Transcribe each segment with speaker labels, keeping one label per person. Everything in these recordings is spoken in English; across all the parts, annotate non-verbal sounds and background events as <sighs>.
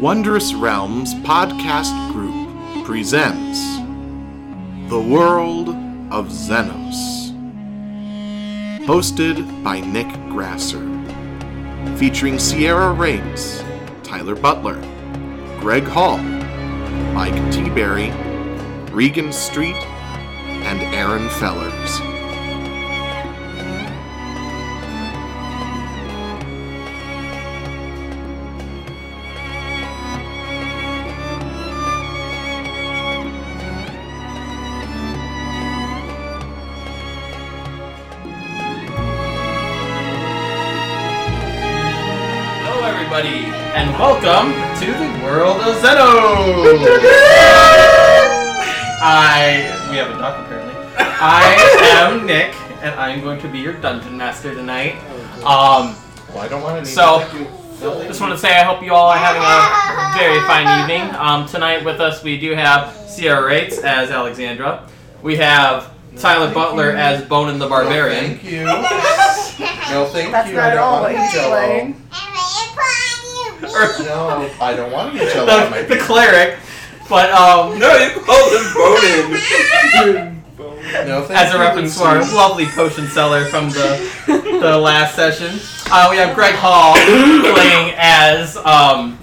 Speaker 1: Wondrous Realms Podcast Group presents The World of Xenos. Hosted by Nick Grasser. Featuring Sierra Rains, Tyler Butler, Greg Hall, Mike T. Berry, Regan Street, and Aaron Fellers.
Speaker 2: Hello, everybody, and welcome to the world of Zeno. I we have a duck apparently. I am Nick, and I'm going to be your dungeon master tonight. Um,
Speaker 1: Well, I don't want any.
Speaker 2: So- just want to say I hope you all are having a very fine evening. Um, tonight with us we do have Sierra Rates as Alexandra. We have Tyler Butler as Bonin the Barbarian. <laughs>
Speaker 3: No, thank you. <laughs> No, thank
Speaker 4: That's
Speaker 3: you. I
Speaker 4: not at
Speaker 3: don't
Speaker 4: all
Speaker 3: want
Speaker 4: what
Speaker 3: any
Speaker 4: he's
Speaker 3: jello.
Speaker 4: playing.
Speaker 3: No, I don't want any jello on my
Speaker 2: the, the cleric, but um,
Speaker 5: No, you called him Bonin.
Speaker 3: No, thank
Speaker 2: as a
Speaker 3: you.
Speaker 2: reference to our lovely potion seller from the,
Speaker 3: <laughs>
Speaker 2: the last session. Uh, we have Greg Hall
Speaker 3: <coughs>
Speaker 2: playing as um,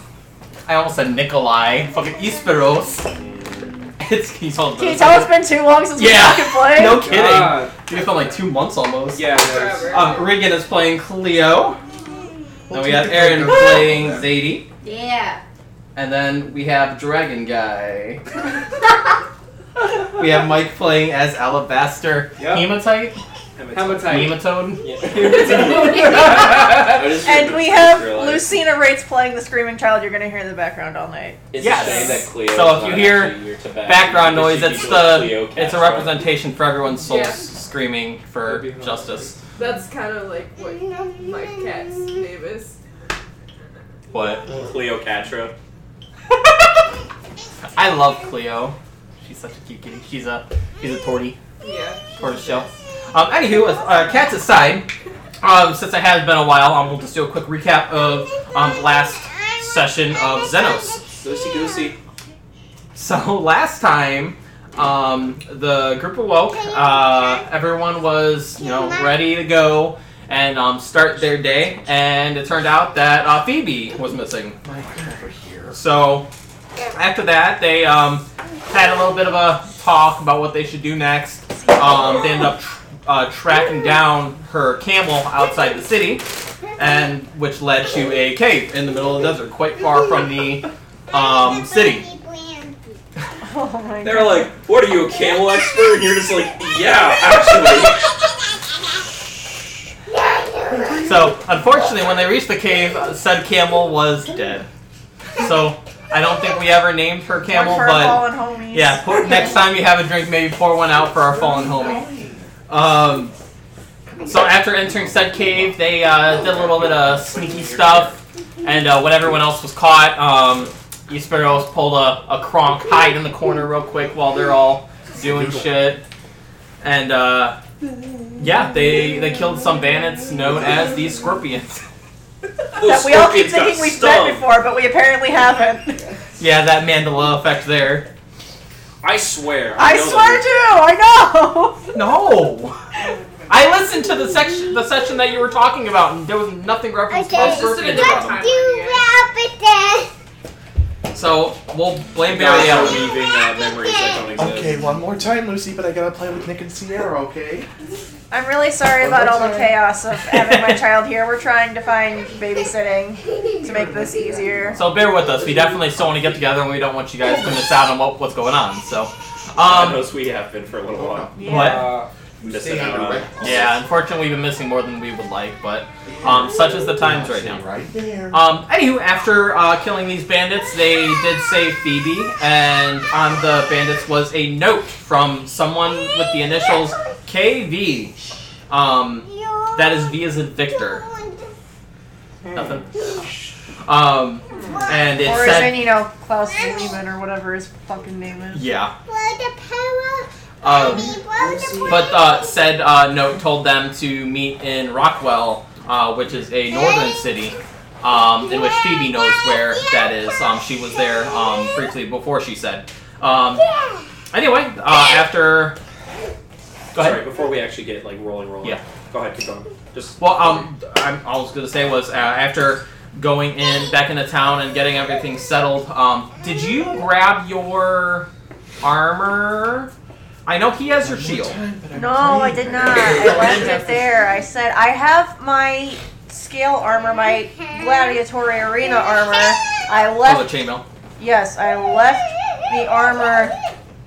Speaker 2: I almost said Nikolai, fucking Isperos. <laughs> It's he's all
Speaker 4: Can you tell it's been too long since
Speaker 2: Yeah.
Speaker 4: we fucking played?
Speaker 2: No kidding.
Speaker 3: Uh,
Speaker 5: God.
Speaker 2: Dude, it's been like two months almost.
Speaker 5: Yeah, it was.
Speaker 2: Um, Regan is playing Cleo. Then we have
Speaker 3: <laughs>
Speaker 2: Aaron
Speaker 3: We'll take the
Speaker 2: playing Zadie,
Speaker 6: Yeah.
Speaker 2: and then we have Dragon
Speaker 3: <laughs>
Speaker 2: Guy. We have Mike playing as Alabaster
Speaker 5: Yep.
Speaker 2: Hematite,
Speaker 7: <laughs>
Speaker 5: Hematite.
Speaker 2: Hematode.
Speaker 5: Yeah.
Speaker 4: And we have Lucina Rates playing the screaming child you're gonna hear in the background all night.
Speaker 7: It's
Speaker 2: Yes.
Speaker 7: a shame that Cleo
Speaker 2: So if
Speaker 7: is
Speaker 2: you
Speaker 7: not
Speaker 2: hear
Speaker 7: actually your Tibetan,
Speaker 2: background noise,
Speaker 7: because she could
Speaker 2: it's
Speaker 7: do a
Speaker 2: the-
Speaker 7: Cleo
Speaker 2: It's a
Speaker 7: cast on.
Speaker 2: representation for everyone's souls
Speaker 8: Yeah.
Speaker 2: screaming
Speaker 5: That'd
Speaker 2: for
Speaker 5: be hilarious.
Speaker 2: justice.
Speaker 8: That's kind of like what my cat's name is.
Speaker 2: What?
Speaker 7: Cleocatra.
Speaker 2: I love Cleo. She's such a cute kitty. She's a she's a tortie,
Speaker 8: Yeah.
Speaker 2: tortoiseshell. Um, anywho, uh, cats aside, um, since it has been a while, um, we'll just do a quick recap of um last session of Xenos.
Speaker 5: Loosey goosey.
Speaker 2: So <laughs> last time. Um, the group awoke. Uh, everyone was, you know, ready to go and um, start their day. And it turned out that uh, Phoebe was missing. So after that, they um, had a little bit of a talk about what they should do next. Um, they ended up tr- uh, tracking down her camel outside the city, and which led to a cave in the middle of the desert, quite far from the um, city.
Speaker 4: <laughs> Oh my
Speaker 7: They're like, what are you, a camel expert? And you're just like, yeah,
Speaker 4: <laughs>
Speaker 7: actually.
Speaker 2: So unfortunately, when they reached the cave, uh, said camel was dead. So I don't think we ever named her camel,
Speaker 4: One for
Speaker 2: but.
Speaker 4: our fallen homies.
Speaker 2: Yeah, pour, next time you have a drink, maybe pour one out for our fallen homie. Um, so after entering said cave, they uh, did a little bit of sneaky stuff, and uh, when everyone else was caught, um, Isperos pulled a, a cronk, hide in the corner real quick while they're all doing shit. And uh, yeah, they, they killed some bandits known as the Scorpions. <laughs>
Speaker 4: That we all keep thinking we've met before, but we apparently haven't.
Speaker 2: yeah, that Mandela effect there.
Speaker 7: I swear.
Speaker 4: I
Speaker 7: know
Speaker 4: swear
Speaker 7: <laughs>
Speaker 4: to, I
Speaker 7: that
Speaker 4: know. <laughs>
Speaker 2: No! I listened to the section the session that you were talking about, and there was nothing referenced
Speaker 8: Oh,
Speaker 2: to
Speaker 8: it's just in a
Speaker 2: Scorpion.
Speaker 8: different time.
Speaker 4: <laughs>
Speaker 2: So we'll blame
Speaker 7: you guys
Speaker 2: Barry
Speaker 7: are
Speaker 2: Allen.
Speaker 7: weaving uh, memories that don't
Speaker 3: Okay,
Speaker 7: exist.
Speaker 3: one more time, Lucy, but I gotta play with Nick and Sierra, okay?
Speaker 4: I'm really sorry
Speaker 3: One
Speaker 4: about
Speaker 3: more
Speaker 4: all the
Speaker 3: time.
Speaker 4: chaos of having my child here. We're trying to find babysitting to make this easier.
Speaker 2: So bear with us. We definitely still want to get together, and we don't want you guys to miss out on what, what's going on. So,
Speaker 7: I
Speaker 2: um,
Speaker 7: knows we have been for a little while.
Speaker 2: what?
Speaker 5: Uh,
Speaker 7: Missing out on it.
Speaker 2: Yeah, unfortunately, we've been missing more than we would like, but um, such is the times right now.
Speaker 3: Right there.
Speaker 2: Um, anywho, after uh, killing these bandits, they did save Phoebe, and on the bandits was a note from someone with the initials KV. Um, that is V as in Victor. Nothing. Um, and it
Speaker 4: Or is
Speaker 2: said,
Speaker 4: in, you know, Klaus Lehman or whatever his fucking name is.
Speaker 2: yeah. Um, but uh, said uh, note told them to meet in Rockwell, uh, which is a northern city, um, in which Phoebe knows where that is. Um, she was there um, briefly before she said. Um, anyway, uh, after. Go ahead.
Speaker 9: Sorry, before we actually get like rolling, rolling.
Speaker 2: Yeah.
Speaker 9: Go ahead, keep going. Just
Speaker 2: Well, um, I'm, I was gonna say was uh, after going in back into town and getting everything settled. Um, did you grab your armor? I know he has your shield.
Speaker 4: No, I did
Speaker 2: <laughs>
Speaker 4: not. I left it there. I said I have my scale armor, my gladiatory arena armor. I
Speaker 2: Oh, the
Speaker 4: left.
Speaker 2: chainmail.
Speaker 4: Yes, I left the armor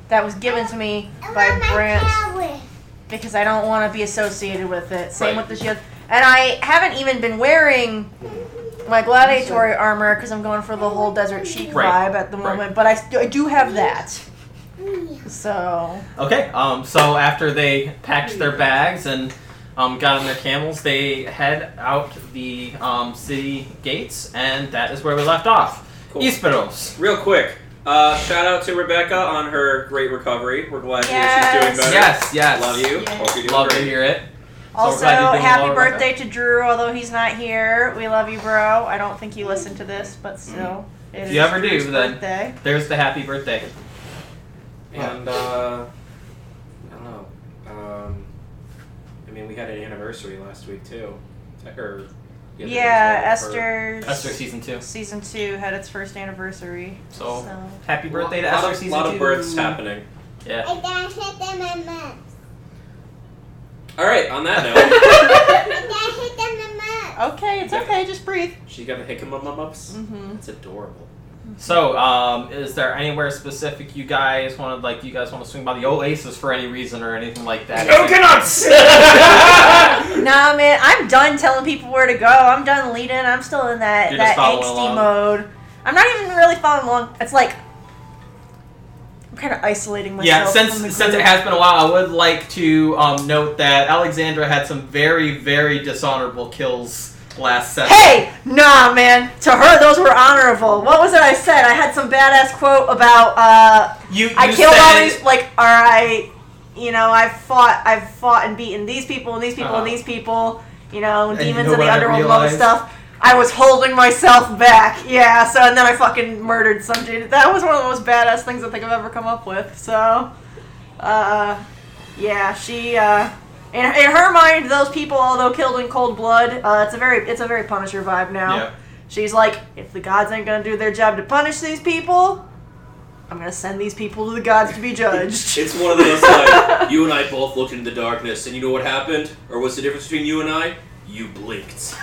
Speaker 4: that was given to me by Brant because I don't want to be associated with it. Same
Speaker 2: Right.
Speaker 4: with the shield. And I haven't even been wearing my gladiatory armor because I'm going for the whole desert chic
Speaker 2: Right.
Speaker 4: vibe at the
Speaker 2: Right.
Speaker 4: moment. But I, st- I do have that. So
Speaker 2: Okay. Um, so after they packed their bags and um, got on their camels, they head out the um, city gates, and that is where we left off.
Speaker 9: Cool.
Speaker 2: Isperos.
Speaker 9: real quick. Uh, shout out to Rebecca on her great recovery. We're glad to hear
Speaker 4: Yes.
Speaker 9: she's doing better.
Speaker 2: Yes. Yes.
Speaker 9: Love you.
Speaker 4: Yes.
Speaker 9: Hope you're doing
Speaker 2: Love to
Speaker 9: great.
Speaker 2: hear it.
Speaker 4: also
Speaker 2: glad you're doing
Speaker 4: happy
Speaker 2: well, Rebecca.
Speaker 4: birthday to Drew, although he's not here. We love you, bro. I don't think you listen to this, but still, it
Speaker 2: If
Speaker 4: is
Speaker 2: Mm. you ever do,
Speaker 4: Drew's
Speaker 2: then-
Speaker 4: birthday.
Speaker 2: There's the happy birthday.
Speaker 9: And uh, I don't know. Um, I mean, we had an anniversary last week too. Or the other day as
Speaker 4: Yeah,
Speaker 9: well, for-
Speaker 4: Esther's
Speaker 2: Esther season two.
Speaker 4: season two had its first anniversary.
Speaker 2: So,
Speaker 4: so.
Speaker 2: happy birthday to
Speaker 9: lot
Speaker 2: Esther
Speaker 9: of-
Speaker 2: season
Speaker 9: lot
Speaker 2: two.
Speaker 9: of births happening.
Speaker 2: Yeah.
Speaker 9: All right. On that
Speaker 4: <laughs>
Speaker 9: note, Oh.
Speaker 4: Okay, it's okay. Just breathe.
Speaker 9: she got the hiccups.
Speaker 4: Mm-hmm.
Speaker 9: That's adorable.
Speaker 2: <laughs> So, um, is there anywhere specific you guys want to like? You guys want to swing by the Oasis for any reason or anything like that? <laughs>
Speaker 9: Coconuts.
Speaker 4: Nah, man, I'm done telling people where to go. I'm done leading. I'm still in that
Speaker 2: You're just
Speaker 4: that
Speaker 2: following
Speaker 4: angsty
Speaker 2: along.
Speaker 4: mode. I'm not even really following along. It's like I'm kind of isolating
Speaker 2: <laughs>
Speaker 4: myself.
Speaker 2: yeah. Since
Speaker 4: from the
Speaker 2: since it
Speaker 4: group.
Speaker 2: has been a while, I would like to um, note that Alexandra had some very very dishonorable kills last session.
Speaker 4: Hey, nah, man. To her, those were honorable. What was it I said? I had some badass quote about uh,
Speaker 2: you, you
Speaker 4: I killed
Speaker 2: said,
Speaker 4: all these. Like, all right, you know, I've fought, I've fought and beaten these people and these people
Speaker 2: Uh-huh.
Speaker 4: and these people. You know,
Speaker 2: And you
Speaker 4: demons
Speaker 2: know
Speaker 4: in the
Speaker 2: what I
Speaker 4: underworld, and all this
Speaker 2: realized?
Speaker 4: stuff. I was holding myself back. Yeah. So, and then I fucking murdered some dude. That was one of the most badass things I think I've ever come up with. So, uh, yeah, she. uh in, in her mind, those people, although killed in cold blood, uh, it's a very it's a very Punisher vibe now.
Speaker 2: Yeah.
Speaker 4: She's like, if the gods ain't gonna do their job to punish these people, I'm gonna send these people to the gods to be
Speaker 7: <laughs>
Speaker 4: judged. <laughs>
Speaker 9: It's one of those like you and I both looked into the darkness, and you know what happened, or what's the difference between you and I? You blinked.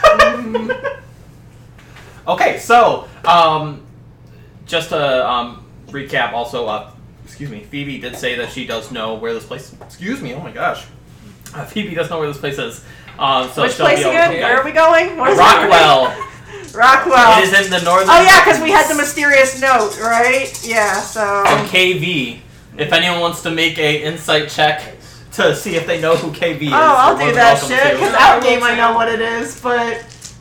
Speaker 2: Okay, so um, just to um, recap, also, uh, excuse me, Phoebe did say that she does know where this place. Excuse me, oh my gosh, uh, Phoebe does know where this place is. Um, so
Speaker 4: Which
Speaker 2: she'll
Speaker 4: place
Speaker 2: be able to
Speaker 4: again?
Speaker 2: guide-
Speaker 4: Where are we going? What is
Speaker 2: Rockwell.
Speaker 4: it? Rockwell.
Speaker 2: It is in the northern.
Speaker 4: oh yeah, because we had the mysterious note, right? Yeah. So
Speaker 2: from KV. If anyone wants to make a insight check to see if they know who KV is,
Speaker 4: oh, I'll
Speaker 2: they're more
Speaker 4: do
Speaker 2: than
Speaker 4: that
Speaker 2: welcome
Speaker 4: shit. Because
Speaker 2: to.
Speaker 4: out game, I know what it is, but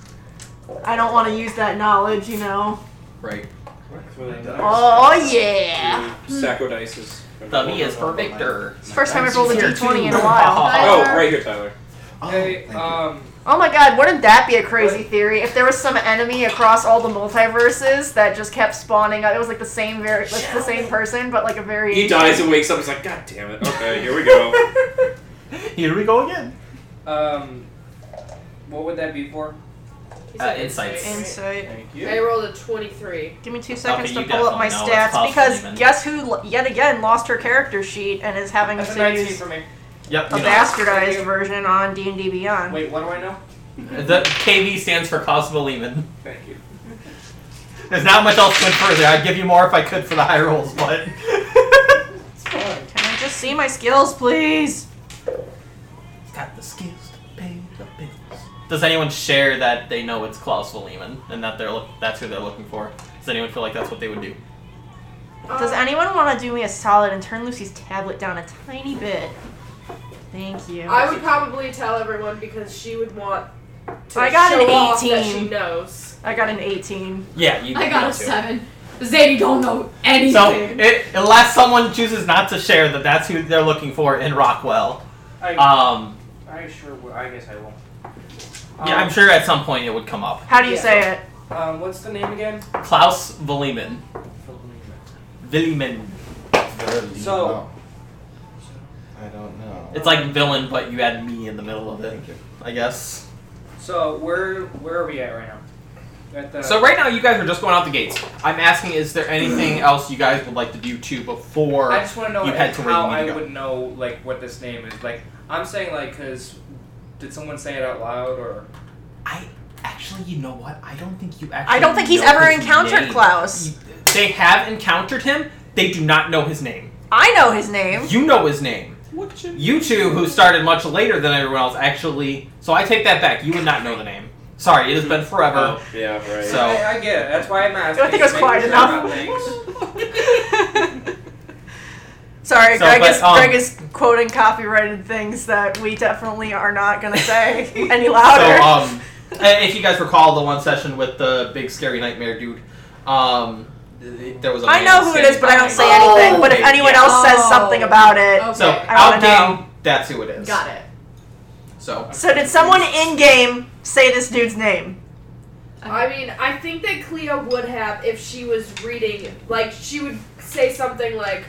Speaker 4: I don't want to use that knowledge, you know.
Speaker 2: Right.
Speaker 4: Oh yeah.
Speaker 9: Sacro dice is.
Speaker 2: The V is for Victor.
Speaker 4: It's the first time I've rolled a
Speaker 2: Here,
Speaker 4: d20 in a
Speaker 2: too. <laughs>
Speaker 4: while.
Speaker 9: Oh, right here, Tyler.
Speaker 3: Oh,
Speaker 10: Hey, um,
Speaker 4: Oh my god, wouldn't that be a crazy theory? If there was some enemy across all the multiverses that just kept spawning up, it was like the same very, like the same person, but like a very.
Speaker 9: He dies
Speaker 4: <laughs>
Speaker 9: and wakes up. He's like, God damn it. Okay, here we go.
Speaker 2: <laughs> Here we go again.
Speaker 10: um, what would that be for?
Speaker 2: Uh, insights.
Speaker 4: Insight.
Speaker 10: Thank
Speaker 11: I rolled a 23.
Speaker 4: Give me two
Speaker 2: seconds
Speaker 4: seconds
Speaker 2: Okay, to
Speaker 4: to
Speaker 2: you pull
Speaker 4: pull
Speaker 2: up
Speaker 4: up
Speaker 2: my definitely
Speaker 4: my
Speaker 2: know it's
Speaker 4: stats
Speaker 2: possible,
Speaker 4: because
Speaker 2: even.
Speaker 4: guess who l- yet again lost her character sheet and is having
Speaker 10: That's a
Speaker 4: to
Speaker 10: 19
Speaker 4: use
Speaker 10: for
Speaker 4: a
Speaker 10: me.
Speaker 2: Yep. you know.
Speaker 10: Thank
Speaker 4: bastardized
Speaker 10: you.
Speaker 4: version on D and D Beyond.
Speaker 10: Wait, what do I know?
Speaker 2: The KV stands for Cosmoleman.
Speaker 10: Thank you.
Speaker 2: There's not much else to infer there. I'd give you more if I could for the high rolls, but <laughs>
Speaker 4: Can I just see my skills, please?
Speaker 2: got the skills to pay the bills. Does anyone share that they know it's Klaus Lehman and that they're look- that's who they're looking for? Does anyone feel like that's what they would do?
Speaker 4: Does anyone want to do me a solid and turn Lucy's tablet down a tiny bit? Thank you.
Speaker 11: I would probably tell everyone because she would want to
Speaker 4: I got
Speaker 11: show
Speaker 4: an
Speaker 11: off that
Speaker 4: 18.
Speaker 11: she knows.
Speaker 4: I got an 18.
Speaker 2: Yeah, you.
Speaker 12: I
Speaker 2: you
Speaker 11: <laughs>
Speaker 12: got a
Speaker 2: want to.
Speaker 12: seven. Zadie don't know anything.
Speaker 2: So, it, unless someone chooses not to share that that's who they're looking for in Rockwell,
Speaker 10: I,
Speaker 2: um,
Speaker 10: I sure will. I guess I will.
Speaker 2: yeah, I'm sure at some point it would come up.
Speaker 4: How do you
Speaker 11: Yeah.
Speaker 4: say it?
Speaker 9: Um, what's the name again?
Speaker 2: Klaus Villeman. Villeman.
Speaker 9: So-
Speaker 1: I don't know.
Speaker 2: It's like villain, but you add me in the middle of it. I guess.
Speaker 9: So where where are we at right now? We're At the
Speaker 2: Uh, So right now, you guys are just going out the gates. I'm asking, is there <sighs> anything else you guys would like to do too before?
Speaker 9: I just want to know
Speaker 2: you had
Speaker 9: like,
Speaker 2: to where
Speaker 9: how
Speaker 2: you need to
Speaker 9: I
Speaker 2: go.
Speaker 9: would know like what this name is. Like I'm saying like because did someone say it out loud or
Speaker 2: I actually, you know what? I don't think you actually.
Speaker 4: I don't think he's
Speaker 2: know
Speaker 4: ever
Speaker 2: his
Speaker 4: encountered
Speaker 2: name.
Speaker 4: Klaus.
Speaker 2: They have encountered him. They do not know his name.
Speaker 4: I know
Speaker 2: <laughs>
Speaker 4: his name.
Speaker 2: You know his name. You two, who started much later than everyone else, actually. So I take that back. You would not know the name. Sorry, it has been forever.
Speaker 9: Oh, yeah right.
Speaker 2: Uh-huh. So-
Speaker 9: I, I get it. That's why I'm asking.
Speaker 4: I think it was
Speaker 9: making
Speaker 4: quiet
Speaker 9: sure
Speaker 4: enough.
Speaker 9: about
Speaker 2: <laughs>
Speaker 9: things.
Speaker 4: Sorry,
Speaker 2: So,
Speaker 4: Greg,
Speaker 2: but,
Speaker 4: is,
Speaker 2: um,
Speaker 4: Greg is quoting copyrighted things that we definitely are not going to say
Speaker 2: <laughs>
Speaker 4: any
Speaker 2: So,
Speaker 4: louder.
Speaker 2: um, eh, if you guys recall the one session with the big scary nightmare dude, um, th- th- there was a.
Speaker 4: I
Speaker 2: man
Speaker 4: know who it
Speaker 2: standing
Speaker 4: is, but I don't
Speaker 2: behind
Speaker 4: say
Speaker 2: him.
Speaker 4: anything. But if
Speaker 2: Okay,
Speaker 4: anyone
Speaker 2: yeah.
Speaker 4: else says
Speaker 12: Oh.
Speaker 4: something about it,
Speaker 12: Okay.
Speaker 2: So
Speaker 4: I
Speaker 2: out
Speaker 4: wanna
Speaker 2: game, that's who it is.
Speaker 12: Got it.
Speaker 2: So
Speaker 4: so did someone in game say this dude's name?
Speaker 11: I mean, I think that Cleo would have if she was reading. Like, she would say something like,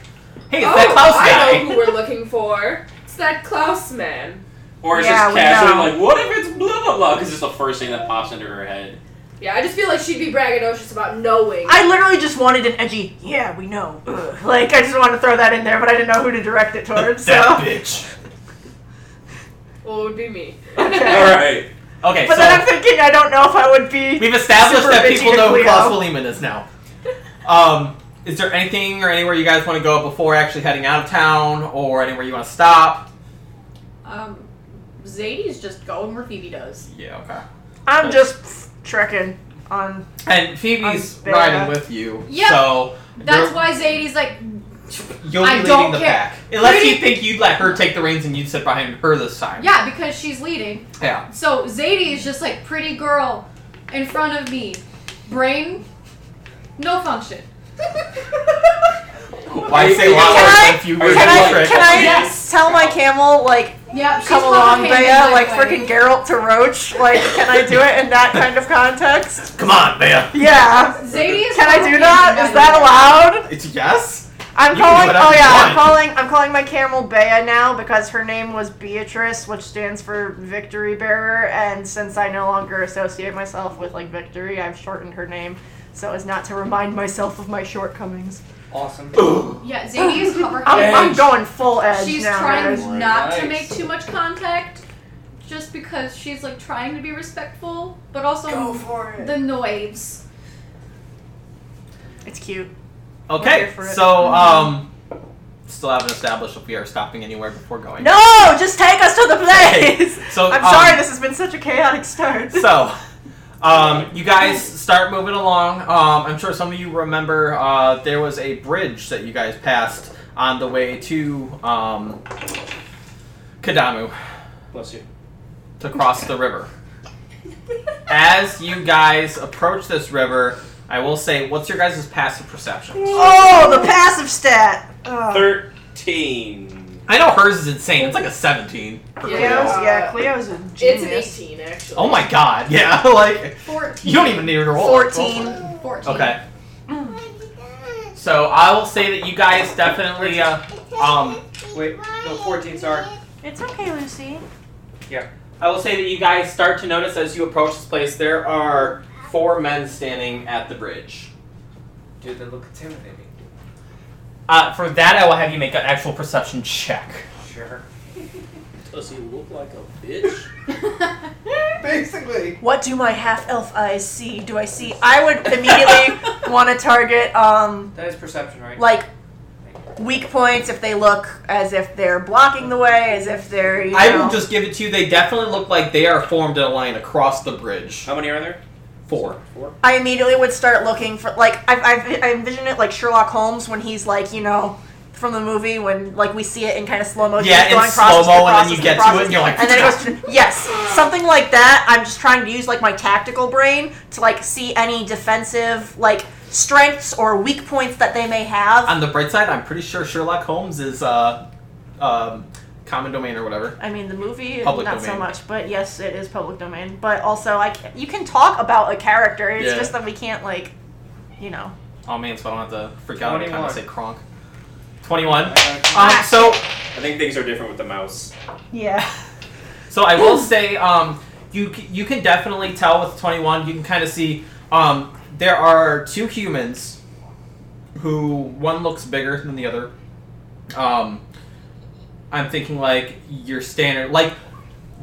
Speaker 2: hey, it's
Speaker 11: "Oh,
Speaker 2: that Klaus
Speaker 11: I
Speaker 2: guy.
Speaker 11: know who we're looking for. It's that Klaus man."
Speaker 7: Or it's
Speaker 4: Yeah,
Speaker 7: just
Speaker 4: we
Speaker 7: casually
Speaker 4: know.
Speaker 7: like, what if it's blah blah blah? Because it's the first thing that pops into her head.
Speaker 11: Yeah, I just feel like she'd be braggadocious about knowing.
Speaker 4: I literally just wanted an edgy. Yeah, we know. Ugh. Like I just wanted to throw that in there, but I didn't know who to direct it towards.
Speaker 2: <laughs> that
Speaker 4: So.
Speaker 2: bitch.
Speaker 11: well, it would be me.
Speaker 4: Okay.
Speaker 11: <laughs>
Speaker 7: All right.
Speaker 2: Okay,
Speaker 4: But
Speaker 2: so
Speaker 4: then I'm thinking I don't know if I would be.
Speaker 2: we've established
Speaker 4: Super
Speaker 2: that
Speaker 4: bitchy
Speaker 2: people
Speaker 4: to
Speaker 2: know who
Speaker 4: Cleo.
Speaker 2: Klaus Willeman is now. Um, is there anything or anywhere you guys want to go before actually heading out of town, or anywhere you want to stop?
Speaker 12: Um, Zadie's just going where Phoebe does.
Speaker 2: Yeah, okay.
Speaker 4: I'm just trekking on.
Speaker 2: And Phoebe's
Speaker 4: I'm bad.
Speaker 2: riding with you,
Speaker 12: Yep.
Speaker 2: so
Speaker 12: That's
Speaker 2: you're-
Speaker 12: why Zadie's like,
Speaker 2: you'll be
Speaker 12: I
Speaker 2: leading
Speaker 12: don't
Speaker 2: the
Speaker 12: care.
Speaker 2: pack. Unless you
Speaker 12: Pretty-
Speaker 2: think you'd let her take the reins and you'd sit behind her this time.
Speaker 12: yeah, because she's leading.
Speaker 2: Yeah.
Speaker 12: So Zadie is just like, pretty girl in front of me. Brain, no function.
Speaker 2: Why say a lot
Speaker 4: Can
Speaker 2: worse
Speaker 4: I-
Speaker 2: than Phoebe?
Speaker 4: Can I
Speaker 2: Trick.
Speaker 4: can I
Speaker 12: Yes.
Speaker 4: tell my camel like
Speaker 12: yeah, she's
Speaker 4: come along,
Speaker 12: fucking handing
Speaker 4: Bea,
Speaker 12: my
Speaker 4: like
Speaker 12: way.
Speaker 4: freaking Geralt to Roach? Like, can I do it in that kind of
Speaker 12: <laughs>
Speaker 4: context?
Speaker 2: Come on, man.
Speaker 4: Yeah.
Speaker 12: Zadie is
Speaker 4: Can I do
Speaker 12: fucking
Speaker 4: that?
Speaker 12: handing
Speaker 4: Is
Speaker 12: my
Speaker 4: that
Speaker 12: way.
Speaker 4: allowed?
Speaker 2: It's yes. You can
Speaker 4: I'm
Speaker 2: do
Speaker 4: calling.
Speaker 2: whatever
Speaker 4: Oh
Speaker 2: you
Speaker 4: yeah, I'm
Speaker 2: want.
Speaker 4: calling. I'm calling my camel Bea now because her name was Beatrice, which stands for Victory Bearer, and since I no longer associate myself with like victory, I've shortened her name so as not to remind myself of my shortcomings.
Speaker 9: Awesome.
Speaker 12: Yeah, Zadie is covered.
Speaker 4: I'm, I'm
Speaker 9: Edge.
Speaker 4: going full edge
Speaker 12: she's
Speaker 4: now.
Speaker 12: trying
Speaker 4: guys.
Speaker 12: not to
Speaker 9: Nice.
Speaker 12: make too much contact just because she's like trying to be respectful but also
Speaker 4: for
Speaker 12: the noise
Speaker 4: It's cute. We're here
Speaker 2: Okay.
Speaker 4: for it.
Speaker 2: So um, still haven't established if we are stopping anywhere before going.
Speaker 4: No, just take us to the place. <laughs>
Speaker 2: So
Speaker 4: I'm
Speaker 2: um,
Speaker 4: sorry, this has been such a chaotic start.
Speaker 2: So. Um, you guys start moving along. Um, I'm sure some of you remember uh, there was a bridge that you guys passed on the way to um, Kadamu.
Speaker 9: Bless you.
Speaker 2: to cross the river. As you guys approach this river, I will say, what's your guys' passive perception?
Speaker 4: oh, the passive stat. Ugh.
Speaker 7: Thirteen.
Speaker 2: I know hers is insane. It's like a 17. for
Speaker 4: Cleo's,
Speaker 11: Yeah.
Speaker 2: Cleo.
Speaker 4: yeah, Cleo's a
Speaker 11: it's an
Speaker 4: genius.
Speaker 11: 18, actually.
Speaker 2: Oh my god, <laughs> yeah. Like,
Speaker 12: 14
Speaker 2: you don't even need to roll.
Speaker 4: Fourteen.
Speaker 12: 14 <laughs>
Speaker 2: Okay. So I will say that you guys definitely, uh, um,
Speaker 9: Wait, no, 14, sorry.
Speaker 4: It's okay, Lucy.
Speaker 2: I will say that you guys start to notice as you approach this place, there are four men standing at the bridge.
Speaker 9: Dude, they look intimidating.
Speaker 2: Uh, for that, I will have you make an actual perception check.
Speaker 9: Sure.
Speaker 7: Does he look like a bitch?
Speaker 1: Basically.
Speaker 4: What do my half elf eyes see? Do I see? I would immediately want to target, um,
Speaker 9: That is perception, right?
Speaker 4: like weak points if they look as if they're blocking the way, as if they're. You
Speaker 2: I
Speaker 4: know-
Speaker 2: will just give it to you. They definitely look like they are formed in a line across the bridge.
Speaker 7: How many are there?
Speaker 2: Four.
Speaker 7: Four.
Speaker 4: I immediately would start looking for like I, I, I envision it like Sherlock Holmes when he's like you know from the movie when like we see it in kind of slow motion.
Speaker 2: Yeah,
Speaker 4: he's
Speaker 2: in
Speaker 4: going process
Speaker 2: slow-mo,
Speaker 4: to
Speaker 2: and then you
Speaker 4: process
Speaker 2: get to
Speaker 4: process,
Speaker 2: it, and you're like,
Speaker 4: and then it goes to, yes, something like that. I'm just trying to use like my tactical brain to like see any defensive like strengths or weak points that they may have.
Speaker 2: On the bright side, I'm pretty sure Sherlock Holmes is uh, um, common domain or whatever.
Speaker 4: I mean, the movie,
Speaker 2: Public
Speaker 4: not so
Speaker 2: domain.
Speaker 4: much, but yes, it is public domain. But also, like, you can talk about a character. It's
Speaker 2: Yeah.
Speaker 4: just that we can't, like, you know.
Speaker 2: Oh man, so I don't have to freak out every time I
Speaker 9: 21.
Speaker 2: say Kronk. Twenty-one.
Speaker 9: Uh,
Speaker 2: Um, so
Speaker 7: I think things are different with the mouse.
Speaker 4: Yeah.
Speaker 2: So I will say, um, you c- you can definitely tell with twenty one. You can kind of see um, there are two humans who one looks bigger than the other. Um, I'm thinking like your standard, like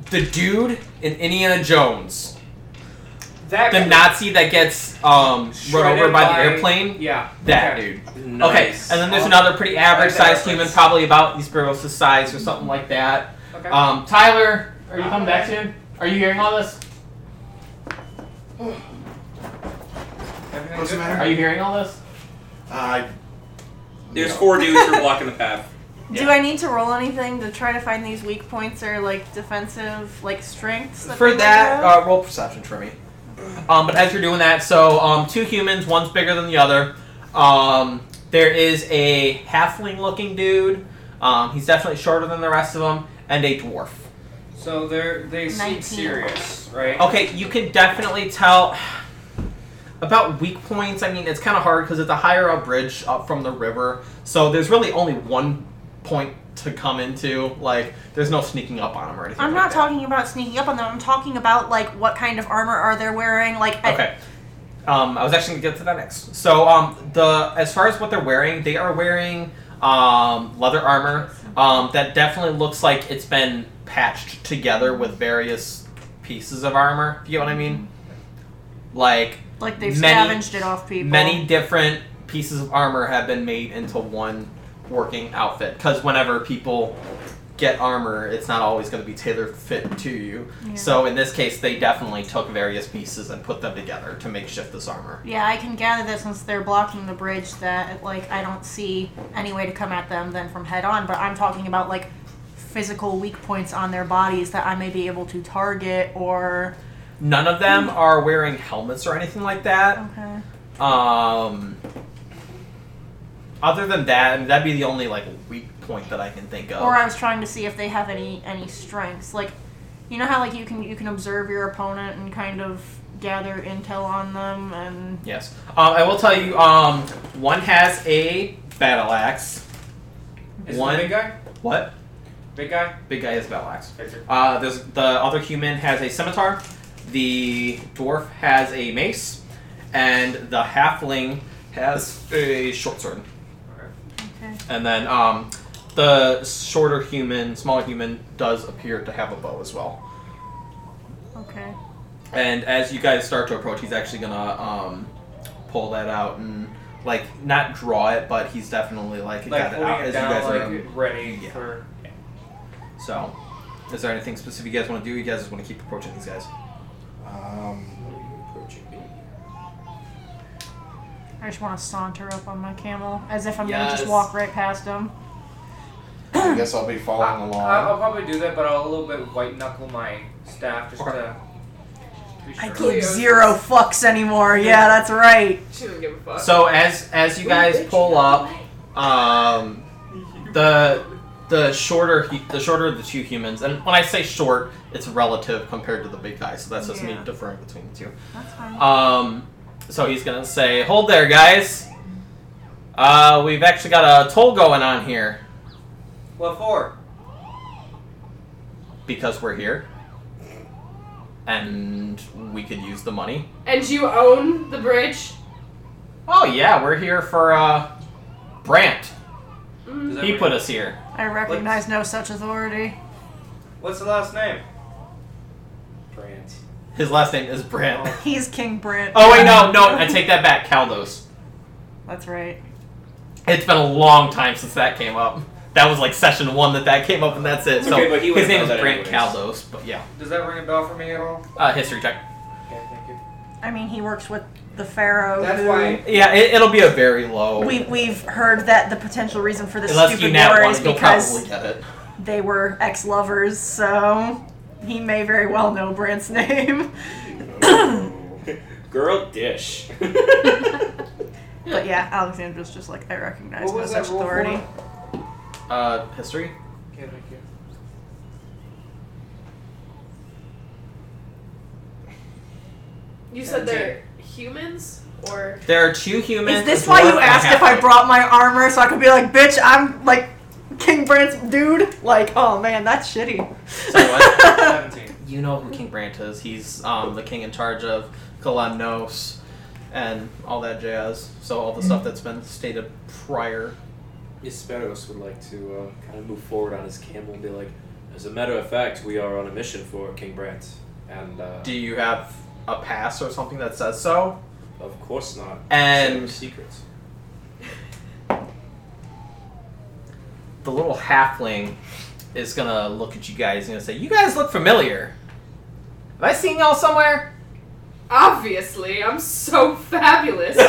Speaker 2: the dude in Indiana Jones,
Speaker 10: That
Speaker 2: the Nazi that gets um, run
Speaker 10: shredded
Speaker 2: over by, the airplane.
Speaker 10: Yeah.
Speaker 2: That
Speaker 10: okay.
Speaker 2: dude.
Speaker 7: Nice.
Speaker 2: Okay, and then there's
Speaker 10: Um,
Speaker 2: another pretty average
Speaker 10: like that
Speaker 2: sized human,
Speaker 10: reference.
Speaker 2: probably about these Burroughs' size or something like that.
Speaker 10: Okay.
Speaker 2: Um, Tyler, are you coming back soon? Are you hearing all this?
Speaker 10: Everything
Speaker 3: What's the
Speaker 10: good?
Speaker 3: matter?
Speaker 2: Are you hearing all this?
Speaker 3: I.
Speaker 7: There's
Speaker 3: no.
Speaker 7: four dudes who are blocking the path.
Speaker 4: Do I need to roll anything to try to find these weak points or, like, defensive, like, strengths? that
Speaker 2: For
Speaker 4: they
Speaker 2: that,
Speaker 4: might
Speaker 2: uh, roll perception for me. Um, but as you're doing that, so um, two humans, one's bigger than the other. Um, there is a halfling-looking dude. Um, he's definitely shorter than the rest of them, and a dwarf.
Speaker 10: So they're they seem
Speaker 4: 19.
Speaker 10: serious, right?
Speaker 2: Okay, you can definitely tell about weak points. I mean, it's kind of hard because it's a higher up bridge up from the river, so there's really only one point to come into. Like, there's no sneaking up on them or anything.
Speaker 4: I'm
Speaker 2: like
Speaker 4: not
Speaker 2: that.
Speaker 4: talking about sneaking up on them. I'm talking about, like, what kind of armor are they wearing? Like, I-
Speaker 2: Okay. Um, I was actually gonna get to that next. So um, the as far as what they're wearing, they are wearing um, leather armor um, that definitely looks like it's been patched together with various pieces of armor. If you get what I mean? Like
Speaker 4: like, they've
Speaker 2: Many-
Speaker 4: scavenged it off people.
Speaker 2: many different pieces of armor have been made into one working outfit because whenever people get armor it's not always going to be tailored fit to you
Speaker 4: Yeah.
Speaker 2: so in this case they definitely took various pieces and put them together to make shift this armor
Speaker 4: Yeah, I can gather that since they're blocking the bridge that like I don't see any way to come at them then from head on, but I'm talking about like physical weak points on their bodies that I may be able to target or
Speaker 2: none of them
Speaker 4: Hmm.
Speaker 2: are wearing helmets or anything like that
Speaker 4: okay.
Speaker 2: um other than that I mean, that'd be the only like weak point that i can think of
Speaker 4: Or I was trying to see if they have any any strengths. Like you know how like you can you can observe your opponent and kind of gather intel on them and
Speaker 2: yes um, i will tell you um, one has a battle axe
Speaker 10: Is
Speaker 2: One-
Speaker 10: the big guy?
Speaker 2: what
Speaker 10: Big guy?
Speaker 2: Big guy is battle axe.
Speaker 10: Victor.
Speaker 2: Uh, there's, the other human has a scimitar. The dwarf has a mace, and the halfling has a short sword.
Speaker 4: okay.
Speaker 2: And then um, the shorter human, smaller human, does appear to have a bow as well.
Speaker 4: Okay.
Speaker 2: And as you guys start to approach, he's actually gonna um, pull that out and like not draw it, but he's definitely like,
Speaker 10: Like
Speaker 2: got it out
Speaker 10: holding it
Speaker 2: as
Speaker 10: down,
Speaker 2: you guys
Speaker 10: like
Speaker 2: are
Speaker 10: ready
Speaker 2: Yeah.
Speaker 10: for.
Speaker 2: So, is there anything specific you guys want to do? You guys just want to keep approaching these guys.
Speaker 1: Um,
Speaker 4: I just want to saunter up on my camel as if I'm gonna
Speaker 2: Yes.
Speaker 4: just walk right past them.
Speaker 1: I guess I'll be following
Speaker 10: I, I'll
Speaker 1: along.
Speaker 10: probably do that, but I'll a little bit white knuckle my staff just to. Be sure.
Speaker 4: I give zero fucks anymore. Yeah, that's right.
Speaker 11: She doesn't give a fuck.
Speaker 2: So as as you guys pull up, um, the the shorter he- the shorter of the two humans, and when I say short, it's relative compared to the big guy. So that's just me
Speaker 4: Yeah.
Speaker 2: differing between the two.
Speaker 4: That's fine.
Speaker 2: Um, so he's gonna say, "Hold there, guys. Uh, we've actually got a toll going on here
Speaker 10: What for?
Speaker 2: because we're here, and we could use the money.
Speaker 11: and you own the bridge.
Speaker 2: Oh yeah, we're here for uh, Brant.
Speaker 10: Does
Speaker 2: He
Speaker 10: everyone-
Speaker 2: put us here.
Speaker 4: I recognize no such authority.
Speaker 10: What's the last name?
Speaker 7: Brant.
Speaker 2: His last name is Brant."
Speaker 4: He's King Brit.
Speaker 2: <laughs> Oh wait, no, no, I take that back. Caldos.
Speaker 4: <laughs> That's right.
Speaker 2: It's been a long time since that came up. That was like session one that that came up, and that's it. So
Speaker 7: Okay, but he
Speaker 2: his
Speaker 7: would've
Speaker 2: name is
Speaker 7: known that
Speaker 2: Brant
Speaker 7: anyways.
Speaker 2: Caldos, but yeah.
Speaker 10: Does that ring a bell for me at all?
Speaker 2: Uh, history check.
Speaker 10: Okay, thank you.
Speaker 4: I mean, he works with the Pharaoh.
Speaker 10: That's
Speaker 4: who-
Speaker 10: why.
Speaker 2: Yeah, it, it'll be a very low.
Speaker 4: We, we've heard that the potential reason for this
Speaker 2: unless you
Speaker 4: stupid
Speaker 2: nat
Speaker 4: war
Speaker 2: one,
Speaker 4: is
Speaker 2: you'll
Speaker 4: because
Speaker 2: probably get it.
Speaker 4: they were ex lovers, so he may very well know Brant's <laughs> name.
Speaker 7: Girl dish.
Speaker 4: But yeah, Alexandra's just like, I recognize
Speaker 10: What
Speaker 4: no
Speaker 10: was that
Speaker 4: such
Speaker 10: roll for?
Speaker 4: authority.
Speaker 2: Uh, history.
Speaker 7: <laughs>
Speaker 10: Okay, thank you.
Speaker 5: You said they're humans, or
Speaker 2: There are two humans.
Speaker 4: Is this
Speaker 2: a
Speaker 4: why
Speaker 2: dwarf, and
Speaker 4: you
Speaker 2: a
Speaker 4: asked if I
Speaker 2: halfling.
Speaker 4: brought my armor so I could be like, bitch, I'm like King Brand's dude? Like, oh man, that's shitty.
Speaker 2: So what?
Speaker 8: Seventeen.
Speaker 2: You know who King Brant is. He's um, the king in charge of Galanos and all that jazz. So all the
Speaker 4: Mm-hmm.
Speaker 2: stuff that's been stated prior.
Speaker 7: Hesperos would like to uh, kind of move forward on his camel and be like, as a matter of fact, we are on a mission for King Brant. And, uh,
Speaker 2: Do you have a pass or something that says so?
Speaker 7: of course not.
Speaker 2: And-
Speaker 7: Save secrets.
Speaker 2: The little halfling is gonna look at you guys and gonna say, "You guys look familiar. Have I seen y'all somewhere?"
Speaker 5: obviously, I'm so fabulous.
Speaker 2: <laughs>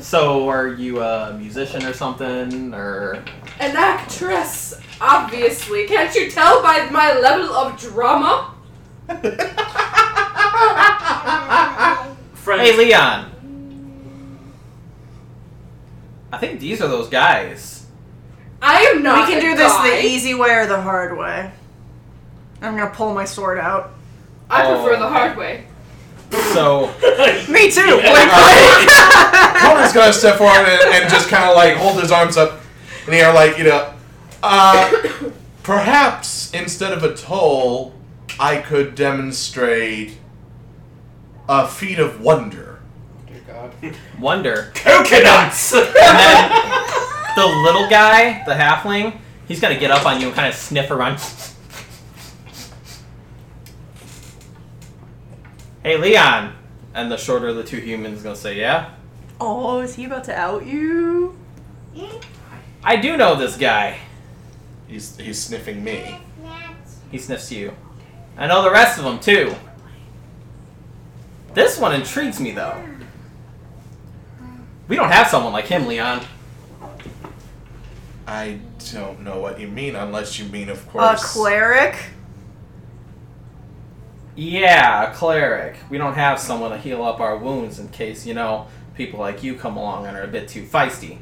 Speaker 2: So are you a musician or something or?
Speaker 5: An actress, obviously. Can't you tell by my level of drama?
Speaker 12: Friends,
Speaker 2: Hey, Leon. I think these are those guys.
Speaker 5: I am not.
Speaker 4: <laughs> we can
Speaker 5: a
Speaker 4: do this
Speaker 5: guy.
Speaker 4: the easy way or the hard way. I'm gonna pull my sword out.
Speaker 5: I prefer
Speaker 2: Oh.
Speaker 5: the hard way.
Speaker 2: So <laughs>
Speaker 4: Me too!
Speaker 3: Conan's gonna step forward and, and just kind of like hold his arms up in the air, like you know, uh, perhaps instead of a toll, I could demonstrate a feat of wonder.
Speaker 8: Dear God.
Speaker 2: wonder.
Speaker 3: Coconuts.
Speaker 2: <laughs> And then the little guy, the halfling, he's gonna get up on you and kind of sniff around. Hey, Leon. And the shorter of the two humans is gonna say, "Yeah,
Speaker 4: <laughs> oh, is he about to out you?
Speaker 2: I do know this guy."
Speaker 3: <coughs> He's he's sniffing me.
Speaker 4: <laughs>
Speaker 8: <laughs>
Speaker 2: He sniffs you. I know the rest of them too. This one intrigues me though. We don't have someone like him, Leon.
Speaker 3: I don't know what you mean, unless you mean, of
Speaker 4: A
Speaker 3: course,
Speaker 4: cleric?
Speaker 2: Yeah, a cleric. We don't have someone to heal up our wounds in case, you know, people like you come along and are a bit too feisty.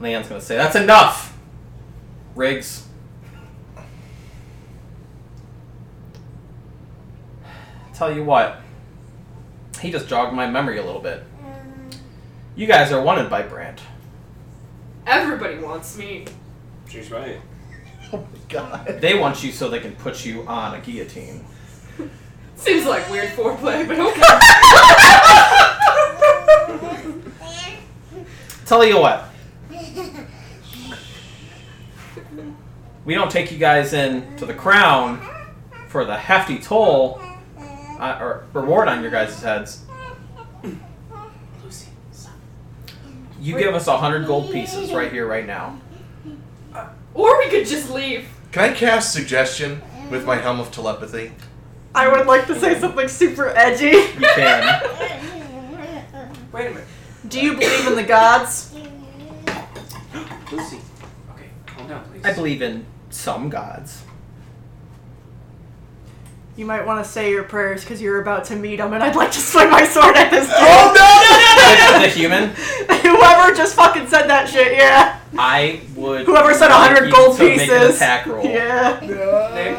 Speaker 2: Leon's gonna say, That's enough! Riggs. Tell you what, he just jogged my memory a little bit. You guys are wanted by Brandt.
Speaker 5: Everybody wants me.
Speaker 7: She's right.
Speaker 3: God.
Speaker 2: They want you so they can put you on a guillotine.
Speaker 5: Seems like weird foreplay, but okay.
Speaker 4: <laughs>
Speaker 2: Tell you what, we don't take you guys in to the crown for the hefty toll uh, or reward on your guys' heads. You give us a hundred gold pieces right here, right now.
Speaker 5: or we could just leave.
Speaker 3: Can I cast suggestion with my helm of telepathy?
Speaker 4: I would like to say something super
Speaker 2: <laughs>
Speaker 4: edgy.
Speaker 2: You
Speaker 4: <laughs>
Speaker 2: can.
Speaker 7: Wait a minute.
Speaker 4: Do you believe in the gods?
Speaker 7: Lucy. Okay, calm down, please.
Speaker 2: I believe in some gods.
Speaker 4: You might want to say your prayers because you're about to meet them, and I'd like to swing my sword at this dude.
Speaker 2: <laughs> Oh, If the human,
Speaker 4: <laughs> Whoever just fucking said that shit, yeah.
Speaker 2: I would.
Speaker 4: Whoever said a
Speaker 2: like
Speaker 4: hundred
Speaker 2: you
Speaker 4: gold
Speaker 2: to make an
Speaker 4: pieces.
Speaker 2: attack roll.
Speaker 4: Yeah.
Speaker 8: Nick,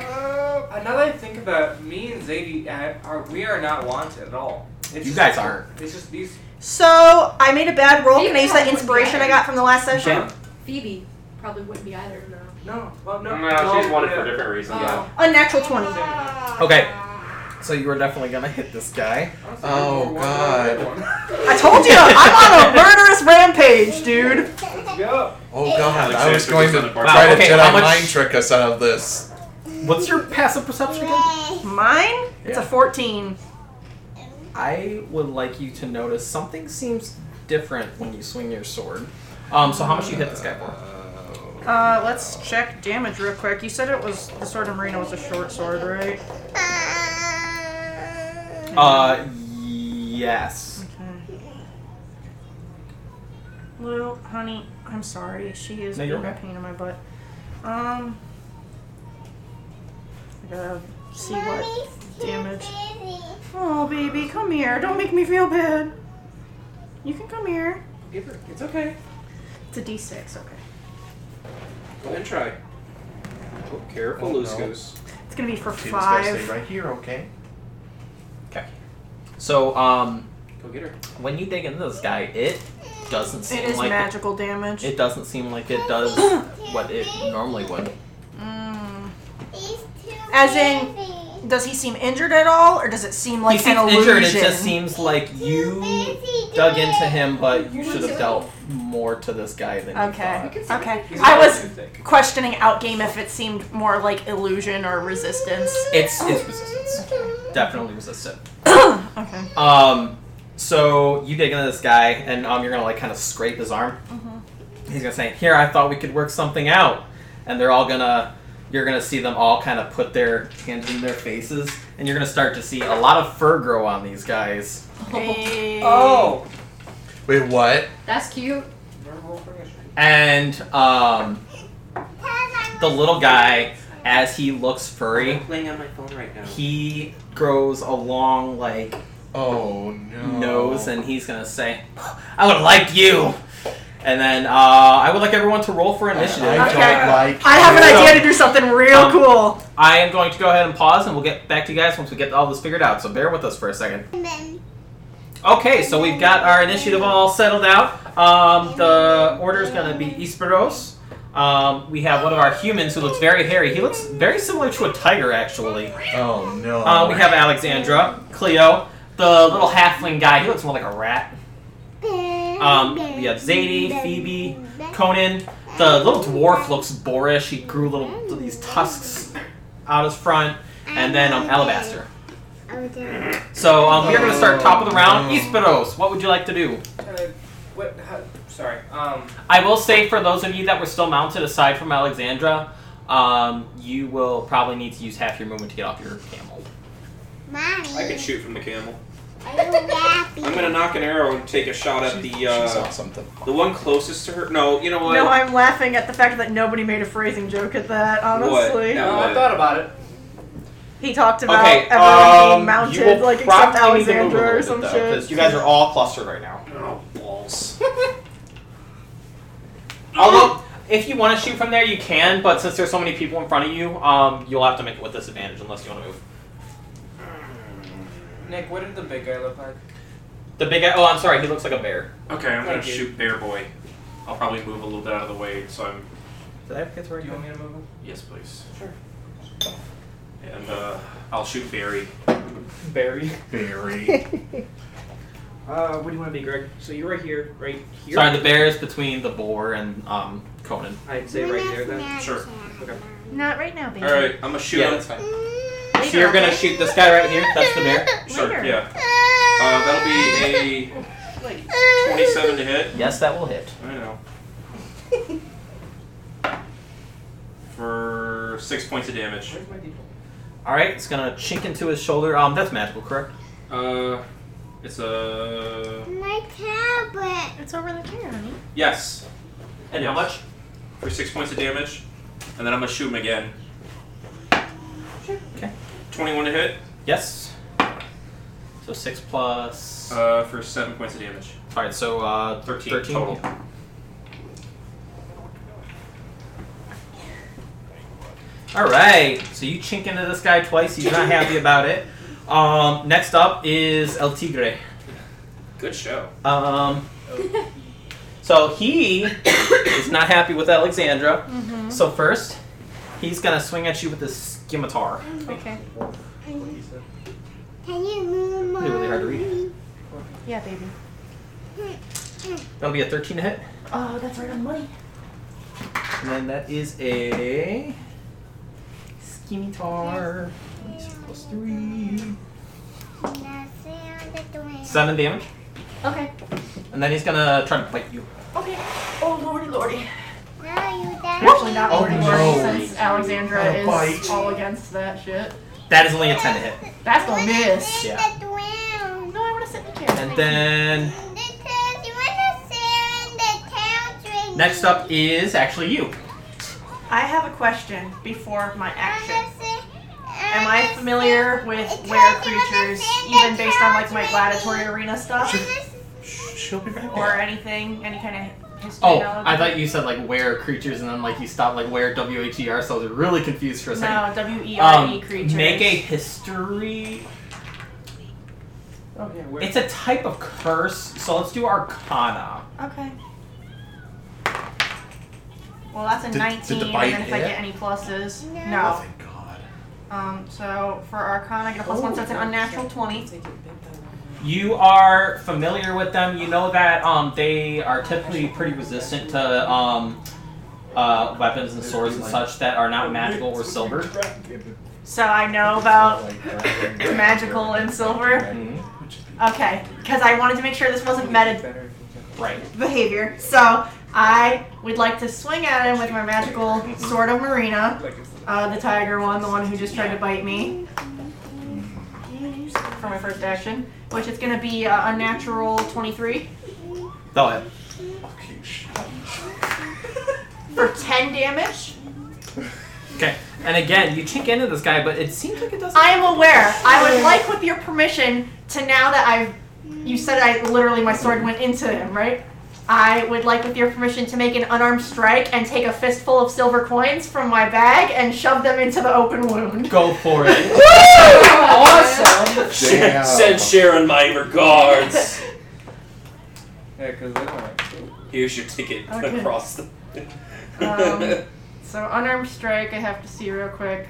Speaker 8: now that I think about it, me and Zadie, uh, are, we are not wanted at all. It's
Speaker 2: You
Speaker 8: just-
Speaker 2: guys aren't.
Speaker 8: It's just these.
Speaker 4: So I made a bad roll.
Speaker 13: Can I use that inspiration I got
Speaker 4: from the last
Speaker 2: Okay.
Speaker 13: Phoebe probably wouldn't be either.
Speaker 8: No, well, no.
Speaker 12: no, she's wanted
Speaker 8: yeah.
Speaker 12: for different reasons.
Speaker 8: Yeah.
Speaker 4: A natural twenty.
Speaker 2: Okay. So you are definitely gonna hit this guy.
Speaker 8: I don't think
Speaker 3: Oh,
Speaker 8: we're one
Speaker 3: God.
Speaker 8: for one.
Speaker 4: I told you, I'm on a murderous rampage, dude.
Speaker 8: Yo.
Speaker 3: Oh god,
Speaker 12: Alex
Speaker 3: I was
Speaker 12: Sanders
Speaker 3: going
Speaker 12: is
Speaker 3: to
Speaker 12: on the bar.
Speaker 3: try
Speaker 2: Wow,
Speaker 3: to
Speaker 2: okay, how
Speaker 3: Jedi
Speaker 2: much-
Speaker 3: mind trick us out of this.
Speaker 2: What's your passive perception again?
Speaker 4: Mine? It's a
Speaker 2: Yeah.
Speaker 4: fourteen.
Speaker 2: I would like you to notice something seems different when you swing your sword. Um, so how much you hit this guy for?
Speaker 4: Uh, let's check damage real quick. You said it was the sword of Marina was a short sword, right?
Speaker 2: Uh, yes.
Speaker 4: Okay. Lou, honey, I'm sorry. She is
Speaker 2: No,
Speaker 4: being
Speaker 2: you're
Speaker 4: a
Speaker 2: okay.
Speaker 4: pain in my butt. Um, I gotta see what damage. Oh, baby, come here. Don't make me feel bad. You can come here.
Speaker 7: Give her. It's okay.
Speaker 4: It's a D6. Okay.
Speaker 7: Go ahead and try. Oh, careful,
Speaker 3: Oh,
Speaker 7: Loose
Speaker 3: no.
Speaker 7: Goose.
Speaker 4: It's gonna be for
Speaker 1: She just gotta
Speaker 4: five.
Speaker 1: stay right here, okay?
Speaker 2: Okay. So, um,
Speaker 9: Go get her.
Speaker 2: when you dig into this guy, it doesn't seem
Speaker 4: It is
Speaker 2: like
Speaker 4: magical damage.
Speaker 2: it doesn't seem like it <laughs> does what it normally would.
Speaker 4: Mm. As in- Does he seem injured at all, or does it seem like
Speaker 2: he seems
Speaker 4: an
Speaker 2: injured. It
Speaker 4: illusion?
Speaker 2: just seems like you dug into him, but you should have dealt more to this guy than
Speaker 4: Okay.
Speaker 2: you thought.
Speaker 4: Okay.
Speaker 10: He's
Speaker 4: I
Speaker 10: not
Speaker 4: was
Speaker 10: too thick.
Speaker 4: questioning outgame if it seemed more like illusion or resistance.
Speaker 2: It's it's resistance. Definitely resistant.
Speaker 4: Okay.
Speaker 2: Um, so you dig into this guy, and um, you're gonna like kind of scrape his arm.
Speaker 4: Mm-hmm.
Speaker 2: He's gonna say, "Here, I thought we could work something out," and they're all gonna. You're gonna see them all kind of put their hands in their faces, and you're gonna start to see a lot of fur grow on these guys.
Speaker 10: Oh!
Speaker 1: Wait, what?
Speaker 12: That's cute.
Speaker 2: And um, the little guy, as he looks furry,
Speaker 9: playing on my phone right now.
Speaker 2: he grows a long like
Speaker 1: Oh no.
Speaker 2: nose, and he's gonna say, "I would like you." And then uh, I would like everyone to roll for initiative.
Speaker 1: I
Speaker 4: Okay.
Speaker 1: don't like
Speaker 4: I have an
Speaker 2: Yeah.
Speaker 4: idea to do something real
Speaker 2: Um,
Speaker 4: cool.
Speaker 2: I am going to go ahead and pause, and we'll get back to you guys once we get all this figured out. So bear with us for a second. Okay, so we've got our initiative all settled out. Um, the order is going to be Isperos. Um, we have one of our humans who looks very hairy. He looks very similar to a tiger, actually.
Speaker 1: Oh no.
Speaker 2: Uh, we have Alexandra, Cleo, the little halfling guy. He looks more like a rat.
Speaker 8: Um, we have Zadie, Phoebe,
Speaker 2: Conan, the little dwarf looks boorish. He grew little these tusks out his front, and then um, Alabaster. So um, we are going to start top of the round. Isperos, what would you like to do?
Speaker 10: Uh, what? How, sorry. Um,
Speaker 2: I will say for those of you that were still mounted, aside from Alexandra, um, you will probably need to use half your movement to get off your camel.
Speaker 8: Mommy.
Speaker 7: I can shoot from the camel.
Speaker 8: Are you happy?
Speaker 7: I'm gonna knock an arrow and take a shot at
Speaker 1: She-
Speaker 7: the
Speaker 1: she saw
Speaker 7: uh,
Speaker 1: something.
Speaker 7: the one closest to her. No, you know what?
Speaker 4: No, I'm laughing at the fact that nobody made a phrasing joke at that. Honestly,
Speaker 7: No.
Speaker 10: no, Oh, I
Speaker 7: what?
Speaker 10: thought about it.
Speaker 4: he talked about
Speaker 2: okay,
Speaker 4: everyone being
Speaker 2: um, you
Speaker 4: mounted,
Speaker 2: will
Speaker 4: like except
Speaker 2: probably need to move a
Speaker 4: Alexandra or
Speaker 2: little
Speaker 4: some
Speaker 2: bit, though,
Speaker 4: shit.
Speaker 2: 'cause You guys are all clustered right now.
Speaker 7: Oh,
Speaker 2: <laughs>
Speaker 7: balls.
Speaker 2: Although, Oh, if you want to shoot from there, you can, but since there's so many people in front of you, um, you'll have to make it with disadvantage unless you want to move.
Speaker 10: Nick, what did the big guy look like?
Speaker 2: The big guy, oh, I'm sorry, he looks like a bear.
Speaker 7: Okay, I'm gonna
Speaker 10: Thank you.
Speaker 7: shoot Bear Boy. I'll probably move a little bit out of the way, so I'm.
Speaker 2: Did I forget where
Speaker 10: Do you want me to move him?
Speaker 7: Yes, please.
Speaker 10: Sure.
Speaker 7: And uh, I'll shoot Barry.
Speaker 12: <laughs>
Speaker 9: Barry.
Speaker 4: <laughs>
Speaker 1: Very.
Speaker 9: Uh, what do you want to be, Greg? So you're right here, right here.
Speaker 2: Sorry, the bear is between the boar and um, Conan.
Speaker 9: I'd say right there then.
Speaker 7: Sure.
Speaker 9: Okay.
Speaker 12: Not right now, baby.
Speaker 7: All right, I'm gonna shoot
Speaker 2: Yeah,
Speaker 7: him.
Speaker 2: that's fine. So you're gonna shoot this guy right here. That's the bear.
Speaker 7: Sure.
Speaker 12: Later.
Speaker 7: Yeah. Uh, that'll be a 27 to hit.
Speaker 2: Yes, that will hit.
Speaker 7: I know. <laughs> For six points of damage.
Speaker 10: Where's my d
Speaker 2: All right, it's gonna chink into his shoulder. Um, that's magical, correct?
Speaker 7: Uh, it's uh, a
Speaker 8: My tablet.
Speaker 4: It's over the camera. honey.
Speaker 7: yes
Speaker 2: And how
Speaker 7: Yes.
Speaker 2: much?
Speaker 7: for six points of damage, and then I'm gonna shoot him again.
Speaker 2: Okay.
Speaker 7: 21 to hit.
Speaker 2: Yes. So six plus.
Speaker 7: Uh, for seven points of damage.
Speaker 2: All right, so uh,
Speaker 7: 13 total.
Speaker 2: yeah. All right, so you chink into this guy twice. He's not happy about it. Um, next up is El Tigre.
Speaker 7: Good <laughs> show.
Speaker 2: Um,
Speaker 13: <laughs>
Speaker 2: so he is not happy with Alexandra.
Speaker 4: Mm-hmm.
Speaker 2: So first, he's gonna swing at you with his scimitar.
Speaker 4: Okay.
Speaker 8: Can you move
Speaker 2: It'd be really hard to read.
Speaker 4: Yeah, baby.
Speaker 2: That'll be a 13 to hit,
Speaker 4: Oh, that's right on money.
Speaker 2: and then that is a scimitar plus three. Seven damage,
Speaker 12: Okay.
Speaker 2: and then he's gonna try to bite you.
Speaker 4: Okay. Oh lordy, lordy.
Speaker 8: No, you
Speaker 4: Actually, not
Speaker 1: Oh,
Speaker 4: lordy,
Speaker 1: no.
Speaker 4: lordy, since Alexandra
Speaker 1: Not a
Speaker 4: is
Speaker 1: bite.
Speaker 4: all against that shit.
Speaker 2: That is only a 10 to hit,
Speaker 4: That's gonna miss.
Speaker 2: Oh, Yeah.
Speaker 4: No, I want to sit in the chair.
Speaker 2: and then next up is actually you.
Speaker 4: I have a question before my action. Am
Speaker 8: Am
Speaker 4: I familiar with where creatures, even based on like my gladiator arena stuff?
Speaker 1: Shh,
Speaker 3: she'll be right
Speaker 4: or
Speaker 3: back.
Speaker 4: anything, any kind of history
Speaker 2: Oh,
Speaker 4: knowledge?
Speaker 2: I thought you said like where creatures, and then like you stopped like where W H E R. So I was really confused for a
Speaker 4: No,
Speaker 2: second.
Speaker 4: W E R E
Speaker 2: Um,
Speaker 4: creatures.
Speaker 2: Make a history.
Speaker 7: Oh yeah, where?
Speaker 2: It's a type of curse, so let's do Arcana.
Speaker 4: Okay. Well, that's a
Speaker 2: Did- did the
Speaker 4: 19,
Speaker 2: bite
Speaker 4: and then if I
Speaker 2: hit?
Speaker 4: get any pluses, no.
Speaker 3: Oh, thank God.
Speaker 4: Um, so for Arcana, I get a plus one, so it's an
Speaker 5: Oh,
Speaker 4: unnatural 20.
Speaker 2: You are familiar with them. You know that um, they are typically pretty resistant to um, uh, weapons and swords and such that are not magical or silver.
Speaker 4: So I know about magical and silver.
Speaker 2: Mm-hmm.
Speaker 4: Okay, because I wanted to make sure this wasn't meta
Speaker 2: <laughs> Right.
Speaker 4: behavior. So I would like to swing at him with my magical sword of Marina, uh, the tiger one, the one who just tried to bite me. For my first action, which is going to be uh, a natural 23
Speaker 2: Go ahead.
Speaker 4: for 10 damage.
Speaker 2: Okay. And again, you chink into this guy, but it seems like it doesn't.
Speaker 4: I am aware. I would like, with your permission, to now that I've. You said I literally, my sword went into him, right? I would like, with your permission, to make an unarmed strike and take a fistful of silver coins from my bag and shove them into the open wound.
Speaker 2: Go for it.
Speaker 4: awesome!
Speaker 12: Send Send Sharon my regards.
Speaker 7: Yeah, because they don't like.
Speaker 12: Here's your ticket
Speaker 4: Okay.
Speaker 12: across the.
Speaker 4: Um, so, unarmed strike, I have to see real quick.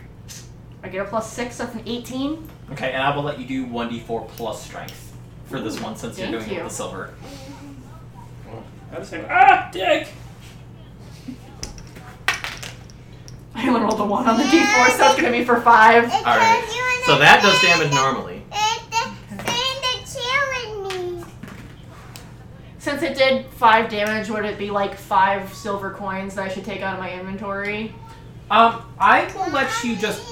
Speaker 4: I get a plus six, that's an 18.
Speaker 2: Okay, and I will let you do 1d4 plus strength for this one since
Speaker 4: Thank
Speaker 2: you're doing it
Speaker 4: you.
Speaker 2: with the silver.
Speaker 12: I was like, ah, dick.
Speaker 4: I only rolled a one on the d4, so it's gonna be for five.
Speaker 2: Alright. So that does damage normally.
Speaker 4: Since it did five damage, would it be like five silver coins that I should take out of my inventory?
Speaker 2: Um, I will let you just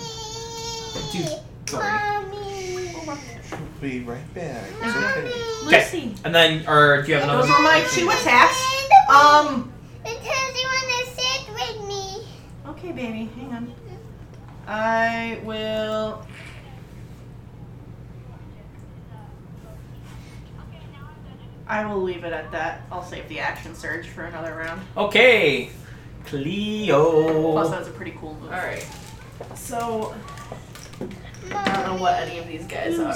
Speaker 2: do three.
Speaker 3: Be right back.
Speaker 2: Okay. And then, or do you have another?
Speaker 4: Those were my two attacks. Um. Okay, baby, hang on. I will. I will leave it at that. I'll save the action surge for another round.
Speaker 2: Okay. Cleo.
Speaker 4: Plus, that's a pretty cool move. Alright. So.
Speaker 5: I don't know what any of these guys are,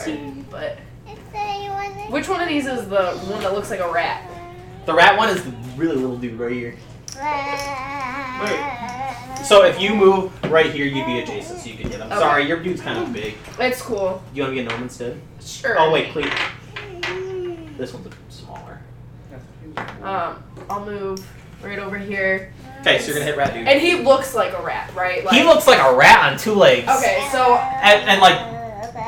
Speaker 5: but which one of these is the one that looks like a rat?
Speaker 2: The rat one is the really little dude right here. So if you move right here, you'd be adjacent, so you could hit him.
Speaker 5: Okay.
Speaker 2: Sorry, your dude's kind of big.
Speaker 5: It's cool.
Speaker 2: You want to be a gnome instead?
Speaker 5: Sure.
Speaker 2: Oh wait, please. This one's a bit smaller.
Speaker 5: Um, I'll move right over here.
Speaker 2: Okay, so you're gonna hit rat dude.
Speaker 5: And he looks like a rat, right? Like,
Speaker 2: He looks like a rat on two legs.
Speaker 5: Okay, so
Speaker 2: And, and like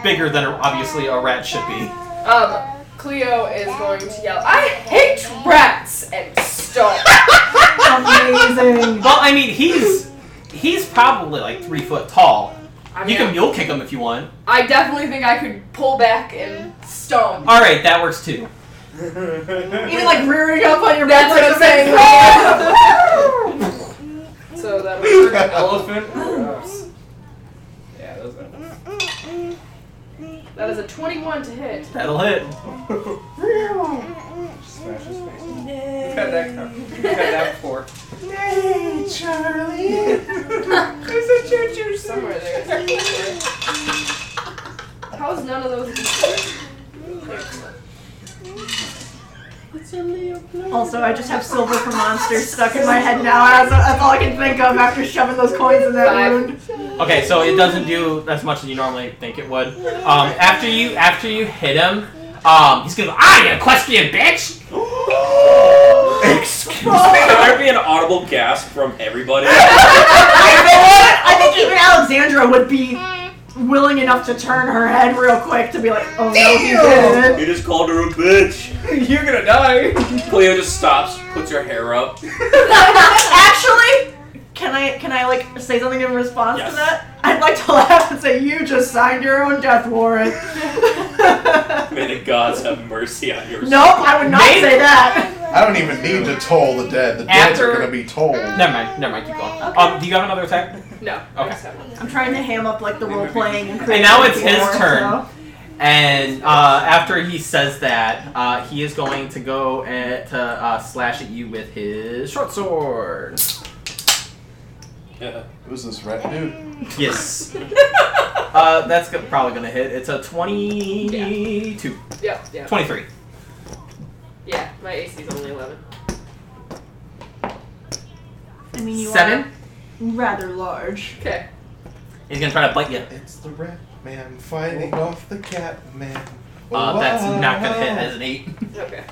Speaker 2: bigger than obviously a rat should be.
Speaker 5: um, Cleo is going to yell, "I hate rats!" and stomp.
Speaker 4: Amazing.
Speaker 2: Well, I mean, he's he's probably like three foot tall.
Speaker 5: I
Speaker 2: You
Speaker 5: mean,
Speaker 2: can mule kick him if you want.
Speaker 5: I definitely think I could pull back and stomp.
Speaker 2: All right, that works too.
Speaker 7: <laughs>
Speaker 5: Even
Speaker 4: like rearing up on your
Speaker 5: That's
Speaker 4: back
Speaker 5: what
Speaker 4: like a
Speaker 5: I'm
Speaker 4: big
Speaker 5: saying. <laughs> so that was
Speaker 7: An elephant. <laughs> yeah, those are.
Speaker 5: that is a 21 to hit.
Speaker 2: That'll hit.
Speaker 7: Smash his face. We've had that. co- We've had that before.
Speaker 5: Hey, Charlie. There's a choo choo somewhere there. How is none of
Speaker 4: <laughs>
Speaker 5: those?
Speaker 4: Also, I just have silver for monsters stuck in my head now. That's, that's all I can think of after shoving those coins in that <laughs> wound.
Speaker 2: Okay, so it doesn't do as much as you normally think it would. Um, after you after you hit him, um, he's gonna go, ah, you equestrian bitch.
Speaker 12: Excuse me. Can there be an audible gasp from
Speaker 7: <laughs>
Speaker 12: everybody?
Speaker 4: I think even Alexandra would be willing enough to turn her head real quick to be like, oh no, he <laughs> did.
Speaker 12: You just called her a bitch.
Speaker 7: You're gonna die.
Speaker 12: Cleo just stops, puts her hair up.
Speaker 4: Actually, can I can I like say something in response
Speaker 12: Yes.
Speaker 4: to that? I'd like to laugh and say, you just signed your own death <laughs> warrant.
Speaker 12: May the gods have mercy on your
Speaker 4: nope, I would not
Speaker 2: Maybe-
Speaker 4: say that.
Speaker 3: I don't even need to toll the dead. The dead
Speaker 2: After-
Speaker 3: are gonna be told.
Speaker 2: Never mind, never mind. Keep going. Um, do you have another attack?
Speaker 5: No.
Speaker 2: Okay.
Speaker 4: <laughs> I'm trying to ham up like the role playing and
Speaker 2: And now it's
Speaker 4: creating
Speaker 2: his
Speaker 4: more,
Speaker 2: turn.
Speaker 4: so.
Speaker 2: And uh, after he says that, uh, he is going to go at, to uh, slash at you with his short sword.
Speaker 12: Yeah.
Speaker 1: Who's this rat dude?
Speaker 2: Yes. uh, that's go- probably going to hit. It's a 22.
Speaker 14: Yeah, yeah.
Speaker 2: 23.
Speaker 14: Yeah, my AC's only 11.
Speaker 4: I mean, you
Speaker 2: Seven?
Speaker 4: are rather large.
Speaker 14: Okay.
Speaker 2: He's going to try to bite you.
Speaker 1: It's the rat man fighting off the cat man.
Speaker 2: Uh, that's not going to hit as an 8.
Speaker 14: Okay.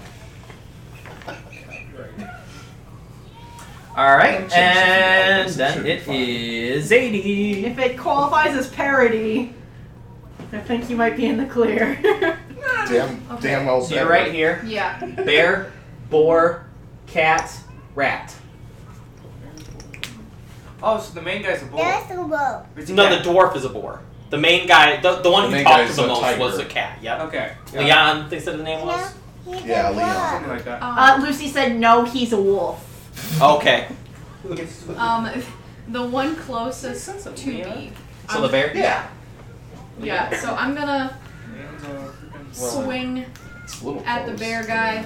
Speaker 2: Alright, and then it is Zadie.
Speaker 4: If it qualifies as parody, I think you might be in the clear. <laughs>
Speaker 1: Damn, damn well
Speaker 2: So you're right here.
Speaker 5: Yeah.
Speaker 2: Bear, boar, cat, rat.
Speaker 7: Oh, so the main guy's a bull.
Speaker 8: Basketball.
Speaker 2: No, the dwarf is a boar. The main guy, the, the one
Speaker 1: The
Speaker 2: who
Speaker 1: main
Speaker 2: talked
Speaker 1: guy's
Speaker 2: the
Speaker 1: a
Speaker 2: most
Speaker 1: tiger.
Speaker 2: was the cat. Yep.
Speaker 7: Okay.
Speaker 12: Oh,
Speaker 2: Leon, thinks that the name was.
Speaker 1: Yeah, Leon.
Speaker 7: Something like that.
Speaker 4: Uh, Lucy said no, he's a wolf.
Speaker 2: Okay.
Speaker 5: Um, the one closest to me.
Speaker 2: So the bear.
Speaker 5: Yeah. Yeah. So I'm gonna
Speaker 2: uh,
Speaker 5: swing at the bear guy.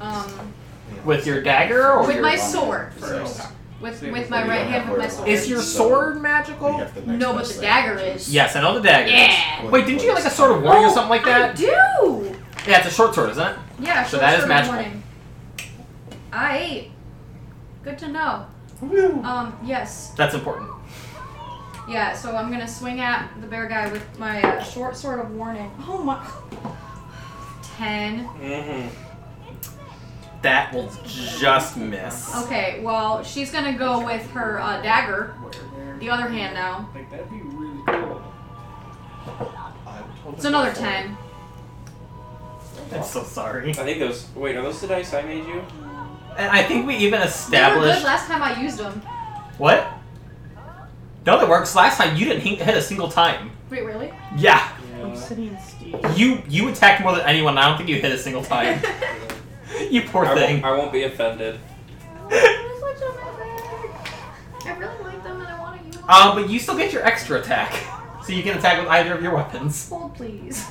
Speaker 5: Um,
Speaker 2: With your dagger or
Speaker 5: with
Speaker 2: your
Speaker 5: my sword
Speaker 2: First.
Speaker 5: With
Speaker 2: See,
Speaker 5: with
Speaker 2: we
Speaker 5: my
Speaker 2: don't
Speaker 5: right
Speaker 2: have
Speaker 5: hand with my
Speaker 2: words.
Speaker 5: sword.
Speaker 2: Is your sword magical?
Speaker 5: No, but the dagger is.
Speaker 2: Yes, I know the dagger.
Speaker 5: Yeah. Oh,
Speaker 2: Wait, didn't you get like a sword of warning or something like
Speaker 5: I
Speaker 2: that?
Speaker 5: do.
Speaker 2: Yeah, it's a short sword, isn't it?
Speaker 5: Yeah.
Speaker 2: So
Speaker 5: short
Speaker 2: that is
Speaker 5: sword of
Speaker 2: magical.
Speaker 5: warning. I ate. Good to know. Um. Yes.
Speaker 2: That's important.
Speaker 5: Yeah, so I'm gonna swing at the bear guy with my uh, short sword of warning. Oh my. 10.
Speaker 2: Mm-hmm. That will just miss.
Speaker 5: Okay, well, she's gonna go with her uh, dagger. The other hand now.
Speaker 7: Like, that'd be really cool.
Speaker 5: It's another 10.
Speaker 2: I'm so sorry.
Speaker 12: I think those. Wait, are those the dice I made you?
Speaker 2: And I think we even
Speaker 5: They were good
Speaker 2: established
Speaker 5: last time I used them.
Speaker 2: what? No, that works. Last time you didn't hit hit a single time.
Speaker 5: Wait, really?
Speaker 2: Yeah.
Speaker 4: Obsidian steel.
Speaker 2: You you attacked more than anyone. and I don't think you hit a single <laughs> time. you poor
Speaker 12: I
Speaker 2: thing.
Speaker 12: Won't, I won't be offended.
Speaker 5: I really like them and I want to use them.
Speaker 2: Um, but you still get your extra attack, so you can attack with either of your weapons.
Speaker 5: Hold, please.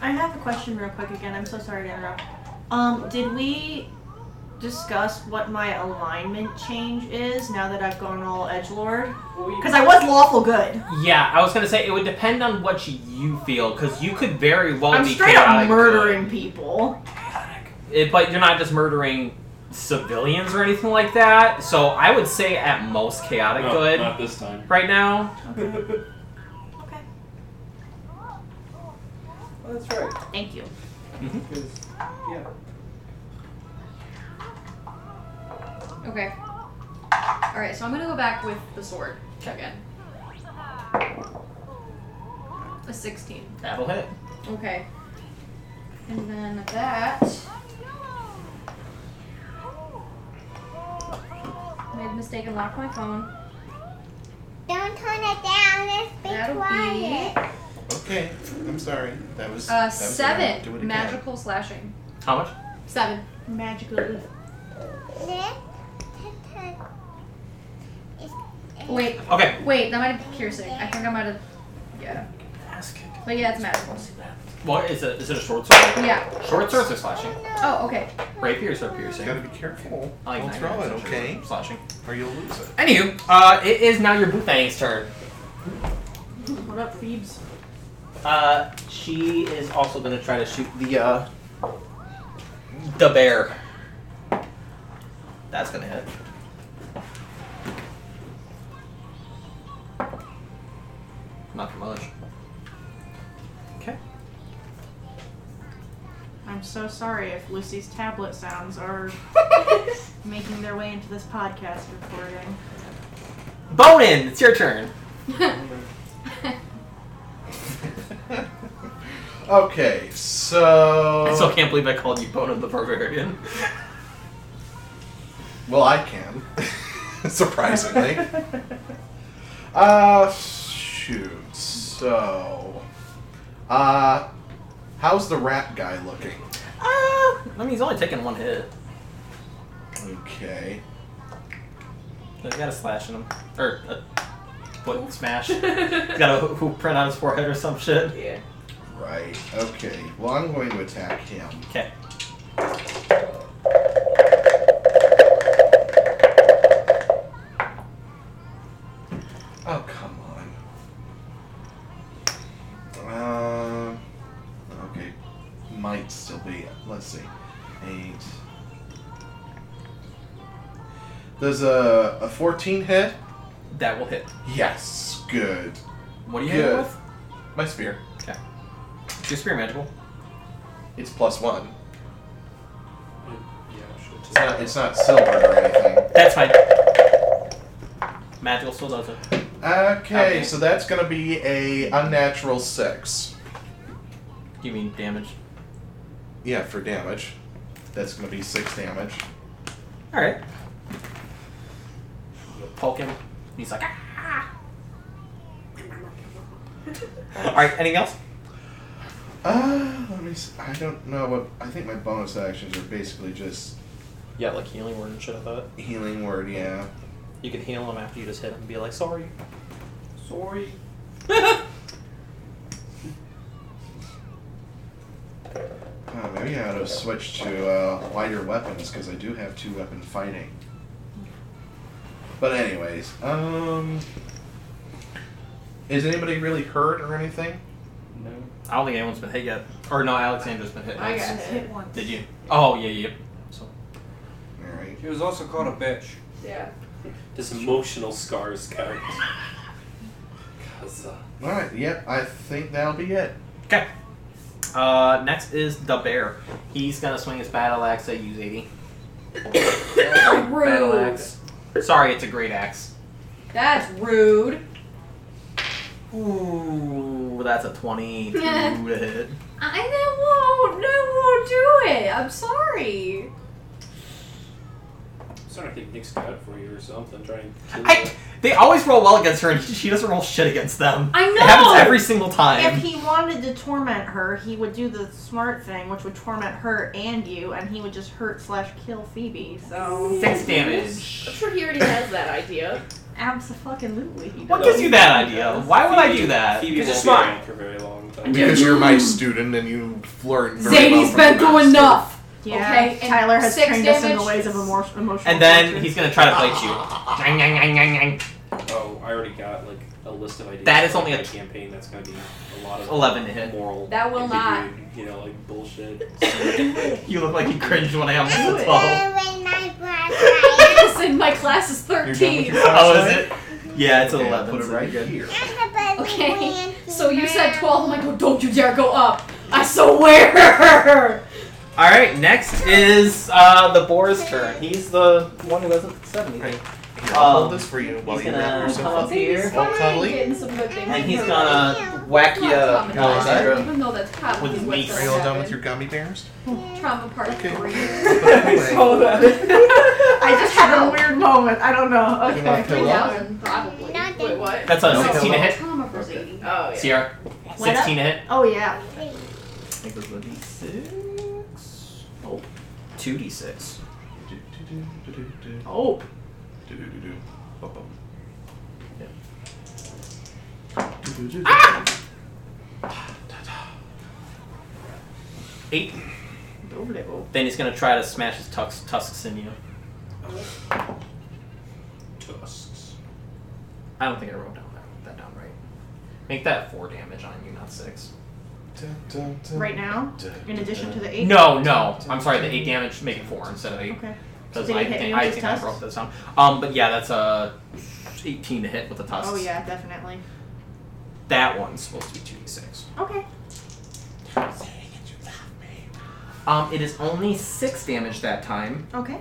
Speaker 4: I have a question real quick again. I'm so sorry to interrupt. Um, did we discuss what my alignment change is now that I've gone all edgelord? Because I was lawful good.
Speaker 2: Yeah, I was gonna say it would depend on what you feel, because you could very well
Speaker 4: I'm
Speaker 2: be
Speaker 4: straight
Speaker 2: chaotic
Speaker 4: up
Speaker 2: good.
Speaker 4: murdering people.
Speaker 2: It- but you're not just murdering civilians or anything like that. So I would say at most chaotic
Speaker 12: No,
Speaker 2: good
Speaker 12: Not this time.
Speaker 2: right now.
Speaker 7: Oh, that's right.
Speaker 4: Thank you.
Speaker 7: Because, yeah.
Speaker 5: Okay. Alright, <laughs> so I'm gonna go back with the sword again. A 16.
Speaker 2: That'll hit.
Speaker 5: Okay. And then that. Made a mistake and locked my phone.
Speaker 8: Don't turn it down. Let's be
Speaker 5: That'll
Speaker 8: quiet.
Speaker 1: Okay, I'm sorry. That was.
Speaker 5: Uh,
Speaker 1: that was gonna do it
Speaker 5: seven.
Speaker 1: again.
Speaker 5: Magical slashing.
Speaker 2: How much?
Speaker 5: Seven.
Speaker 4: Magical.
Speaker 8: Let's turn-
Speaker 5: Wait.
Speaker 2: Okay.
Speaker 5: Wait, that might have piercing. I think I might have. Yeah. But yeah, it's magical.
Speaker 2: What is it? Is it a short sword?
Speaker 5: Yeah.
Speaker 2: Short swords are slashing.
Speaker 5: Oh, okay.
Speaker 2: Rapiers are piercing.
Speaker 1: You gotta be careful.
Speaker 2: I like
Speaker 1: Don't
Speaker 2: nine
Speaker 1: throw
Speaker 2: guys,
Speaker 1: it,
Speaker 2: actually.
Speaker 1: okay?
Speaker 2: Slashing.
Speaker 1: Or you'll lose it.
Speaker 2: Anywho, uh, it is now your Boothang's turn.
Speaker 4: What up, Phoebes?
Speaker 2: Uh, she is also gonna try to shoot the uh, the bear. That's gonna hit. Not for much. Okay.
Speaker 4: I'm so sorry if Lucy's tablet sounds <laughs> are making their way into this podcast recording.
Speaker 2: Bonin, it's your turn.
Speaker 1: Okay, so.
Speaker 2: I still can't believe I called you Bonin the Barbarian.
Speaker 1: Well, I can.
Speaker 3: <laughs>
Speaker 1: Surprisingly. uh, shoot. So. Uh, how's the rat guy looking?
Speaker 2: Ah, I mean he's only taking one hit.
Speaker 1: Okay.
Speaker 2: He's got a slash in him, or uh, <laughs>
Speaker 5: <laughs>
Speaker 2: a foot smash. he's got a hoop print on his forehead or some shit.
Speaker 14: Yeah.
Speaker 3: Right. Okay. Well, I'm going to attack him.
Speaker 2: Okay.
Speaker 3: Oh come on. Uh, okay. Might still be. Let's see. Eight. There's a a 14 hit.
Speaker 2: That will hit.
Speaker 3: Yes. Good.
Speaker 2: What are you
Speaker 3: Good.
Speaker 2: hitting with?
Speaker 3: My spear.
Speaker 2: Okay. Is your spear magical?
Speaker 3: It's plus one.
Speaker 12: Yeah, should.
Speaker 3: It's not. It's not silver or anything.
Speaker 2: That's fine. Magical still does it.
Speaker 3: Okay, so that's gonna be a unnatural six.
Speaker 2: You mean damage?
Speaker 3: Yeah, for damage. That's gonna be six damage.
Speaker 2: Alright. You poke him. He's like, "Ah." Alright, anything else?
Speaker 3: Uh, let me. See. I don't know what. I think my bonus actions are basically just
Speaker 2: Yeah, like healing word and shit, I thought.
Speaker 3: healing word. Yeah.
Speaker 2: You can heal him after you just hit him and be like, sorry.
Speaker 12: Sorry.
Speaker 3: Oh, maybe I ought to switch to uh, lighter weapons because I do have two weapon fighting. But anyways, um, is anybody really hurt or anything?
Speaker 12: No.
Speaker 2: I don't think anyone's been hit yet. Or no, Alexandra's been hit.
Speaker 8: I
Speaker 2: once.
Speaker 8: got hit once.
Speaker 2: Did you? Oh yeah, yeah. yeah. So
Speaker 3: All right.
Speaker 7: She was also called a bitch.
Speaker 8: Yeah.
Speaker 12: Does emotional scars count? Cause, uh,
Speaker 3: All right. Yep. I think that'll be it.
Speaker 2: okay. Uh, next is the bear. He's gonna swing his battle axe at you,
Speaker 4: <coughs>
Speaker 2: Zadie. Battle
Speaker 5: Rude.
Speaker 2: axe. Sorry, it's a great axe.
Speaker 5: That's rude.
Speaker 2: Ooh, that's a twenty-two to hit.
Speaker 5: I that won't. I won't do it. I'm sorry.
Speaker 12: I'm starting to think Nick's got it for you or something. Try and kill
Speaker 2: I- They always roll well against her, and she doesn't roll shit against them.
Speaker 4: I
Speaker 2: It happens
Speaker 4: know!
Speaker 2: every single time.
Speaker 4: If he wanted to torment her, he would do the smart thing, which would torment her and you, and he would just hurt slash kill Phoebe. So
Speaker 2: Six damage.
Speaker 8: I'm sure he already has that idea.
Speaker 4: absolutely. he
Speaker 2: What
Speaker 4: does.
Speaker 2: gives you that idea? Why would I do that?
Speaker 12: Phoebe
Speaker 7: Because
Speaker 12: won't
Speaker 7: it's
Speaker 12: be
Speaker 7: mine.
Speaker 12: around for very long. But
Speaker 3: Because you're my student and you learn very well
Speaker 5: Zadie's
Speaker 3: from
Speaker 5: been
Speaker 3: the
Speaker 5: through
Speaker 3: master.
Speaker 5: enough.
Speaker 4: Yeah,
Speaker 5: Okay, and
Speaker 4: Tyler has
Speaker 5: six
Speaker 4: trained us in the
Speaker 5: damage.
Speaker 4: ways of emo- emotional.
Speaker 2: And then
Speaker 4: torture.
Speaker 2: he's gonna try to
Speaker 4: <laughs>
Speaker 2: bite you. Dang, dang, dang, dang, dang.
Speaker 12: Oh, I already got like a list of ideas.
Speaker 2: That is
Speaker 12: for
Speaker 2: only a
Speaker 12: my
Speaker 2: tw-
Speaker 12: campaign. That's going to be a lot of
Speaker 2: 11 to hit.
Speaker 12: moral.
Speaker 5: That will not.
Speaker 12: ambiguity, You know, like bullshit.
Speaker 2: You look like you cringed when I almost
Speaker 5: Do
Speaker 2: said
Speaker 5: it.
Speaker 2: 12.
Speaker 5: Listen, my class is
Speaker 3: You're done with
Speaker 5: 13.
Speaker 3: your
Speaker 2: Oh, is
Speaker 3: flashlight?
Speaker 2: it? Yeah, it's an
Speaker 3: Okay, I'll
Speaker 2: 11.
Speaker 3: Put it
Speaker 2: so
Speaker 3: right
Speaker 2: you're good.
Speaker 3: here.
Speaker 5: Okay, so you said 12. I'm like, oh, don't you dare go up. I swear.
Speaker 2: Alright, next is uh, the boar's turn. He's the one who hasn't said anything.
Speaker 3: Here, I'll hold
Speaker 2: Um,
Speaker 3: this for you while
Speaker 2: He's
Speaker 3: you wrap
Speaker 2: gonna come
Speaker 3: yourself
Speaker 2: up
Speaker 3: up.
Speaker 2: here.
Speaker 3: All cuddly.
Speaker 5: Getting some good things
Speaker 2: And
Speaker 5: in
Speaker 2: he's
Speaker 5: her.
Speaker 2: gonna whack
Speaker 5: Come
Speaker 2: you,
Speaker 5: on, Tom and Tom.
Speaker 2: Alexandra.
Speaker 5: Even though that's probably
Speaker 2: With his
Speaker 5: what's
Speaker 2: mace.
Speaker 5: gonna
Speaker 3: Are you all done with
Speaker 5: happen.
Speaker 3: your gummy bears?
Speaker 5: trauma
Speaker 3: <laughs>
Speaker 5: part
Speaker 3: Okay.
Speaker 2: <laughs>
Speaker 5: three?
Speaker 3: Anyway,
Speaker 4: <laughs> I just had a weird moment. I don't know.
Speaker 3: You want a
Speaker 4: Okay.
Speaker 3: pillow?
Speaker 5: 3,000 probably.
Speaker 8: Wait, what?
Speaker 2: That's a
Speaker 3: No.
Speaker 2: 16 to hit.
Speaker 5: Trauma for Zadie.
Speaker 8: Oh, yeah.
Speaker 2: Sierra, 16 to hit.
Speaker 4: Oh yeah.
Speaker 2: I think it was a d6. Oh, 2d6. Oh, eight.
Speaker 4: oh.
Speaker 2: Then he's gonna try to smash his tux- tusks in you.
Speaker 12: Tusks.
Speaker 2: I don't think I wrote down that, that down right. Make that four damage on you, not six.
Speaker 4: Right now, in addition to the eight.
Speaker 2: No, no. I'm sorry. The eight damage. Make it four instead of eight.
Speaker 4: Okay.
Speaker 2: Because
Speaker 4: Did
Speaker 2: I
Speaker 4: it hit
Speaker 2: think
Speaker 4: you with
Speaker 2: I
Speaker 4: his
Speaker 2: think I
Speaker 4: tusks?
Speaker 2: broke this down. Um, but yeah, that's a 18 to hit with the tusks.
Speaker 4: Oh yeah, definitely.
Speaker 2: That one's supposed to be 2d6.
Speaker 4: Okay.
Speaker 2: Um, it is only six damage that time,
Speaker 4: Okay.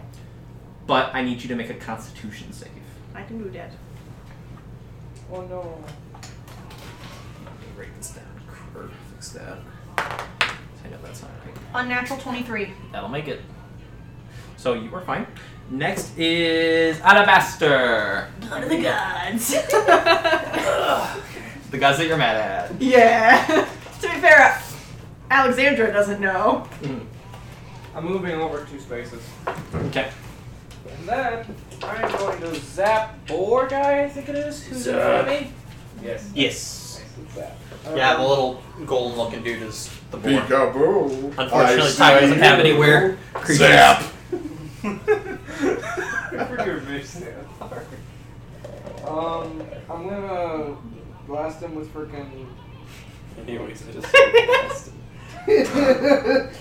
Speaker 2: but I need you to make a Constitution save.
Speaker 4: I can do that.
Speaker 7: Oh no.
Speaker 2: Let me write this down. Or fix that. I know that's not right.
Speaker 4: Unnatural twenty-three.
Speaker 2: That'll make it. So you are fine. Next is Alabaster.
Speaker 4: None of the gods.
Speaker 2: The guys that you're mad at.
Speaker 4: <laughs> yeah. <laughs> to be fair, Alexandra doesn't know.
Speaker 7: I'm moving over two spaces.
Speaker 2: Okay.
Speaker 7: And then I'm going to zap boar guy, I think it is, who's in front of me. Yes.
Speaker 2: Yes.
Speaker 3: What's that?
Speaker 15: Yeah, the little golden looking dude is the boar.
Speaker 1: Peekaboo. I
Speaker 15: Unfortunately,
Speaker 1: see
Speaker 15: Tiger doesn't have
Speaker 1: you.
Speaker 15: anywhere. Creatures.
Speaker 1: Zap.
Speaker 3: I forgot your fish
Speaker 12: <laughs>
Speaker 3: there. <laughs> Um, I'm gonna blast him with freaking.
Speaker 7: Anyways, I just.
Speaker 3: <laughs>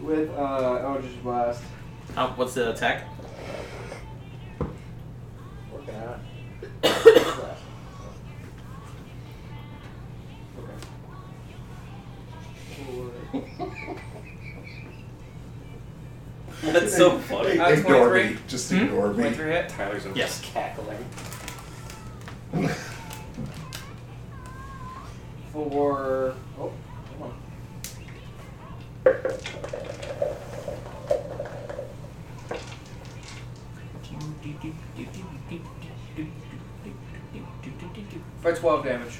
Speaker 3: with uh, Eldritch Blast.
Speaker 2: How, Oh, what's the attack?
Speaker 3: Working out.
Speaker 7: That's so funny.
Speaker 3: Uh,
Speaker 1: Ignore
Speaker 3: 23.
Speaker 1: me. Just ignore me.
Speaker 3: 23 hit.
Speaker 7: Tyler's over
Speaker 2: Yes.
Speaker 7: just cackling.
Speaker 3: For oh, come on. For 12 damage.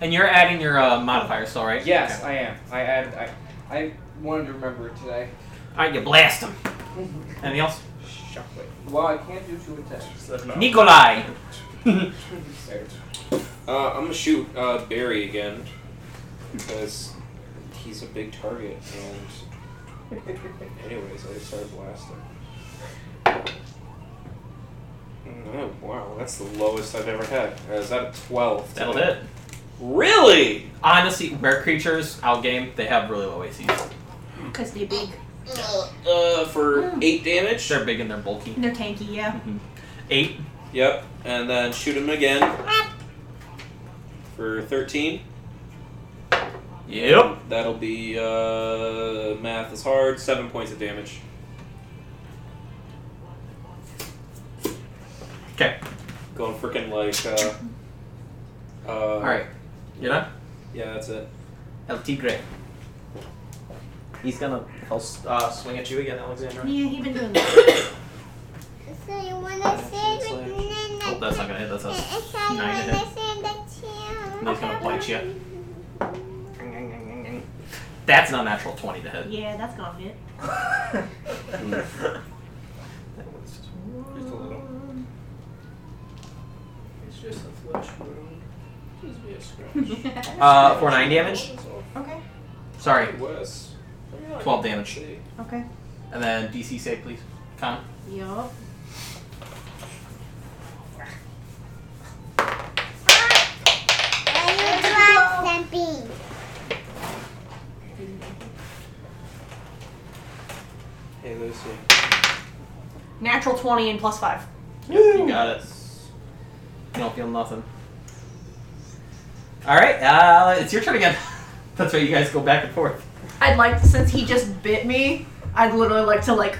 Speaker 2: And you're adding your uh, modifier still, right?
Speaker 3: Yes,
Speaker 2: Okay.
Speaker 3: I am. I added. I, I wanted to remember it today.
Speaker 2: All right, you blast him. Anything else?
Speaker 3: Well, I can't do two attacks.
Speaker 2: Nikolai.
Speaker 7: Uh, I'm gonna shoot uh, Barry again because he's a big target. And anyways, I just started blasting. Oh, wow, that's the lowest I've ever had. Uh, Is that a twelve?
Speaker 2: That'll
Speaker 7: today?
Speaker 2: hit.
Speaker 7: Really?
Speaker 2: Honestly, rare creatures outgame. They have really low ACs.
Speaker 4: Because they're big.
Speaker 7: Uh, for
Speaker 3: Hmm.
Speaker 7: eight damage.
Speaker 2: They're big and they're bulky. Mm-hmm.
Speaker 4: They're tanky, yeah.
Speaker 2: Eight.
Speaker 7: Yep, and then shoot him again for 13.
Speaker 2: Yep.
Speaker 7: That'll be, uh, math is hard, 7 points of damage.
Speaker 2: Okay.
Speaker 7: Going freaking like, uh. uh
Speaker 2: All right. You done?
Speaker 7: Yeah, that's it.
Speaker 2: El Tigre.
Speaker 15: He's gonna he'll s- uh, swing at you again, Alexandra.
Speaker 4: Yeah, he been doing that.
Speaker 8: So you wanna save it?
Speaker 2: Oh, that's not gonna hit. That's a
Speaker 8: It's I
Speaker 2: nine to
Speaker 8: wanna
Speaker 2: hit.
Speaker 8: save the
Speaker 2: And
Speaker 8: child.
Speaker 2: he's gonna bite you. That's an unnatural twenty to hit.
Speaker 4: Yeah, that's gonna <laughs> hit.
Speaker 7: Just a little. It's just a flesh wound. Just be a scratch.
Speaker 2: Uh, for nine damage.
Speaker 4: Okay.
Speaker 2: Sorry,
Speaker 7: Wes.
Speaker 2: 12 damage.
Speaker 4: Okay.
Speaker 2: and then DC save, please. Con.
Speaker 4: Yup.
Speaker 8: Can you drop something?
Speaker 7: Hey, Lucy.
Speaker 4: Natural 20 and plus 5.
Speaker 2: You got it. You don't feel nothing. All right, uh, it's your turn again. <laughs> That's right. You guys go back and forth.
Speaker 4: I'd like to, since he just bit me, I'd literally like to like,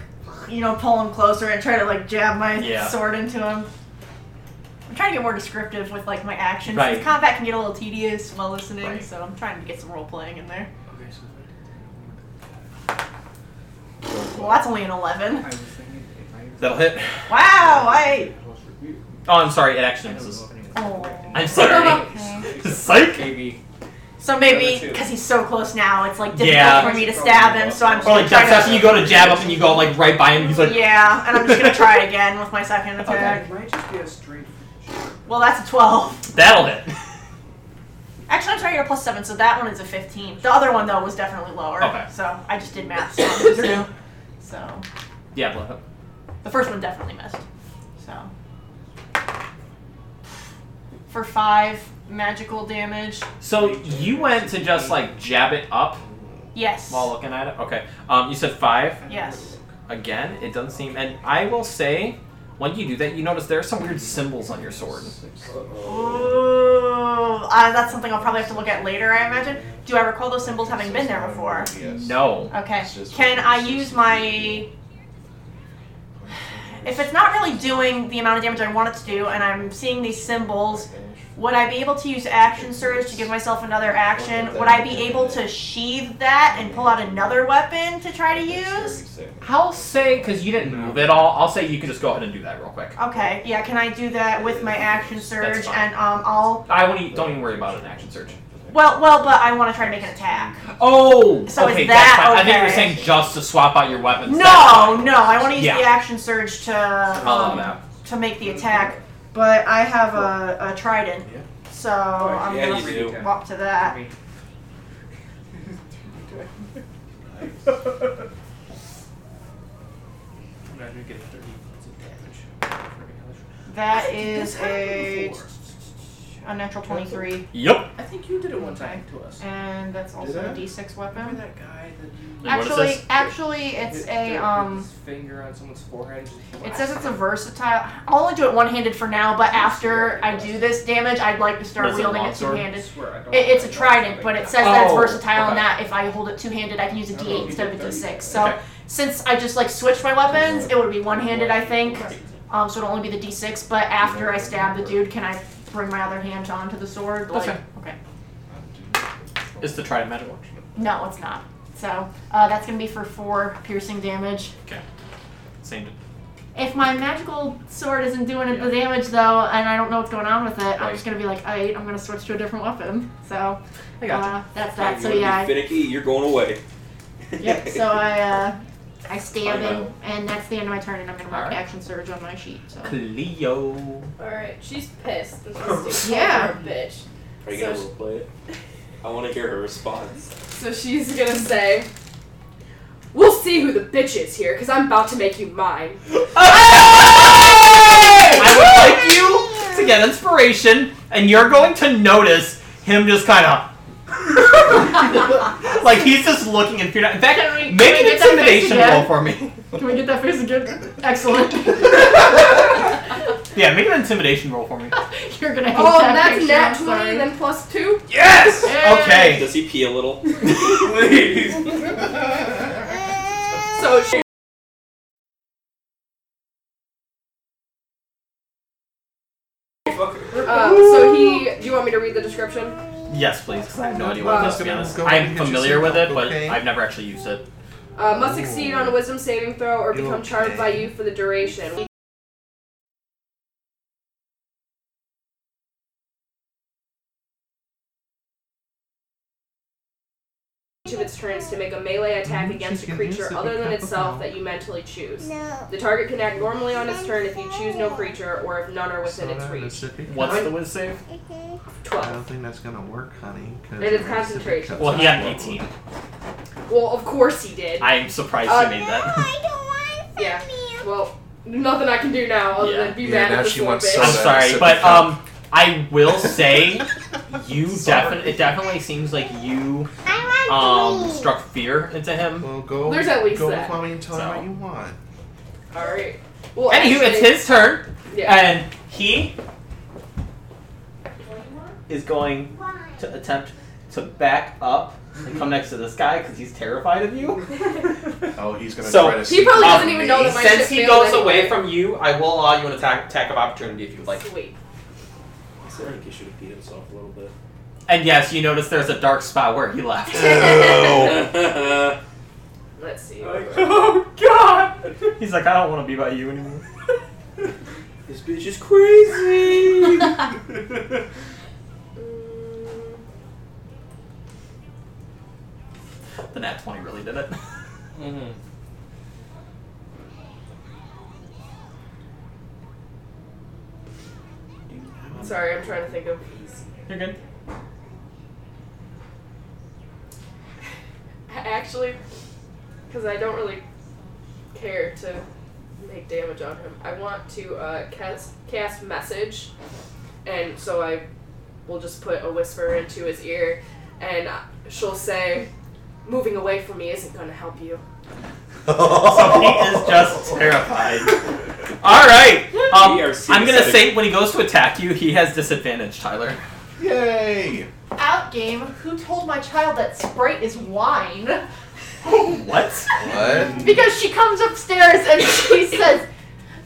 Speaker 4: you know, pull him closer and try to like jab my
Speaker 2: Yeah.
Speaker 4: sword into him. I'm trying to get more descriptive with like my actions.
Speaker 2: Right.
Speaker 4: Since combat can get a little tedious while listening,
Speaker 2: Right.
Speaker 4: so I'm trying to get some role playing in there. Well, that's only an 11.
Speaker 2: That'll hit.
Speaker 4: Wow, I.
Speaker 2: Oh, I'm sorry. It actually misses.
Speaker 4: Oh.
Speaker 2: I'm sorry.
Speaker 4: Okay.
Speaker 2: Psych.
Speaker 4: So maybe because he's so close now, it's like difficult
Speaker 2: Yeah.
Speaker 4: for me to stab him. So I'm just
Speaker 2: Or like
Speaker 4: gonna try
Speaker 2: that's
Speaker 4: to.
Speaker 2: after you go to jab up and you go like right by him. He's like,
Speaker 4: yeah, and I'm just gonna try again with
Speaker 2: <laughs>
Speaker 4: my second attack.
Speaker 3: Might just be a straight.
Speaker 4: Well, that's a 12.
Speaker 2: that'll hit.
Speaker 4: Actually, I'm sorry, you're a plus 7, so that one is a 15. The other one, though, was definitely lower.
Speaker 2: Okay.
Speaker 4: So I just did math. So, I'm gonna do. So,
Speaker 2: Yeah, blow up.
Speaker 4: the first one definitely missed. So for 5 magical damage.
Speaker 2: So you went to just like jab it up
Speaker 4: Yes.
Speaker 2: while looking at it. Okay. Um, you said five.
Speaker 4: Yes.
Speaker 2: again. It doesn't seem, and I will say, when you do that, you notice there are some weird symbols on your sword.
Speaker 4: Ooh, uh, that's something I'll probably have to look at later, I imagine. Do I recall those symbols having been there before?
Speaker 16: Yes.
Speaker 2: No.
Speaker 4: Okay.
Speaker 16: It's just-
Speaker 4: Can I use my. If it's not really doing the amount of damage I want it to do, and I'm seeing these symbols, would I be able to use action surge to give myself another action? Would I be able to sheathe that and pull out another weapon to try to use?
Speaker 2: I'll say because you didn't move at all. I'll say you can just go ahead and do that real quick.
Speaker 4: Okay, yeah, can I do that with my action surge
Speaker 2: That's fine.
Speaker 4: and um I'll
Speaker 2: I won't e- don't even worry about an action search.
Speaker 4: well well but I wanna try to make an attack.
Speaker 2: Oh,
Speaker 4: So is
Speaker 2: okay,
Speaker 4: that
Speaker 2: that's fine. I think you were
Speaker 4: okay?
Speaker 2: saying just to swap out your weapons.
Speaker 4: No, no, I wanna use
Speaker 2: Yeah.
Speaker 4: the action surge to
Speaker 2: I'll allow
Speaker 4: um,
Speaker 2: that.
Speaker 4: to make the attack. But I have a, a trident.
Speaker 8: So
Speaker 3: Oh,
Speaker 8: I'm
Speaker 3: yeah,
Speaker 8: gonna
Speaker 3: you do.
Speaker 8: swap to that.
Speaker 3: I'm not gonna get 30 points of damage.
Speaker 8: That is a a natural 23.
Speaker 2: Yep.
Speaker 3: I think you did it one time to us.
Speaker 8: And that's also
Speaker 3: Did
Speaker 8: a
Speaker 3: I?
Speaker 8: D6 weapon.
Speaker 3: That guy that you
Speaker 2: And what is
Speaker 8: Actually,
Speaker 2: this?
Speaker 8: actually, it's
Speaker 3: hit
Speaker 8: a
Speaker 3: dirt with
Speaker 8: um.
Speaker 3: his finger on someone's forehead. and just
Speaker 8: It says it's a versatile. I'll only do it one-handed for now, but after I do this damage, I'd like to start
Speaker 3: Is it a
Speaker 8: wielding it
Speaker 3: longsword?
Speaker 8: two-handed.
Speaker 3: Swear, I don't-
Speaker 8: It, it's a trident, but it says that it's
Speaker 3: Oh,
Speaker 8: versatile, and
Speaker 3: okay.
Speaker 8: that if I hold it two-handed, I can use a
Speaker 3: I don't know if
Speaker 8: D8
Speaker 3: you
Speaker 8: instead of a
Speaker 3: did
Speaker 8: D6.
Speaker 3: thirty.
Speaker 8: So
Speaker 3: Okay.
Speaker 8: since I just like switched my weapons, it would be one-handed, I think. Um, so it'll only be the D6. But after I stab the dude, can I bring my other hand onto the sword? Like,
Speaker 2: Okay.
Speaker 8: Okay.
Speaker 2: Is the trident magic work?
Speaker 8: No, it's not. So uh, that's gonna be for four piercing damage.
Speaker 2: Same.
Speaker 8: If my magical sword isn't doing it the damage though, and I don't know what's going on with it, I'm just gonna be like, alright, I'm gonna switch to a different weapon. So
Speaker 5: I gotcha.
Speaker 8: uh, that's
Speaker 7: Fine,
Speaker 8: that.
Speaker 7: you
Speaker 8: So
Speaker 7: wanna be
Speaker 8: yeah, I-
Speaker 7: Finicky, you're going away.
Speaker 8: yep. So I uh, I stab
Speaker 7: Fine,
Speaker 8: him, and that's the end of my turn, and I'm gonna mark
Speaker 2: Alright.
Speaker 8: action surge on my sheet. So
Speaker 2: Cleo.
Speaker 5: Alright, she's pissed. that this dude
Speaker 8: Yeah.
Speaker 5: called her a
Speaker 7: <laughs>
Speaker 5: bitch.
Speaker 7: Are you
Speaker 5: So
Speaker 7: gonna
Speaker 5: sh-
Speaker 7: roleplay it? I want to hear her response.
Speaker 5: So she's gonna say, We'll see who the bitch is here, because I'm about to make you
Speaker 8: <laughs>
Speaker 5: mine.
Speaker 2: I would like you to get inspiration, and you're going to notice him just kind of <laughs> like he's just looking and fear. In fact,
Speaker 8: Can we- can
Speaker 2: make
Speaker 8: we
Speaker 2: an
Speaker 8: get that face
Speaker 2: intimidation roll
Speaker 8: again?
Speaker 2: for me.
Speaker 8: Can we get that face
Speaker 2: <laughs>
Speaker 8: again? Excellent.
Speaker 2: Yeah, make an intimidation roll for me.
Speaker 8: You're gonna hate
Speaker 5: oh,
Speaker 8: that
Speaker 5: that's
Speaker 8: picture,
Speaker 5: nat
Speaker 8: I'm
Speaker 5: 20,
Speaker 8: sorry.
Speaker 5: then plus 2?
Speaker 2: Yes. Okay.
Speaker 7: Does he pee a little? Please.
Speaker 5: So she. Uh, so he. Do you want me to read the description?
Speaker 2: Yes, please, because I have no idea
Speaker 5: Uh,
Speaker 2: what it is. To be honest, I'm familiar with it, but I've never actually used it.
Speaker 5: Uh, must succeed on a wisdom saving throw or
Speaker 2: You
Speaker 5: become charmed by you for the duration. Each of its turns to make a melee attack
Speaker 2: Mm-hmm.
Speaker 5: against a creature other than itself that you mentally choose. The target can act normally on its turn if you choose no creature or if none are within its reach.
Speaker 2: What's the whiz save? <laughs>
Speaker 5: Twelve.
Speaker 1: I don't think that's gonna work, honey. 'cause
Speaker 5: It is
Speaker 1: the Pacific
Speaker 5: concentration.
Speaker 1: Cup
Speaker 2: Well,
Speaker 1: is
Speaker 2: he had
Speaker 1: not
Speaker 2: 18.
Speaker 5: Well, of course he did.
Speaker 2: I am surprised
Speaker 5: Uh,
Speaker 2: you made that.
Speaker 5: yeah. Well, nothing I can do now other than be
Speaker 2: Yeah,
Speaker 5: mad
Speaker 2: now
Speaker 5: at this
Speaker 2: she
Speaker 5: one
Speaker 2: wants
Speaker 5: bitch.
Speaker 2: <laughs> I'm sorry,
Speaker 17: Pacific
Speaker 2: but
Speaker 17: Cup.
Speaker 2: um, I will <laughs> say, you definitely it definitely seems like you <laughs> um struck fear into him.
Speaker 1: Well, go.
Speaker 5: There's at least
Speaker 1: go
Speaker 5: that.
Speaker 1: with mommy and tell her
Speaker 2: So.
Speaker 1: what you want.
Speaker 5: All right. Well,
Speaker 2: Anywho, it's
Speaker 5: actually-
Speaker 2: his turn,
Speaker 5: Yeah.
Speaker 2: and he
Speaker 18: is going to attempt to back up and come next to this guy because he's terrified of you.
Speaker 1: Oh, he's gonna
Speaker 18: So-
Speaker 1: try to.
Speaker 5: He probably doesn't even
Speaker 2: Oh,
Speaker 5: know that my
Speaker 18: Since
Speaker 5: shit
Speaker 18: he
Speaker 5: failed
Speaker 18: goes
Speaker 5: anyway.
Speaker 18: away from you, I will allow you an attack, attack of opportunity if you would like.
Speaker 5: Sweet.
Speaker 7: I feel like he should have beat himself a little bit.
Speaker 2: and yes, you notice there's a dark spot where he
Speaker 8: <laughs>
Speaker 2: left.
Speaker 5: Let's see.
Speaker 7: oh God!
Speaker 2: He's like, I don't want to be by you anymore.
Speaker 7: This bitch is crazy.
Speaker 2: The nat twenty really did it.
Speaker 3: Mm-hmm.
Speaker 5: Sorry, I'm trying to think of.
Speaker 2: You're good.
Speaker 5: I Actually, because I don't really care to make damage on him, I want to uh, cast cast message, and so I will just put a whisper into his ear, and she'll say, "Moving away from me isn't going to help you."
Speaker 2: So he <laughs> is just terrified. All right. Um,
Speaker 7: We are seeing
Speaker 2: I'm gonna
Speaker 7: something.
Speaker 2: say when he goes to attack you, he has disadvantage, Tyler.
Speaker 1: Yay!
Speaker 8: Out game. Who told my child that Sprite is wine? <laughs>
Speaker 2: What?
Speaker 1: What?
Speaker 8: Because she comes upstairs
Speaker 2: <laughs>
Speaker 8: and she says,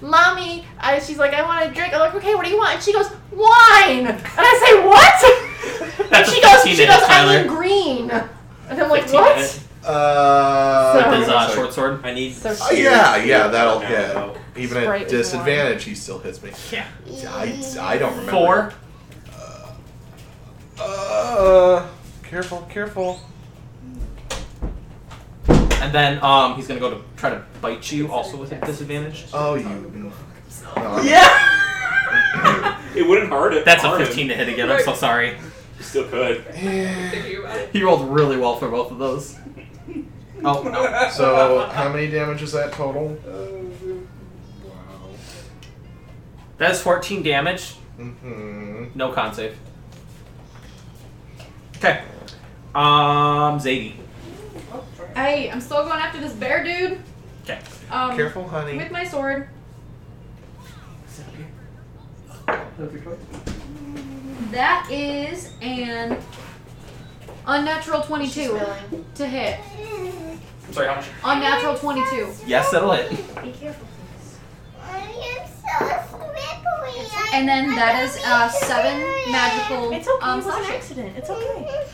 Speaker 8: "Mommy," I, she's like, "I want a drink." I'm like, "Okay, what do you want?" And she goes, "Wine." And I say, "What?" <laughs> and
Speaker 2: That's
Speaker 8: she
Speaker 2: a
Speaker 8: goes,
Speaker 2: 15
Speaker 8: "She
Speaker 2: minute,
Speaker 8: goes, I mean
Speaker 2: Tyler.
Speaker 8: green." And I'm like,
Speaker 2: 15
Speaker 8: "What?"
Speaker 2: minute.
Speaker 1: Uh,
Speaker 8: So-
Speaker 2: With his uh,
Speaker 1: sorry.
Speaker 2: short sword.
Speaker 7: I need.
Speaker 8: So
Speaker 1: Oh, <laughs>
Speaker 8: she-
Speaker 1: yeah, yeah, that'll
Speaker 7: Yeah.
Speaker 1: hit. Even
Speaker 8: Sprite
Speaker 1: at
Speaker 8: is
Speaker 1: disadvantage, he still hits me.
Speaker 2: Yeah.
Speaker 1: I, I don't remember.
Speaker 2: Four.
Speaker 1: Uh, careful, careful.
Speaker 2: And then um, he's gonna go to try to <laughs> bite you, also with a disadvantage.
Speaker 1: Oh, you. No, I'm-
Speaker 2: Yeah.
Speaker 7: It wouldn't hurt it.
Speaker 2: That's
Speaker 7: harm
Speaker 2: a
Speaker 7: him.
Speaker 2: 15 to hit again. I'm so sorry.
Speaker 7: You still could.
Speaker 2: He rolled really well for both of those. Oh,
Speaker 1: <sighs>
Speaker 2: no.
Speaker 1: So, how many damage is that total?
Speaker 3: Oh,
Speaker 2: That is 14 damage.
Speaker 1: Mm-hmm.
Speaker 2: No con save. Okay. Um, Zadie.
Speaker 12: Hey, I'm still going after this bear dude.
Speaker 2: Okay.
Speaker 12: Um,
Speaker 1: Careful, honey.
Speaker 12: With my sword. That is an unnatural 22 to hit.
Speaker 2: I'm sorry, how much?
Speaker 12: Unnatural 22.
Speaker 2: Yes, that'll hit.
Speaker 8: Be careful. I'm so slippery.
Speaker 12: And then that is uh, seven magical
Speaker 19: It's okay.
Speaker 12: um,
Speaker 19: it was an
Speaker 12: slashing.
Speaker 19: accident. It's okay.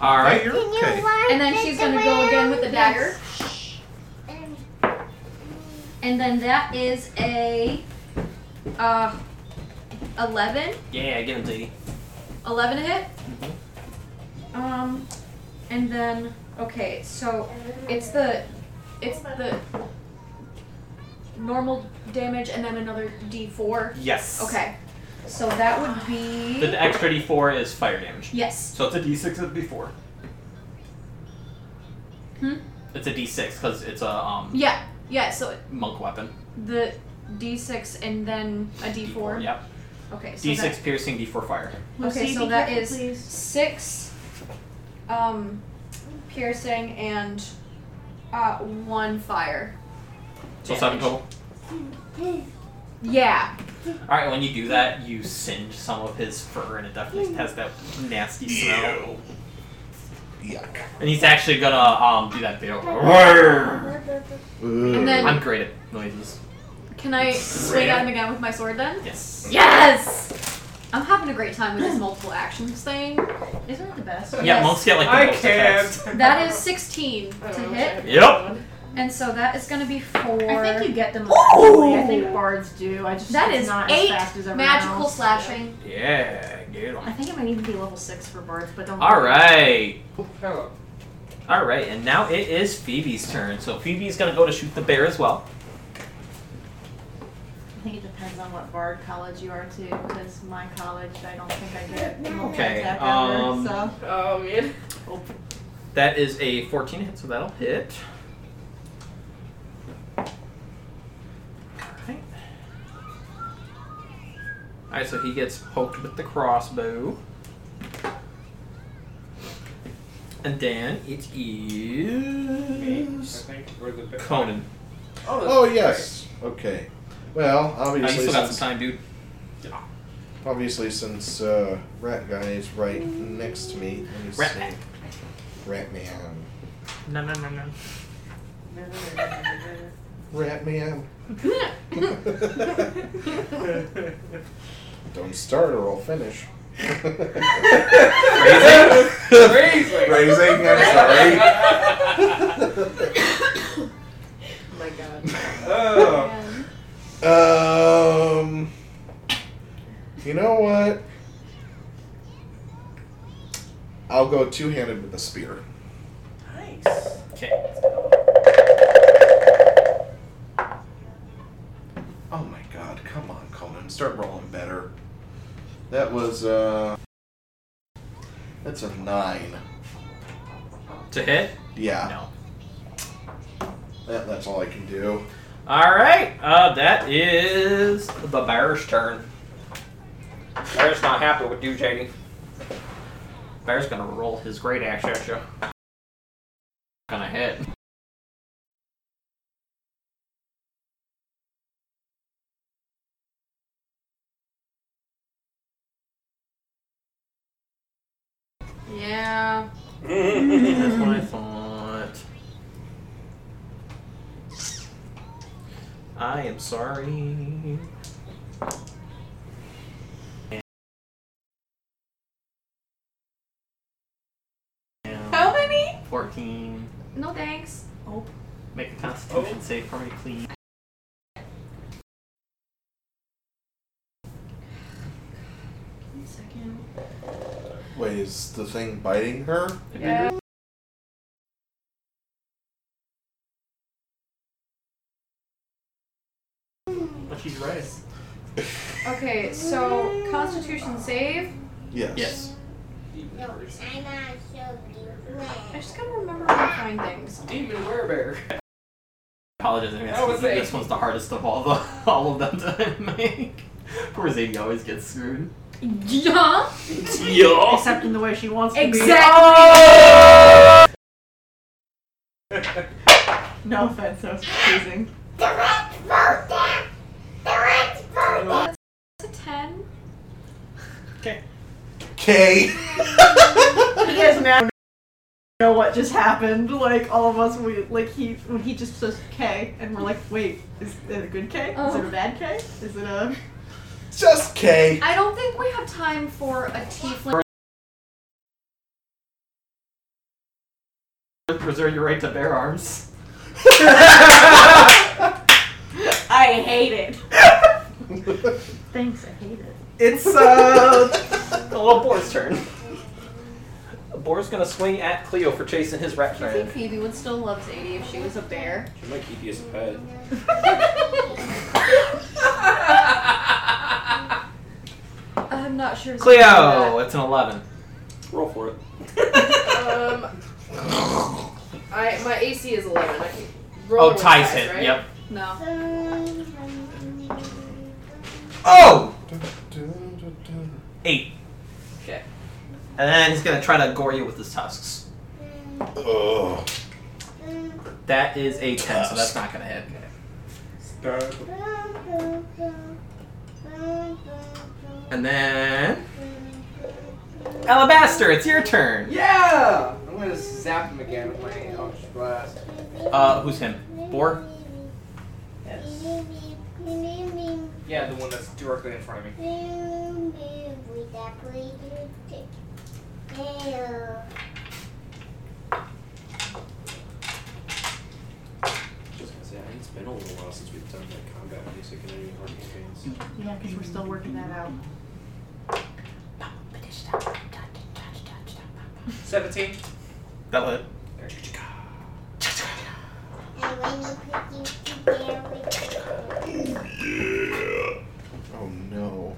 Speaker 2: Alright.
Speaker 1: You're okay.
Speaker 12: And then she's going to go again with the dagger. And then that is a uh, 11.
Speaker 2: Yeah, get him, Zadie.
Speaker 12: 11 to hit.
Speaker 19: Mm-hmm.
Speaker 12: Um, and then okay, so it's the it's the normal damage and then another D4.
Speaker 2: Yes.
Speaker 12: Okay, so that would be
Speaker 2: The extra d4 is fire damage.
Speaker 12: yes.
Speaker 2: So it's a d6 and a d4.
Speaker 12: Hmm?
Speaker 2: It's a d6 because it's a um,
Speaker 12: Yeah, yeah. So
Speaker 2: monk weapon.
Speaker 12: the D6 and then a D4.
Speaker 2: Yep.
Speaker 12: Okay. So
Speaker 2: D6
Speaker 12: that-
Speaker 2: piercing, d4 fire.
Speaker 12: okay,
Speaker 19: Lucy,
Speaker 12: so
Speaker 19: be
Speaker 12: that
Speaker 19: careful,
Speaker 12: is
Speaker 19: please.
Speaker 12: six um, piercing and uh, one fire.
Speaker 2: So seven total.
Speaker 12: Yeah.
Speaker 2: All right, when you do that, you singe some of his fur, and it
Speaker 10: Mm.
Speaker 2: definitely has that nasty smell.
Speaker 1: Yuck.
Speaker 2: And he's actually gonna um do that big. "Roar."
Speaker 12: And then-
Speaker 2: I'm great at noises.
Speaker 12: Can I swing at him again with my sword then?
Speaker 2: Yes.
Speaker 12: Yes! I'm having a great time with this multiple actions thing. Isn't it the best?
Speaker 2: Yeah, monks get like the
Speaker 10: I
Speaker 2: most
Speaker 10: can't.
Speaker 2: attacks.
Speaker 12: That is 16 to
Speaker 19: Oh,
Speaker 12: hit,
Speaker 2: Yep.
Speaker 12: and so that is going to be four.
Speaker 19: I think you get them. eventually. I think bards do. I just
Speaker 12: that
Speaker 19: it's
Speaker 12: is
Speaker 19: not
Speaker 12: eight
Speaker 19: as fast as everyone
Speaker 12: magical
Speaker 19: else.
Speaker 12: slashing.
Speaker 2: Yeah, get
Speaker 19: I
Speaker 2: him.
Speaker 19: think it might even be level six for bards, but don't.
Speaker 2: All right.
Speaker 10: Hello.
Speaker 2: All right, and now it is Phoebe's turn. So Phoebe's gonna go to shoot the bear as well.
Speaker 19: I think it depends on what bard college you are too, because my college, I don't think I get multi
Speaker 2: Okay,
Speaker 19: attack
Speaker 2: um,
Speaker 19: ever.
Speaker 5: Oh man.
Speaker 19: So
Speaker 2: That is a 14 hit, so that'll hit. Alright. Alright, so he gets poked with the crossbow. And then it
Speaker 10: Me, I
Speaker 2: is.
Speaker 10: think, or the
Speaker 2: Conan.
Speaker 10: Oh,
Speaker 1: Oh, yes. Okay. Well,
Speaker 2: Oh, you
Speaker 1: obviously,
Speaker 2: still got some
Speaker 1: since,
Speaker 2: time, dude.
Speaker 1: obviously, since uh, Rat Guy is right next to me. Let me
Speaker 2: Rat
Speaker 1: see.
Speaker 2: Man.
Speaker 1: Rat Man.
Speaker 2: No, no, no, no.
Speaker 1: Rat Man. <laughs> Don't start or I'll
Speaker 2: <laughs>
Speaker 1: finish.
Speaker 10: Raising.
Speaker 1: <laughs> Raising, I'm sorry.
Speaker 5: Oh my god.
Speaker 10: Oh.
Speaker 1: Um, you know what? I'll go two-handed with the spear.
Speaker 10: Nice.
Speaker 2: Okay.
Speaker 3: Oh my god, come on, Conan. Start rolling better.
Speaker 1: That was uh,
Speaker 3: That's a nine.
Speaker 2: To hit?
Speaker 1: yeah.
Speaker 2: No.
Speaker 1: That, that's all I can do.
Speaker 2: Alright, uh, that is the bear's turn.
Speaker 9: Bear's not happy with you, Janie.
Speaker 2: Bear's gonna roll his great axe at you. Gonna hit.
Speaker 12: Yeah.
Speaker 2: That's what I thought. I am sorry.
Speaker 12: How many?
Speaker 2: 14.
Speaker 12: No thanks.
Speaker 2: Make a constitution save for me, please.
Speaker 12: One second.
Speaker 1: Wait, is the thing biting her?
Speaker 12: Yeah.
Speaker 2: But she's right.
Speaker 12: Okay, so Constitution save.
Speaker 20: Yes.
Speaker 2: Yes.
Speaker 12: I just gotta remember how to find things.
Speaker 7: <laughs> Demon werebear.
Speaker 2: Apologize in advance,
Speaker 7: That was
Speaker 2: but
Speaker 7: a-
Speaker 2: This one's the hardest of all the <laughs> all of them to make. Poor Zadie always gets screwed.
Speaker 12: Yeah.
Speaker 2: Yeah.
Speaker 4: Except in the way she wants to be.
Speaker 12: Exactly.
Speaker 4: No offense, that was confusing.
Speaker 12: That's a ten.
Speaker 21: K.
Speaker 4: <laughs> you guys now know what just happened. Like all of us, we like he when he just says K, and we're like, wait, is it a good K? Is it a bad K? Is it a
Speaker 21: Just K.
Speaker 12: I don't think we have time for a tiefling.
Speaker 2: Preserve your right to bear arms.
Speaker 4: I hate it. Thanks, I hate it.
Speaker 2: <laughs> It's <laughs> uh, a little boar's turn. Boar's gonna swing at Cleo for chasing his rat
Speaker 12: I think
Speaker 2: friend.
Speaker 12: Phoebe would still love Zadie if she was a bear. <laughs>
Speaker 7: She might keep you as a pet.
Speaker 12: I'm not sure.
Speaker 2: Cleo, it's an eleven.
Speaker 7: Roll for it.
Speaker 2: <laughs>
Speaker 5: um, I my AC is eleven. I can roll
Speaker 2: Oh,
Speaker 5: with
Speaker 2: ties
Speaker 5: ties,
Speaker 2: hit.
Speaker 5: Right?
Speaker 2: Yep.
Speaker 12: No.
Speaker 2: Oh. Eight.
Speaker 5: Okay.
Speaker 2: And then he's gonna try to gore you with his tusks.
Speaker 21: Ugh.
Speaker 2: That is a ten, so that's
Speaker 21: Tusk.
Speaker 2: not gonna hit. And then Alabaster, it's your turn.
Speaker 3: Yeah! I'm gonna zap him again with my Eldritch Blast.
Speaker 2: Uh, who's him? Boar.
Speaker 3: Yeah, the one that's directly in front of me.
Speaker 7: Just gonna say, I think it's been a little while since we've done like combat music in any of our campaigns.
Speaker 4: Yeah, because we're still working that out.
Speaker 3: 17.
Speaker 2: That one.
Speaker 20: Oh no.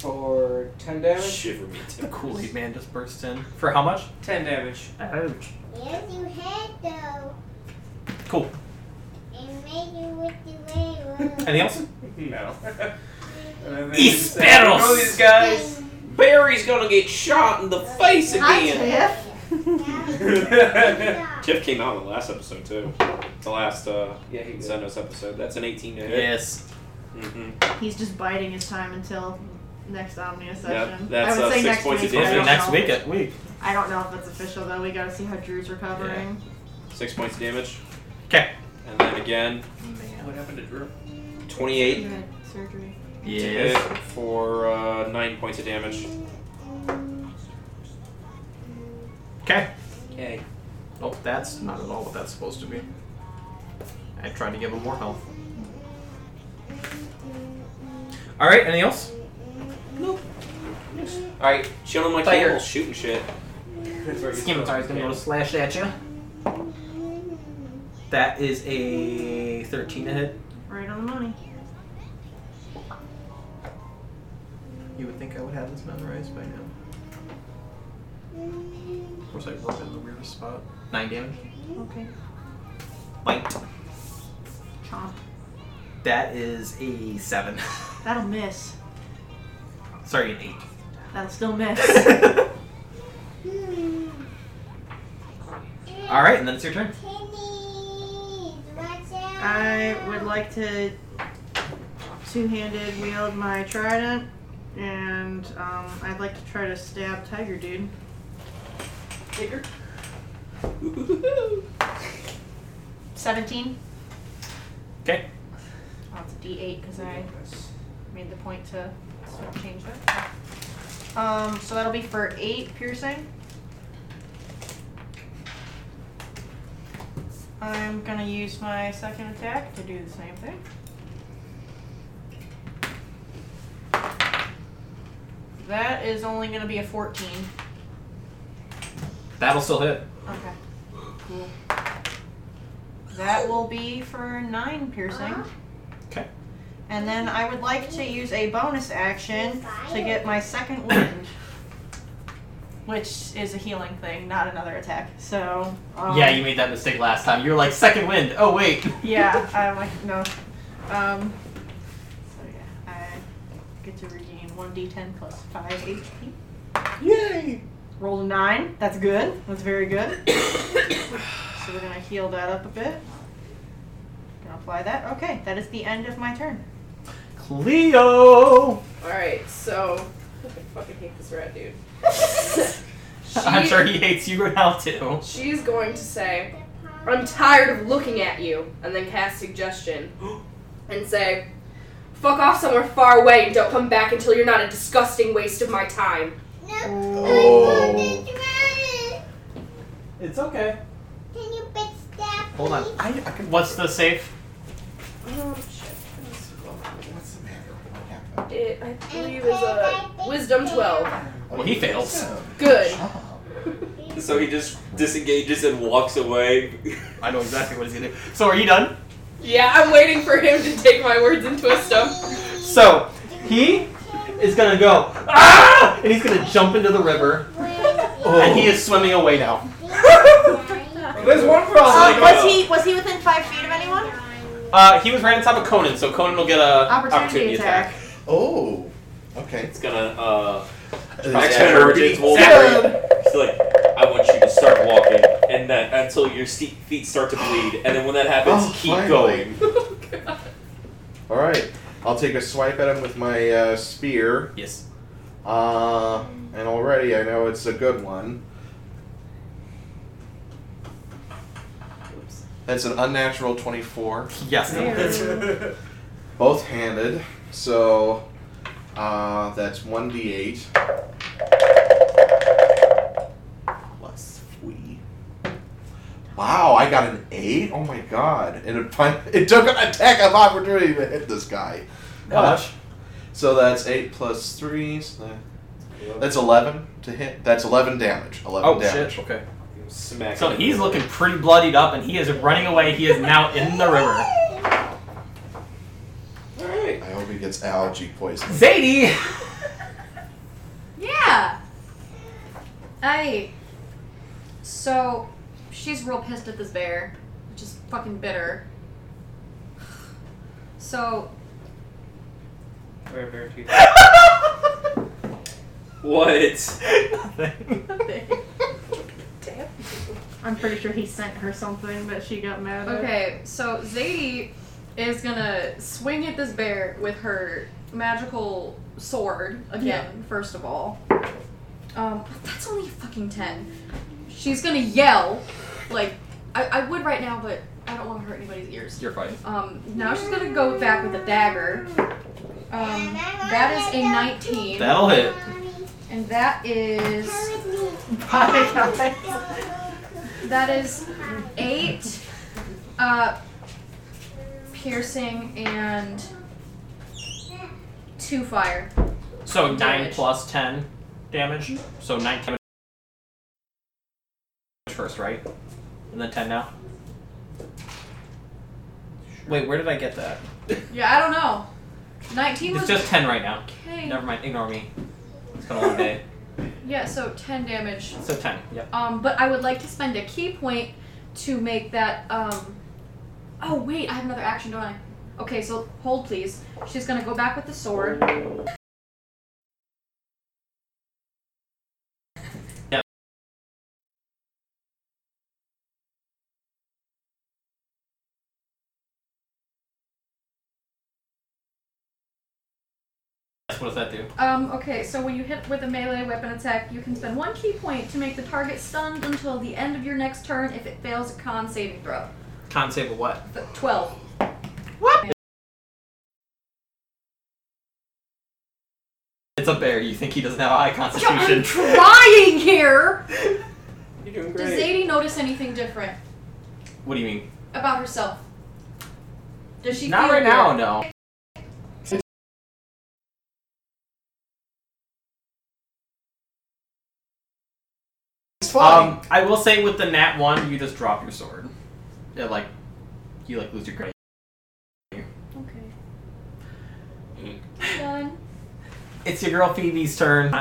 Speaker 3: For 10 damage?
Speaker 7: Shiver me
Speaker 2: The Kool Aid Man just bursts in. For how much?
Speaker 3: 10 damage.
Speaker 2: Ouch.
Speaker 8: Yes, you had though.
Speaker 2: Cool.
Speaker 8: And made you with the railroad.
Speaker 2: Anything else?
Speaker 3: No.
Speaker 2: Isperos!
Speaker 3: Know these
Speaker 8: <laughs>
Speaker 3: guys!
Speaker 22: Barry's gonna get shot in the face again.
Speaker 8: <laughs>
Speaker 7: Tiff came out in the last episode too. The last uh
Speaker 3: Yeah, he did.
Speaker 7: Zenos episode. That's an 18 to hit.
Speaker 2: Yes.
Speaker 7: Mm-hmm.
Speaker 4: He's just biding his time until next Omnia session.
Speaker 7: that's,
Speaker 4: I would
Speaker 7: uh,
Speaker 4: say
Speaker 7: six
Speaker 4: next
Speaker 7: points
Speaker 4: week.
Speaker 7: of
Speaker 4: I
Speaker 7: damage.
Speaker 4: don't
Speaker 2: Next
Speaker 4: know.
Speaker 2: week at week.
Speaker 4: I don't know if that's official though. We gotta see how Drew's recovering.
Speaker 7: Six points of damage.
Speaker 2: 'Kay.
Speaker 7: And then again. What happened to Drew? 28
Speaker 4: He had surgery.
Speaker 7: to hit for uh, nine points of damage.
Speaker 2: Okay.
Speaker 7: Okay.
Speaker 2: Oh, that's not at all what that's supposed to be. I tried to give him more health. All right. Anything else?
Speaker 7: All right, chilling my
Speaker 2: Fire.
Speaker 7: candles, shooting shit.
Speaker 3: That's where you're
Speaker 2: Scimitar's gonna go to slash at you. That is a 13 to hit.
Speaker 4: Right on the money.
Speaker 2: You would think I would have this memorized by now.
Speaker 20: Of course, I rolled in the weirdest spot.
Speaker 2: Nine damage.
Speaker 4: Okay.
Speaker 2: Bite.
Speaker 4: Chomp.
Speaker 2: That is a seven. <laughs>
Speaker 4: That'll miss.
Speaker 2: Sorry, an eight.
Speaker 4: That'll still miss.
Speaker 2: <laughs> All right, and then it's your turn.
Speaker 4: I would like to two-handed wield my trident, and um, I'd like to try to stab Tiger Dude.
Speaker 5: Bigger.
Speaker 4: <laughs> Seventeen.
Speaker 2: Okay.
Speaker 4: Oh, it's a D8 because I made the point to sort of change that. Um, so that'll be for eight piercing. I'm gonna use my second attack to do the same thing. That is only gonna be a 14.
Speaker 2: That'll still hit.
Speaker 4: Okay. Cool. That will be for nine piercing.
Speaker 23: Okay.
Speaker 4: And then I would like to use a bonus action to get my second wound, which is a healing thing, not another attack. So. Um,
Speaker 2: yeah, you made that mistake last time. You were like second wind. Oh wait. <laughs>
Speaker 4: yeah, I'm like no. Um, so yeah, I get to regain one d10 plus five HP. Yay! Roll a nine. That's good. That's very good. <coughs> so we're gonna heal that up a bit. Gonna apply that. Okay, that is the end of my turn.
Speaker 2: Cleo.
Speaker 5: Alright, so. I fucking hate this red dude.
Speaker 2: <laughs> I'm sure he hates you now too.
Speaker 5: She's going to say, I'm tired of looking at you, and then
Speaker 2: <gasps>
Speaker 5: cast suggestion and say, fuck off somewhere far away and don't come back until you're not a disgusting waste of my time.
Speaker 1: Oh.
Speaker 23: It's okay.
Speaker 8: Can you bitch that?
Speaker 2: Hold
Speaker 8: <laughs>
Speaker 2: on. I, I can, what's the safe?
Speaker 5: Oh, shit.
Speaker 1: What's the matter? What happened?
Speaker 5: It, I believe, is a wisdom 12.
Speaker 2: Well, he fails.
Speaker 5: Good.
Speaker 7: So he just disengages and walks away.
Speaker 2: <laughs> I know exactly what he's gonna do. So are you done?
Speaker 5: Yeah, I'm waiting for him to take my words and twist them.
Speaker 23: So he is gonna go ah, and he's gonna jump into the river, and he is swimming away now.
Speaker 8: Oh. <laughs>
Speaker 10: There's one for all.
Speaker 19: Uh, was he was he within five feet of anyone?
Speaker 2: Uh, he was right on top of Conan, so Conan will get a
Speaker 19: Opportunity
Speaker 2: opportunity,
Speaker 19: attack.
Speaker 2: attack.
Speaker 1: Oh.
Speaker 20: <laughs>
Speaker 1: Okay.
Speaker 7: It's gonna uh
Speaker 1: Next
Speaker 7: next convergence will
Speaker 1: Exactly.
Speaker 7: It's like I want you to start walking and that until your se- feet start to bleed and then when that happens
Speaker 1: Oh,
Speaker 7: keep
Speaker 1: finally.
Speaker 7: going.
Speaker 1: All right. I'll take a swipe at him with my uh, spear.
Speaker 2: Yes.
Speaker 1: Uh, and already I know it's a good one. That's an unnatural 24.
Speaker 2: Yes.
Speaker 1: Both handed. So uh, that's 1d8. Plus 3. Wow, I got an 8? Oh my god. And it, fin- <laughs> it took an attack of opportunity to hit this guy.
Speaker 2: Oh,
Speaker 23: How much?
Speaker 1: So that's 8 plus 3. So that- that's 11 to hit. That's 11 damage. 11
Speaker 2: Oh
Speaker 1: damage.
Speaker 2: shit. Okay.
Speaker 7: Smack
Speaker 2: So
Speaker 7: him.
Speaker 2: he's looking pretty bloodied up, and he is running away. He is now in the river.
Speaker 7: Alright.
Speaker 1: I hope he gets allergy poisoning.
Speaker 2: Zadie.
Speaker 12: Yeah. I. So, she's real pissed at this bear, which is fucking bitter. So,
Speaker 9: Where bear teeth?
Speaker 7: <laughs> What?
Speaker 5: Damn.
Speaker 19: I'm pretty sure he sent her something, but she got mad. At it.
Speaker 12: okay, so Zadie is gonna swing at this bear with her magical sword again, first of all. Um, that's only a fucking 10. She's gonna yell. Like, I, I would right now, but I don't want to hurt anybody's ears.
Speaker 2: <laughs> You're fine.
Speaker 12: Um, now she's gonna go back with a dagger. Um, that is a 19.
Speaker 2: That'll hit.
Speaker 12: And that is <laughs>
Speaker 19: Bye, guys.
Speaker 12: that is eight uh piercing and two fire.
Speaker 2: So nine
Speaker 12: Damage.
Speaker 2: plus ten damage. So nine damage first, right? And then ten now. Wait, where did I get that?
Speaker 12: Yeah, I don't know. Nineteen
Speaker 2: It's
Speaker 12: was
Speaker 2: just ten right now.
Speaker 12: okay.
Speaker 2: Never mind. Ignore me. It's been a long day.
Speaker 12: Yeah, so ten damage.
Speaker 2: So ten. Yep.
Speaker 12: Um, but I would like to spend a key point to make that. Um, oh wait, I have another action, don't I? Okay, so hold please. She's gonna go back with the sword.
Speaker 2: That's what does that do?
Speaker 12: Um, okay, so when you hit with a melee weapon attack, you can spend one key point to make the target stunned until the end of your next turn if it fails a con saving throw.
Speaker 2: Con save of what?
Speaker 12: Th- 12.
Speaker 2: It's a bear. You think he doesn't have a high
Speaker 12: I'm
Speaker 2: constitution?
Speaker 12: trying here!
Speaker 9: You're doing
Speaker 12: Does
Speaker 9: great.
Speaker 12: Zadie notice anything different
Speaker 2: what do you mean?
Speaker 12: about herself? Does she
Speaker 2: Not
Speaker 12: feel
Speaker 2: right
Speaker 12: weird?
Speaker 2: now. No.
Speaker 1: It's
Speaker 2: Um, I will say with the nat one, you just drop your sword. It like, you like lose your grip.
Speaker 12: Okay.
Speaker 2: Hmm. It's your girl Phoebe's turn.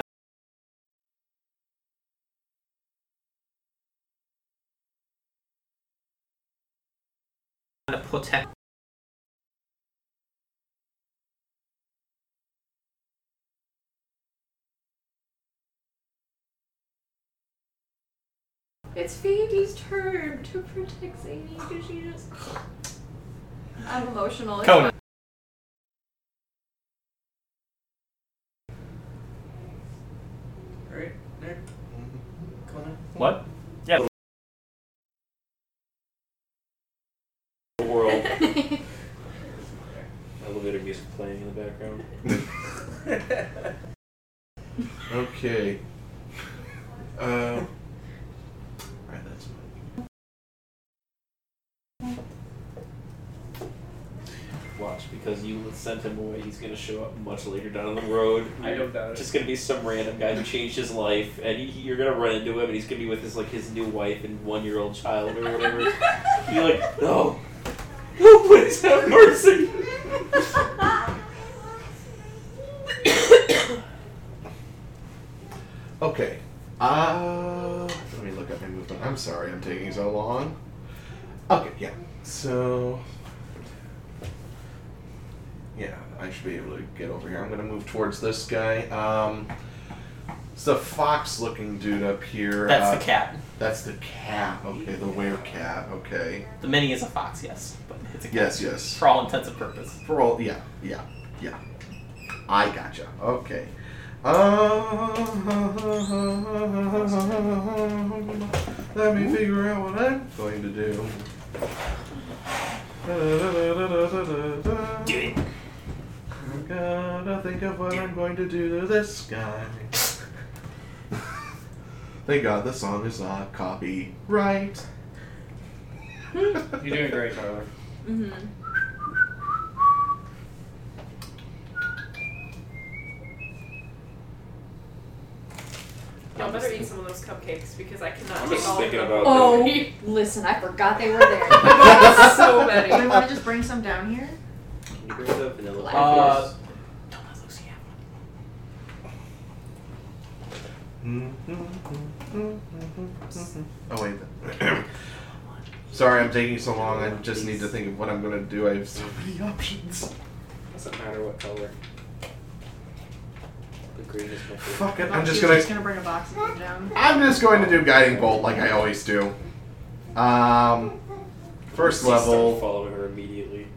Speaker 2: Protect.
Speaker 12: It's Phoebe's turn to protect Zadie because she just. I'm emotional. It's
Speaker 2: Conan.
Speaker 10: Right? There? Conan?
Speaker 2: What? Yeah.
Speaker 7: The world. Elevator music playing in the background.
Speaker 20: <laughs>
Speaker 1: Okay. Uh,
Speaker 3: Alright, that's fine.
Speaker 7: Watch, because you sent him away. He's gonna show up much later down the road.
Speaker 10: I don't doubt it.
Speaker 7: Just gonna be some random guy who changed his life, and he, you're gonna run into him, and he's gonna be with his like his new wife and one year old child
Speaker 2: <laughs>
Speaker 7: or whatever. you're like, no, no, please have mercy.
Speaker 3: Okay. Uh, let me look up my movement. I'm sorry I'm taking so long. Okay, yeah. So. Yeah, I should be able to get over here. I'm going to move towards this guy. Um, it's the fox looking dude up here.
Speaker 2: That's
Speaker 3: Uh,
Speaker 2: the cat.
Speaker 3: That's the cat. Okay, the were cat. Okay.
Speaker 2: The mini is a fox, yes, but it's a cat.
Speaker 3: Yes, yes.
Speaker 2: For all intents and purposes.
Speaker 3: For all, yeah, yeah, yeah. I gotcha. Okay. Uh, Um, <laughs> let me figure out what I'm going to do. Do it. I'm gonna think of what I'm going to do to this <laughs> guy. Thank God the song is not copy. <laughs> Right.
Speaker 10: You're doing great, Tyler.
Speaker 12: Mm-hmm.
Speaker 5: Y'all better eat some of those cupcakes because I cannot
Speaker 7: I'm
Speaker 5: take
Speaker 7: just
Speaker 5: all
Speaker 7: thinking
Speaker 5: of them.
Speaker 7: about
Speaker 12: Oh, <laughs> listen, I forgot they were there. <laughs>
Speaker 5: <laughs> so many.
Speaker 12: Do we want to just bring some down here?
Speaker 7: Can you bring the vanilla
Speaker 2: Uh,
Speaker 7: cupcakes?
Speaker 3: Oh wait. <coughs> Sorry, I'm taking so long. I just need to think of what I'm gonna do. I have so
Speaker 1: <laughs>
Speaker 3: many options.
Speaker 9: Doesn't matter what color. The green is my favorite.
Speaker 3: Fuck it. I'm just
Speaker 19: She's
Speaker 3: gonna.
Speaker 19: just gonna bring a box and put it down.
Speaker 3: I'm just going to do guiding bolt like I always do. Um, first
Speaker 7: You see Stone
Speaker 3: level.
Speaker 7: Following her immediately.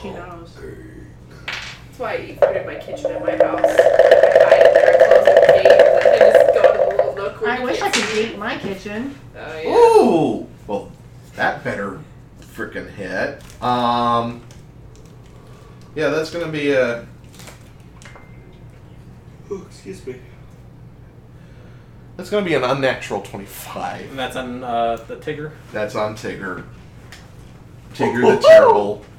Speaker 19: She knows.
Speaker 5: That's why I eat food in my kitchen at my house. I hide it there, I close the gate, and then I just go to the little nook where
Speaker 19: I
Speaker 5: you
Speaker 19: wish I
Speaker 5: can't
Speaker 19: could
Speaker 5: see.
Speaker 19: date my kitchen.
Speaker 5: Oh, yeah.
Speaker 3: Ooh. Well, that better freaking hit. Um. Yeah, that's gonna be a.
Speaker 7: Oh, excuse me.
Speaker 3: That's gonna be an unnatural twenty-five.
Speaker 2: And that's on uh, the Tigger.
Speaker 3: That's on Tigger.
Speaker 19: <laughs>
Speaker 3: Tigger the Terrible. <laughs>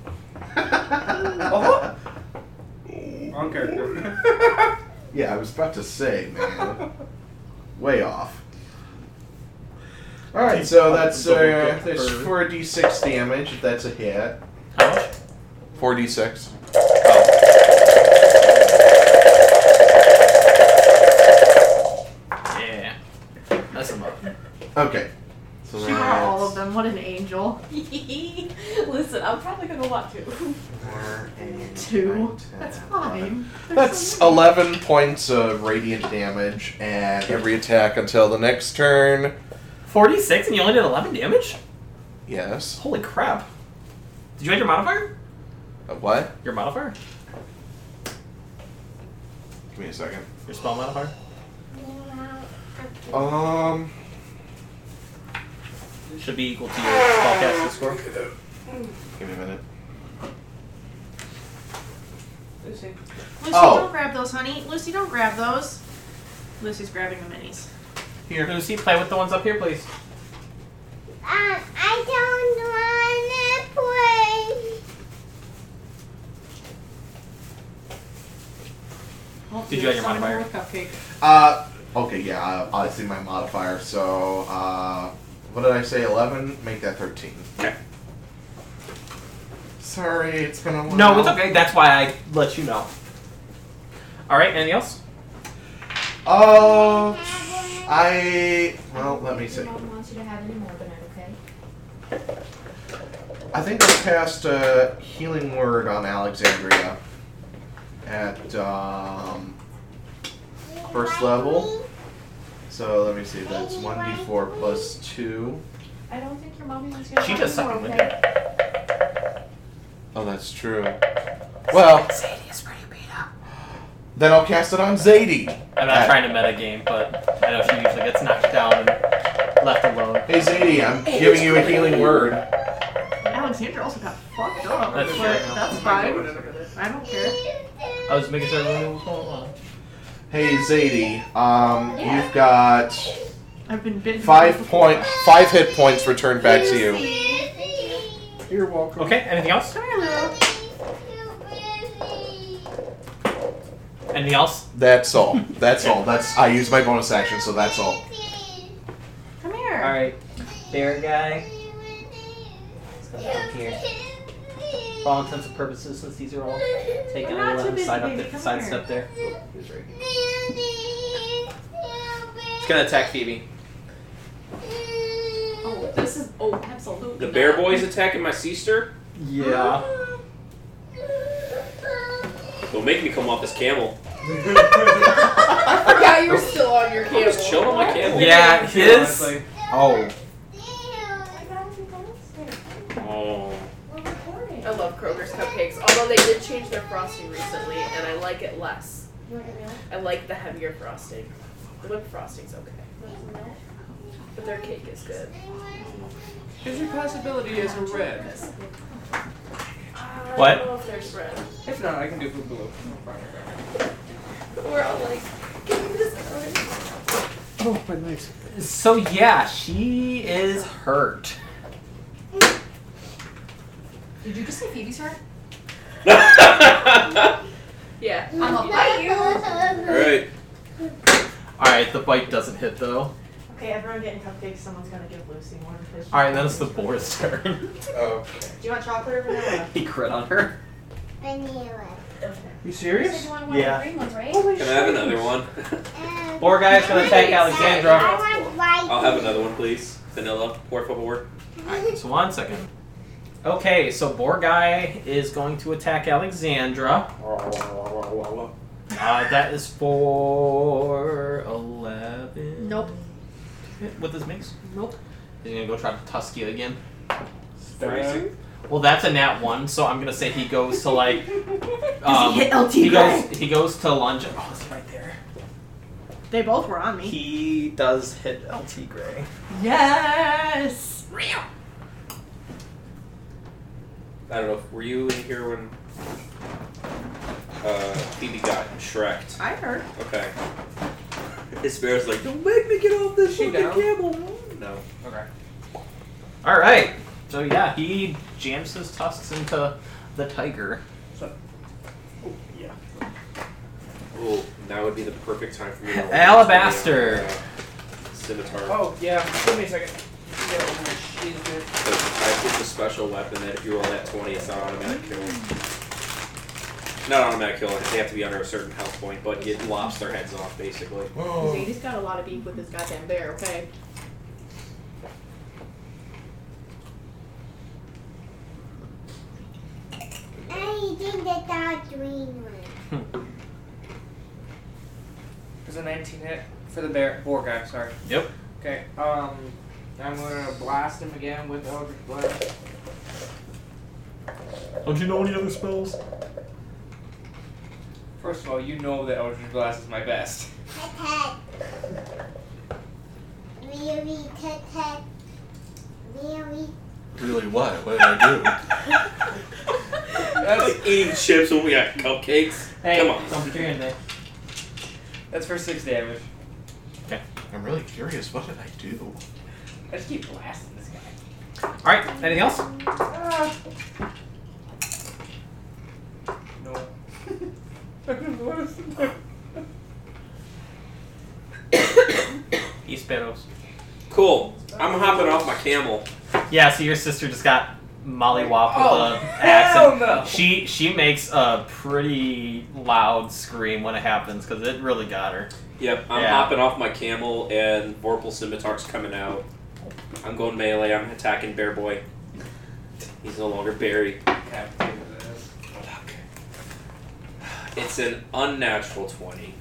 Speaker 3: Uh-huh.
Speaker 10: On
Speaker 2: <laughs>
Speaker 10: character.
Speaker 3: Yeah, I was about to say, man. <laughs> Way off. Alright, so that's uh, there's 4d6 damage if that's a hit.
Speaker 2: How much?
Speaker 3: 4d6.
Speaker 2: Yeah. That's a up.
Speaker 3: Okay. So
Speaker 19: She got all of them. What an
Speaker 12: <laughs>
Speaker 19: angel.
Speaker 11: Listen, I'm probably gonna want to.
Speaker 19: Two. That's fine.
Speaker 3: That's 11 points of radiant damage and every attack until the next turn.
Speaker 2: 46 and you only did 11 damage?
Speaker 3: Yes.
Speaker 2: Holy crap. Did you add your modifier?
Speaker 3: Uh, what?
Speaker 2: Your modifier?
Speaker 3: Give me a second.
Speaker 2: Your spell modifier?
Speaker 3: Um.
Speaker 2: Should be equal to your spell casting score.
Speaker 3: Give me a minute.
Speaker 10: Lucy.
Speaker 19: Lucy,
Speaker 3: Oh.
Speaker 19: don't grab those, honey. Lucy, don't grab those. Lucy's grabbing the minis.
Speaker 3: Here.
Speaker 2: Lucy, play with the ones up here, please.
Speaker 8: I don't wanna play.
Speaker 19: Well,
Speaker 2: Did you add your
Speaker 19: there's
Speaker 2: modifier?
Speaker 19: some Cupcake.
Speaker 3: Uh, okay, yeah, I, I see my modifier. So, uh, what did I say? 11? Make that 13.
Speaker 2: Okay.
Speaker 3: Sorry, it's been a while.
Speaker 2: No, it's okay. That's why I let you know. All right. Anything else?
Speaker 3: Oh, I. Well, let me see.
Speaker 24: Mom wants you to have any more, but not okay.
Speaker 3: I think I passed a healing word on Alexandria at um, first level. So let me see. That's one d4 plus two.
Speaker 24: I don't think your mommy wants you to
Speaker 3: She
Speaker 24: have
Speaker 3: just
Speaker 24: any more,
Speaker 3: signed with
Speaker 24: okay?
Speaker 3: Oh, that's true. Well, then I'll cast it on Zadie.
Speaker 2: I'm not trying to metagame, but I know she usually gets knocked down and left alone.
Speaker 3: Hey Zadie, I'm giving you a healing word.
Speaker 12: Alexandra also got fucked up.
Speaker 2: That's
Speaker 12: but
Speaker 2: fair.
Speaker 12: that's fine. I don't care.
Speaker 2: I was making sure everyone was on.
Speaker 3: Hey Zadie, um, you've got
Speaker 12: I've been bitten.
Speaker 3: five point five hit points returned back to you.
Speaker 2: You're welcome. Okay. Anything else?
Speaker 12: Come here, Lou.
Speaker 2: Anything else?
Speaker 3: That's all. That's all. That's I used my bonus action, so that's all.
Speaker 12: Come here.
Speaker 2: All right. Bear guy. He's gonna come here. For all intents and purposes, since these are all taken,
Speaker 12: We're
Speaker 2: I'm
Speaker 12: not
Speaker 2: gonna let him
Speaker 12: too busy,
Speaker 2: side up
Speaker 12: baby,
Speaker 2: there,
Speaker 12: come
Speaker 2: side
Speaker 12: here.
Speaker 2: step there.
Speaker 7: He's right here. It's gonna attack Phoebe.
Speaker 25: Oh, this is oh absolutely.
Speaker 7: The bear
Speaker 25: not.
Speaker 7: boy's attacking my sister.
Speaker 2: Yeah.
Speaker 7: Don't make me come off this camel.
Speaker 5: I forgot you were still on your
Speaker 7: I'm
Speaker 5: camel.
Speaker 7: just chilling on my camel. <laughs>
Speaker 2: Yeah, his. Oh.
Speaker 7: Oh.
Speaker 5: I love Kroger's cupcakes, although they did change their frosting recently, and I like it less. I like the heavier frosting. The whipped frosting's okay, but their cake is good.
Speaker 4: Is your possibility as a red?
Speaker 5: I don't
Speaker 2: What?
Speaker 5: know if there's red.
Speaker 4: If not, I can do blue. No problem.
Speaker 5: We're all like, give me this color.
Speaker 2: Oh, my legs. So yeah, she is hurt.
Speaker 24: Did you just say Phoebe's hurt?
Speaker 5: Yeah.
Speaker 24: I'm gonna bite you.
Speaker 7: Alright.
Speaker 2: All right, the bite doesn't hit though.
Speaker 12: Okay, everyone getting cupcakes. Someone's gonna give Lucy one. because she-
Speaker 2: All right, then it's the boar's <laughs> turn.
Speaker 12: Do you want chocolate or vanilla?
Speaker 2: he crit on her.
Speaker 26: You
Speaker 24: You
Speaker 26: serious?
Speaker 24: want one of the green ones, right?
Speaker 7: Can I have another <laughs> one?
Speaker 2: Boar guy's gonna attack Alexandra.
Speaker 7: I'll have another
Speaker 8: <laughs>
Speaker 7: one, please. Vanilla, por favor.
Speaker 2: Alright, so one second. Okay, so Boar Guy is going to attack Alexandra. Uh, that is for 11.
Speaker 25: Nope.
Speaker 2: With his mix?
Speaker 25: Nope.
Speaker 2: He's going to go try to tusk you again.
Speaker 7: Thirty.
Speaker 2: Well, that's a nat 1, so I'm going to say he goes to
Speaker 12: <laughs>
Speaker 2: like. Um,
Speaker 12: hit LT
Speaker 2: he
Speaker 12: Grey?
Speaker 2: goes, he goes to lunge. Oh, it's right there.
Speaker 12: They both were on me.
Speaker 2: He does hit LT Gray.
Speaker 12: Yes. Real.
Speaker 7: I don't know. Were you in here when uh, Phoebe got shreked?
Speaker 12: I heard.
Speaker 7: Okay. <laughs> His bear's like, don't make me get off this
Speaker 4: She
Speaker 7: fucking
Speaker 4: down?
Speaker 7: camel. No.
Speaker 4: Okay.
Speaker 2: Alright, so yeah, he jams his tusks into the tiger.
Speaker 7: Oh, that would be the perfect time for me to launch the,
Speaker 2: Alabaster.
Speaker 7: uh, Scimitar.
Speaker 4: Oh yeah. Give me a second. Get over my shit, dude.
Speaker 7: 'Cause I picked a special weapon that if you roll that 20, it's not automatic kill. Not automatic kill, they have to be under a certain health point, but it lops their heads off, basically.
Speaker 25: Zadie's got a lot of beef with this goddamn bear. Okay.
Speaker 8: I'm eating the dark green one.
Speaker 4: There's a 19 hit for the bear. Boar guy, sorry.
Speaker 2: Yep.
Speaker 4: Okay, um, I'm gonna blast him again with Eldritch Blast.
Speaker 2: Don't you know any other spells?
Speaker 4: First of all, you know that Eldritch Blast is my best.
Speaker 8: Tat Really tat tat. Really.
Speaker 3: Really, what? What did I
Speaker 7: That's like <laughs> eating chips when we got cupcakes.
Speaker 2: Hey,
Speaker 7: Come on.
Speaker 2: don't be doing that.
Speaker 4: That's for six damage.
Speaker 3: do? I'm really curious. What did I do?
Speaker 4: I just keep blasting this guy.
Speaker 2: Alright, anything else?
Speaker 4: No.
Speaker 2: East Barrows.
Speaker 7: Cool. I'm hopping off my camel.
Speaker 2: Yeah, so your sister just got mollywop with
Speaker 10: Oh,
Speaker 2: a axe.
Speaker 10: hell
Speaker 2: and
Speaker 10: no.
Speaker 2: She she makes a pretty loud scream when it happens because it really got her. <laughs>
Speaker 7: Yep, I'm
Speaker 2: Yeah.
Speaker 7: hopping off my camel and Vorpal Scimitar's coming out. I'm going melee, I'm attacking Bear Boy. He's no longer Barry. It's an unnatural 20.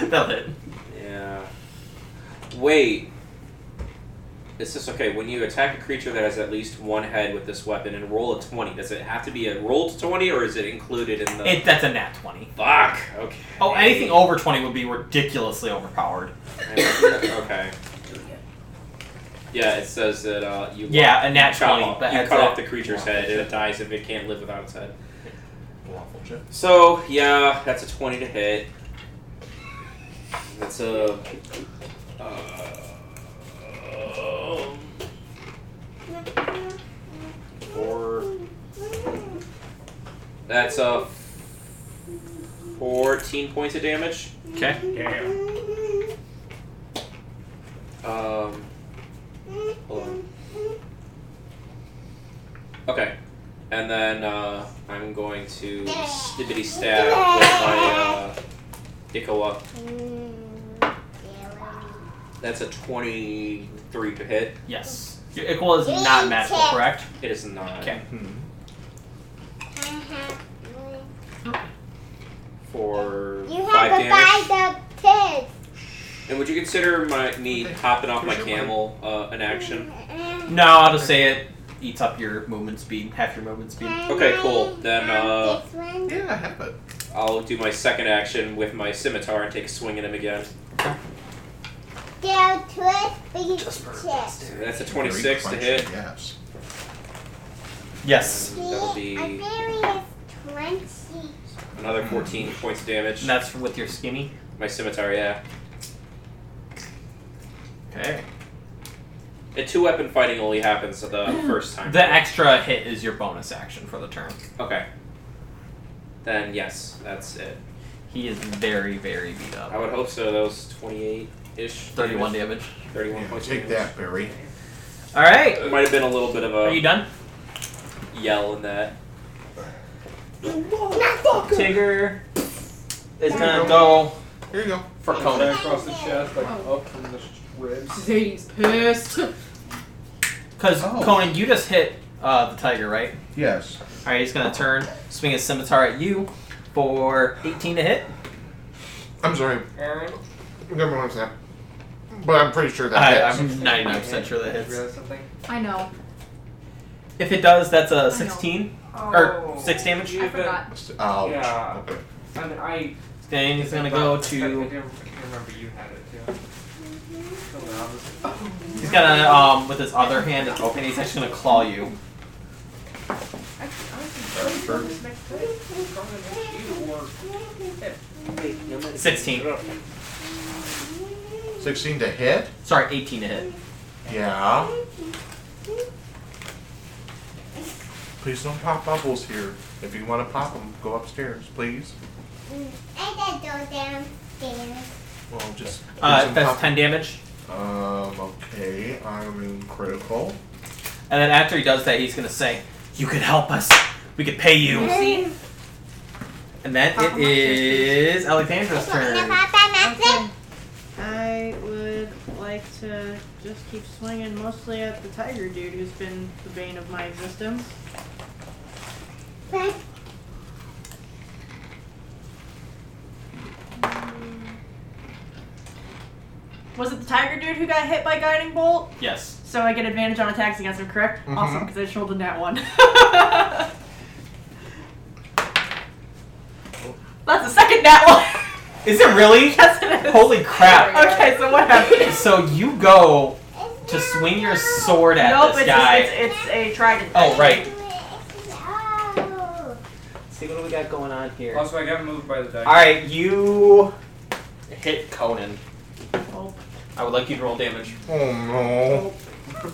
Speaker 2: That'll hit.
Speaker 7: Yeah. Wait. Is this okay? When you attack a creature that has at least one head with this weapon and roll a 20, does it have to be a rolled 20 or is it included in the.
Speaker 2: It that's a nat twenty.
Speaker 7: Fuck! Okay.
Speaker 2: Oh, anything over twenty would be ridiculously overpowered.
Speaker 7: okay. Yeah, it says that uh, you
Speaker 2: Yeah, a nat
Speaker 7: you cut
Speaker 2: 20,
Speaker 7: off-
Speaker 2: but
Speaker 7: you
Speaker 2: that's
Speaker 7: cut
Speaker 2: a-
Speaker 7: off the creature's head and it dies if it can't live without its head. So yeah, that's a twenty to hit. That's a uh, um, four. That's a fourteen points of damage.
Speaker 2: Okay.
Speaker 10: Damn.
Speaker 8: <laughs>
Speaker 7: Um, hold on. Okay, and then uh, I'm going to snippity stab with my uh, Ikoa. That's a 23 to hit.
Speaker 2: Yes. Your equal is not magical, correct?
Speaker 7: It is not.
Speaker 2: Okay.
Speaker 10: Hmm.
Speaker 7: For
Speaker 8: You
Speaker 7: five
Speaker 8: have to
Speaker 7: damage.
Speaker 8: buy the pig.
Speaker 7: And would you consider my me hopping off my camel uh, an
Speaker 8: <laughs>
Speaker 7: action?
Speaker 2: No, I'll just say it eats up your movement speed, half your movement speed.
Speaker 7: Okay, cool. Then uh,
Speaker 8: This one.
Speaker 1: Yeah, I have it.
Speaker 8: Mm.
Speaker 7: I'll do my second action with my scimitar and take a swing at him again.
Speaker 8: They'll twist these chips.
Speaker 7: That's a 26 to hit.
Speaker 1: Yes.
Speaker 2: Yes.
Speaker 7: That'll be
Speaker 8: Serious twenty.
Speaker 7: another 14 points damage.
Speaker 2: And that's with your skinny.
Speaker 7: My scimitar, yeah.
Speaker 2: Okay.
Speaker 7: A two weapon fighting only
Speaker 2: <clears throat>
Speaker 7: happens the first time.
Speaker 2: The extra hit is your bonus action for the turn.
Speaker 7: Okay. Then yes, that's it.
Speaker 2: He is very, very beat up.
Speaker 7: I would hope so. That was 28 ish.
Speaker 2: 31 damage.
Speaker 7: 31 points.
Speaker 1: Take
Speaker 7: damage.
Speaker 1: that, Barry.
Speaker 2: All right.
Speaker 7: It might have been a little bit of
Speaker 2: Are
Speaker 7: a
Speaker 2: you done?
Speaker 7: yell in that.
Speaker 2: Tigger is gonna go
Speaker 1: Here you go.
Speaker 2: for
Speaker 10: Right
Speaker 2: Conan
Speaker 10: across the chest, like up from the sh- ribs.
Speaker 11: Zadie's pissed.
Speaker 2: because Conan, you just hit uh, the tiger, right?
Speaker 3: Yes.
Speaker 2: All right, he's gonna turn, swing his scimitar at you for 18 to hit.
Speaker 1: I'm sorry.
Speaker 10: Aaron,
Speaker 1: Number one snap. But I'm pretty sure that
Speaker 2: I,
Speaker 1: hits.
Speaker 2: I'm 99% sure that
Speaker 10: did you
Speaker 2: hits.
Speaker 10: realize something?
Speaker 12: I know.
Speaker 2: If it does, that's a 16 or
Speaker 10: Oh,
Speaker 2: 6 damage.
Speaker 10: you
Speaker 12: I
Speaker 10: have been-
Speaker 12: forgot.
Speaker 1: Ouch.
Speaker 10: Yeah.
Speaker 1: Okay.
Speaker 10: I mean, I.
Speaker 2: Then he's gonna go
Speaker 10: I didn't
Speaker 2: to.
Speaker 10: remember you had it too. So now I'm just-
Speaker 2: He's gonna um with his other hand it's open. He's actually gonna claw you.
Speaker 10: I- I think Conan is next to it. Conan is you or-
Speaker 2: 16.
Speaker 1: 16 to hit?
Speaker 2: Sorry, 18 to hit.
Speaker 1: Yeah. Please don't pop bubbles here. If you want to pop them, go upstairs, please.
Speaker 8: I gotta go downstairs.
Speaker 1: Well, just.
Speaker 2: Uh,
Speaker 1: please don't
Speaker 2: that's
Speaker 1: pop-
Speaker 2: 10 damage.
Speaker 1: Um, okay. I'm in critical.
Speaker 2: And then after he does that, he's gonna say, "You could help us. We could pay you."
Speaker 8: Mm.
Speaker 2: And then it is Alexandra's turn.
Speaker 8: Papa
Speaker 4: <laughs> I would like to just keep swinging mostly at the tiger dude who's been the bane of my existence.
Speaker 8: Muffin.
Speaker 19: Was it the tiger dude who got hit by guiding bolt?
Speaker 2: Yes.
Speaker 19: So I get advantage on attacks against him, correct?
Speaker 1: Mhm.
Speaker 19: Awesome, because I just rolled a nat one. <laughs> That's the second nat one. <laughs>
Speaker 2: Is it really? <laughs>
Speaker 19: yes, it is.
Speaker 2: Holy crap!
Speaker 19: Okay, so what happened?
Speaker 2: So you go to swing your sword at
Speaker 19: nope,
Speaker 2: this
Speaker 19: it's,
Speaker 2: guy.
Speaker 19: just, it's it's a trident.
Speaker 2: oh right.
Speaker 8: Oh.
Speaker 2: See what do we got going on here?
Speaker 10: Also, I got moved by the dice.
Speaker 2: All right, you hit Conan.
Speaker 19: Oh.
Speaker 2: I would like you to roll damage.
Speaker 1: Oh no.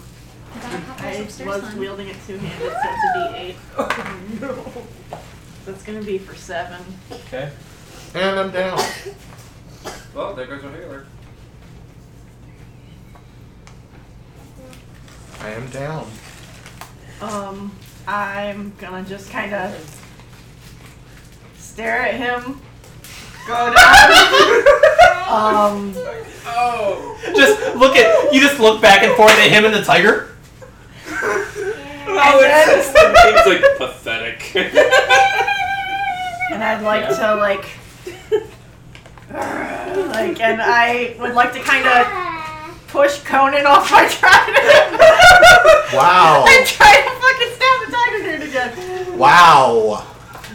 Speaker 19: I was wielding it two handed, so <laughs> it's a
Speaker 4: Oh,
Speaker 19: d8. no. That's gonna be for seven.
Speaker 2: Okay.
Speaker 1: And I'm down.
Speaker 7: <laughs>
Speaker 10: Well, there goes my healer.
Speaker 1: I am down.
Speaker 4: Um, I'm gonna just kind of stare at him,
Speaker 19: <laughs>
Speaker 4: go down. um,
Speaker 10: Oh.
Speaker 23: Just look at you. Just look back and forth at him and the tiger.
Speaker 19: Oh,
Speaker 4: and, then,
Speaker 7: It's like pathetic. <laughs>
Speaker 4: and I'd like to like, <laughs> like, and I would like to kind of push Conan off my trident <laughs>
Speaker 1: Wow.
Speaker 4: and try to fucking stab the tiger dude again.
Speaker 1: Wow.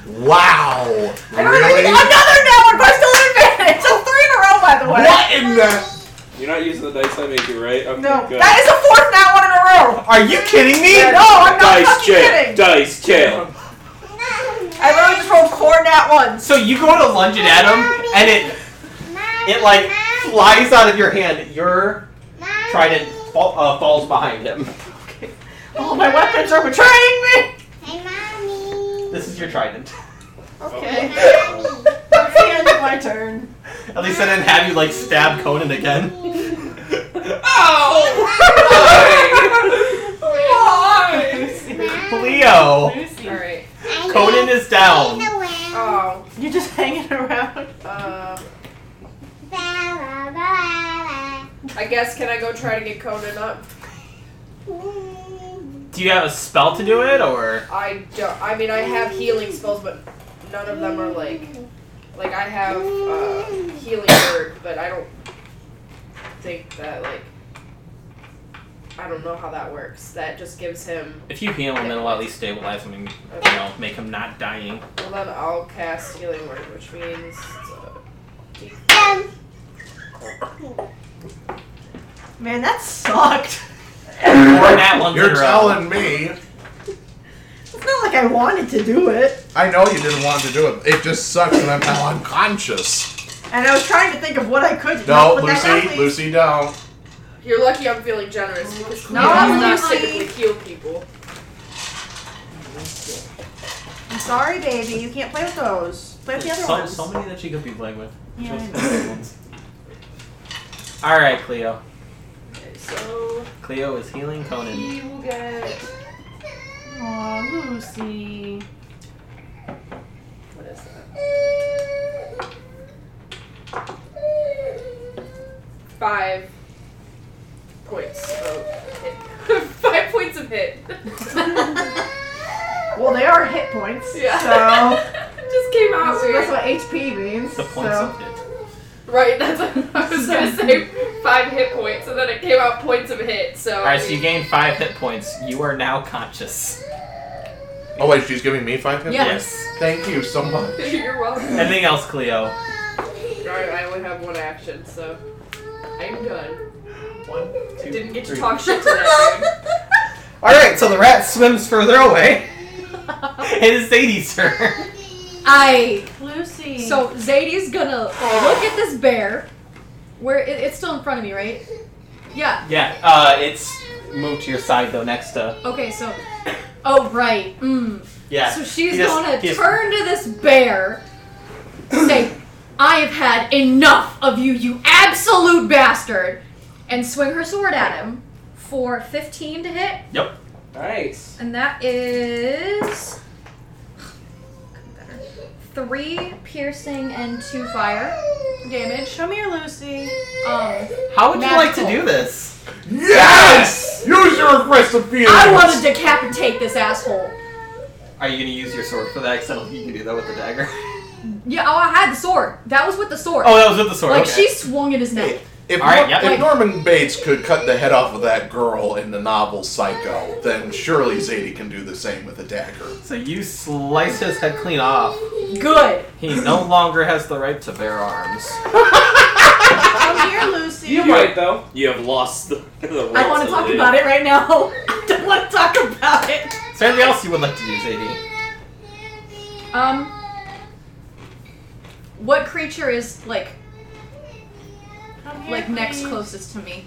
Speaker 1: Wow. Really?
Speaker 4: Another number, but I still have advantage. So three in a row, by the way.
Speaker 1: What in the?
Speaker 7: You're not using the dice I made you, right? Okay,
Speaker 4: No,
Speaker 7: good.
Speaker 4: that is a fourth now one in a row.
Speaker 23: Are you kidding me?
Speaker 4: No, I'm not
Speaker 7: dice
Speaker 4: fucking
Speaker 7: jail.
Speaker 4: kidding.
Speaker 7: Dice jail.
Speaker 4: I literally just rolled four nat <laughs> ones.
Speaker 23: So you go to lunge it at him, and it it like flies out of your hand. Your trident fall, uh, falls behind him.
Speaker 4: All Oh, my weapons are betraying me.
Speaker 8: Hey, mommy.
Speaker 23: This is your
Speaker 4: <laughs>
Speaker 23: trident.
Speaker 5: <laughs>
Speaker 4: Okay. That's the end of my turn.
Speaker 23: At least I didn't have you like stab Conan again.
Speaker 4: <laughs> Oh!
Speaker 23: <laughs> Leo,
Speaker 5: Alright.
Speaker 23: Conan is down.
Speaker 5: Oh.
Speaker 4: You're just hanging around.
Speaker 5: Um. I guess can I go try to get Conan up?
Speaker 2: Do you have a spell to do it, or
Speaker 5: I don't. I mean, I have healing spells, but none of them are like, like I have uh, healing word, but I don't think that like, I don't know how that works. That just gives him.
Speaker 2: if you heal him, then it'll at least stabilize him and you know make him not dying.
Speaker 5: Well, then I'll cast healing word, which means. Uh,
Speaker 4: Man, that sucked.
Speaker 2: Or that one's
Speaker 1: You're
Speaker 2: in a row.
Speaker 1: telling me.
Speaker 4: It's not like I wanted to do it.
Speaker 1: I know you didn't want to do it. It just sucks, and I'm now unconscious.
Speaker 4: And I was trying to think of what I could do.
Speaker 1: No,
Speaker 4: but that
Speaker 1: Lucy,
Speaker 4: definitely-
Speaker 1: Lucy, don't.
Speaker 5: you're lucky I'm feeling generous because
Speaker 4: No,
Speaker 5: no, I'm not
Speaker 4: Lucy.
Speaker 5: typically heal people.
Speaker 4: I'm sorry, baby. You can't play with those. Play with the other
Speaker 2: so,
Speaker 4: ones.
Speaker 2: so many that she could be playing with.
Speaker 4: Yeah, I
Speaker 2: All right, Cleo.
Speaker 5: Okay, so
Speaker 2: Cleo is healing Conan.
Speaker 5: he will get.
Speaker 19: Aw, Lucy.
Speaker 5: What is that? Five points of hit. <laughs> Five points of hit. <laughs>
Speaker 4: Well, they are hit points.
Speaker 5: <laughs> yeah.
Speaker 4: So
Speaker 5: Just came out
Speaker 4: that's, that's what
Speaker 5: weird.
Speaker 4: HP means.
Speaker 2: The points
Speaker 4: so.
Speaker 2: of hit.
Speaker 5: Right, that's what I was gonna say. Five hit points, and then it came out points of hit, so.
Speaker 2: All right, so you gain five hit points. You are now conscious.
Speaker 1: Oh wait, she's giving me five hit
Speaker 2: Yes.
Speaker 1: points? Thank you so much.
Speaker 5: <laughs> are welcome.
Speaker 2: Anything else, Cleo?
Speaker 5: Alright, I only have one action, so. I'm done.
Speaker 23: One,
Speaker 5: I
Speaker 23: two,
Speaker 5: didn't get to
Speaker 23: three.
Speaker 5: talk shit today.
Speaker 4: <laughs>
Speaker 12: <laughs>
Speaker 23: All right, so the rat swims further away.
Speaker 2: <laughs>
Speaker 23: it is Sadie's turn.
Speaker 12: I.
Speaker 19: Lucy.
Speaker 12: So Zadie's gonna look at this bear. Where it, it's still in front of me, right? Yeah.
Speaker 2: Yeah. Uh, it's moved to your side though, next to.
Speaker 12: Okay, so. Oh right. Mm.
Speaker 2: Yeah.
Speaker 12: So she's
Speaker 2: He just-
Speaker 12: gonna
Speaker 2: he just-
Speaker 12: turn to this bear, say, "I have had enough of you, you absolute bastard," and swing her sword at him for 15 to hit,
Speaker 2: Yep.
Speaker 9: Nice.
Speaker 12: and that is three piercing and two fire damage.
Speaker 4: Show me your Lucy.
Speaker 12: Um,
Speaker 2: How would you like to
Speaker 12: Magical.
Speaker 2: do this?
Speaker 1: Yes! Use your aggressive feelings!
Speaker 12: I want to decapitate this asshole.
Speaker 2: Are you gonna use your sword for that? Because I don't think you can do that with the dagger.
Speaker 12: <laughs> Yeah, oh, I had the sword. That was with the sword.
Speaker 2: Oh, that was with the sword.
Speaker 12: Like
Speaker 2: okay.
Speaker 12: she swung at his neck.
Speaker 1: If,
Speaker 2: All right,
Speaker 1: Nor-
Speaker 2: yep.
Speaker 1: if Norman Bates could cut the head off of that girl in the novel Psycho, then surely Zadie can do the same with a dagger.
Speaker 2: So you slice his head clean off.
Speaker 12: Good.
Speaker 2: He <laughs> no longer has the right to bear arms.
Speaker 4: Come here, Lucy.
Speaker 9: You might though.
Speaker 7: You have lost the. <laughs> the
Speaker 12: I want to talk about it right now. <laughs> I don't want to talk about it.
Speaker 2: Is there anything else you would like to do, Zadie?
Speaker 12: Um, what creature is like
Speaker 4: Come here,
Speaker 12: like next
Speaker 4: please.
Speaker 12: closest to me?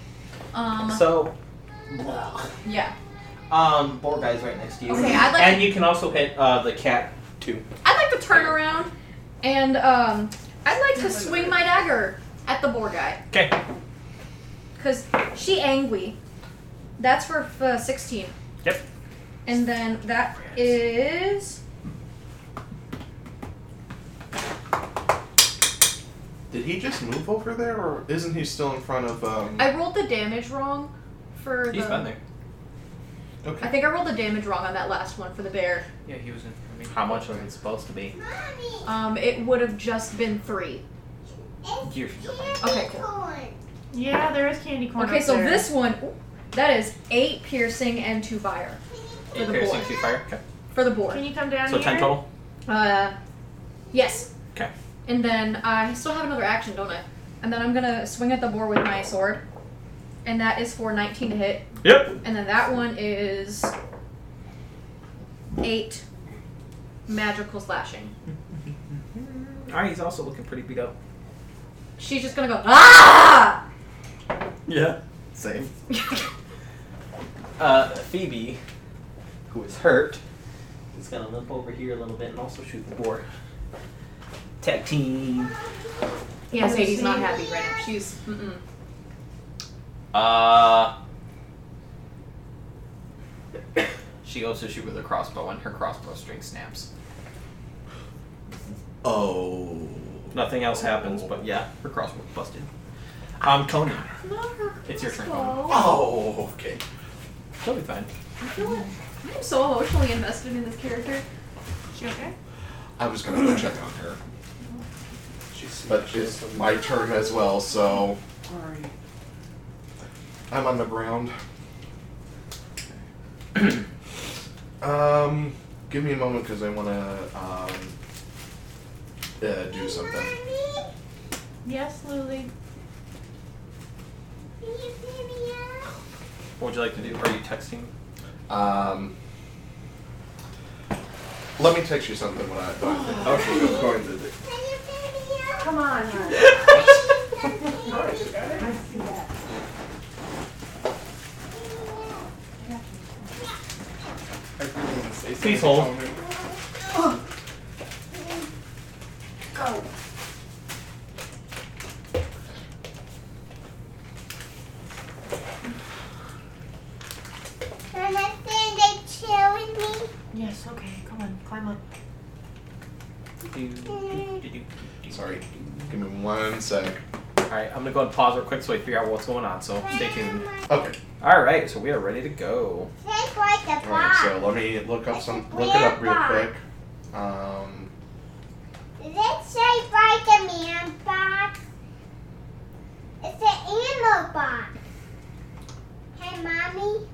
Speaker 12: Um,
Speaker 2: So, well,
Speaker 12: yeah,
Speaker 2: um, boar guy's right next to you.
Speaker 12: Okay, I'd like
Speaker 2: and you can also hit uh, the cat too.
Speaker 12: I'd like to turn around and um, I'd like to swing my dagger at the boar guy
Speaker 2: Okay.
Speaker 12: because she angry That's for uh, 16.
Speaker 2: Yep.
Speaker 12: And then that is.
Speaker 3: Did he just move over there, or isn't he still in front of? Um...
Speaker 12: I rolled the damage wrong for the.
Speaker 3: He's been there.
Speaker 12: I think I rolled the damage wrong on that last one for the bear.
Speaker 2: Yeah, he was in. I mean, how much was it supposed to be?
Speaker 12: Um, it would have just been three.
Speaker 2: You're, you're fine.
Speaker 12: Okay, cool.
Speaker 4: Yeah, there is candy corn.
Speaker 12: Okay,
Speaker 4: up
Speaker 12: so
Speaker 4: there.
Speaker 12: this one, ooh, that is eight piercing and two fire for
Speaker 2: Eight
Speaker 12: the
Speaker 2: piercing,
Speaker 12: board.
Speaker 2: two fire. Okay.
Speaker 12: For the board.
Speaker 4: Can you come down
Speaker 2: So
Speaker 4: here?
Speaker 2: ten total.
Speaker 12: Uh, yes.
Speaker 2: Okay.
Speaker 12: And then I still have another action, don't I? And then I'm gonna swing at the boar with my sword, and that is for 19 to hit.
Speaker 2: Yep.
Speaker 12: And then that one is eight magical slashing.
Speaker 2: All right, he's also looking pretty beat up.
Speaker 12: She's just gonna go ah.
Speaker 2: Yeah. Same. uh, Phoebe, who is hurt, is gonna limp over here a little bit and also shoot the boar. Tech team.
Speaker 12: Yeah, Sadie's not happy right now. She's mm-mm.
Speaker 2: Uh. <coughs> She goes to shoot with her crossbow, and her crossbow string snaps.
Speaker 27: Oh.
Speaker 2: Nothing else happens, but yeah, her crossbow's busted. Um, Conan, it's your turn. Conan.
Speaker 27: Oh, okay.
Speaker 2: She'll be fine.
Speaker 12: I feel like I'm so emotionally invested in this character. She okay?
Speaker 3: I was gonna go check on her. But it's my turn as well, so I'm on the ground. <clears throat> um, give me a moment because I want to um, uh, do something.
Speaker 4: Yes, Lily.
Speaker 2: What would you like to do? Are you texting?
Speaker 3: Um, let me text you something when I when I think. Okay, I'm going to do.
Speaker 4: Come on. hon.
Speaker 2: Please hold.
Speaker 4: Go. Yes. Okay. Come on. Climb up.
Speaker 3: Sorry, give me one sec.
Speaker 2: All right, I'm gonna go ahead and pause real quick so we figure out what's going on. So stay tuned.
Speaker 3: Okay.
Speaker 2: All right, so we are ready to go.
Speaker 3: All right, so let me look up some look it up real quick. Um,
Speaker 8: Let's say like a man box. It's an animal box. Hey, mommy.
Speaker 2: <coughs>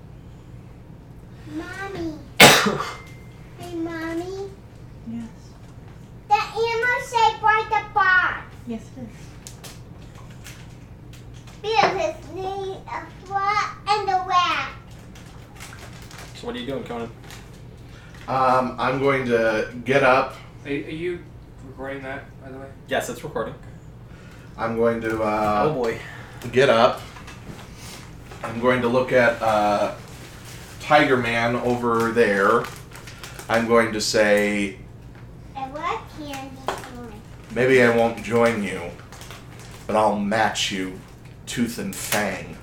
Speaker 8: Mommy. hey, mommy.
Speaker 4: Yes.
Speaker 8: The animal shaped like a box.
Speaker 4: Yes, it is.
Speaker 8: Because it's made of what and a wrap.
Speaker 2: So what are you doing, Conan?
Speaker 3: um, I'm going to get up.
Speaker 28: Are, are you recording that, by the way?
Speaker 2: Yes, it's recording.
Speaker 3: I'm going to. Uh,
Speaker 2: Oh boy.
Speaker 3: Get up. I'm going to look at uh, Tiger Man over there. I'm going to say
Speaker 8: And what candy corn?
Speaker 3: maybe I won't join you, but I'll match you, tooth and fang.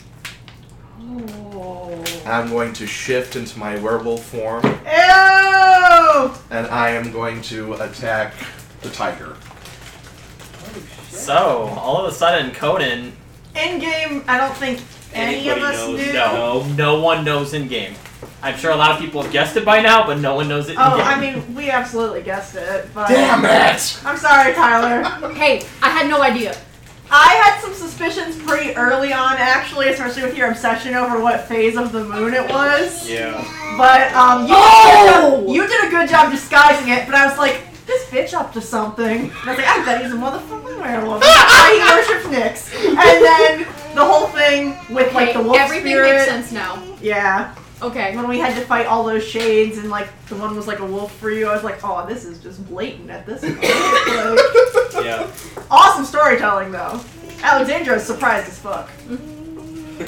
Speaker 4: Oh.
Speaker 3: I'm going to shift into my werewolf form,
Speaker 4: Ew!
Speaker 3: and I am going to attack the tiger.
Speaker 2: So all of a sudden, Conan.
Speaker 4: In game, I don't think any of us knew.
Speaker 2: No, no one knows in game. I'm sure a lot of people have guessed it by now, but no one knows it. in
Speaker 4: Oh,
Speaker 2: game. <laughs>
Speaker 4: I mean, we absolutely guessed it, but.
Speaker 3: Damn it!
Speaker 4: I'm sorry, Tyler.
Speaker 12: hey, I had no idea.
Speaker 4: I had some suspicions pretty early on, actually, especially with your obsession over what phase of the moon it was.
Speaker 2: Yeah.
Speaker 4: But um, you,
Speaker 12: Oh!
Speaker 4: you did a good job disguising it. But I was like, this bitch up to something. And I was like, I bet he's a motherfucking
Speaker 12: <laughs>
Speaker 4: werewolf. I worship Nyx. And then the whole thing with like the
Speaker 12: Okay,
Speaker 4: wolf
Speaker 12: everything
Speaker 4: spirit.
Speaker 12: makes sense now.
Speaker 4: Yeah.
Speaker 12: Okay.
Speaker 4: When we had to fight all those shades and like the one was like a wolf for you, I was like, oh, this is just blatant at this point. Like, <laughs>
Speaker 29: Yeah.
Speaker 4: awesome storytelling though. Alexandra is surprised as fuck.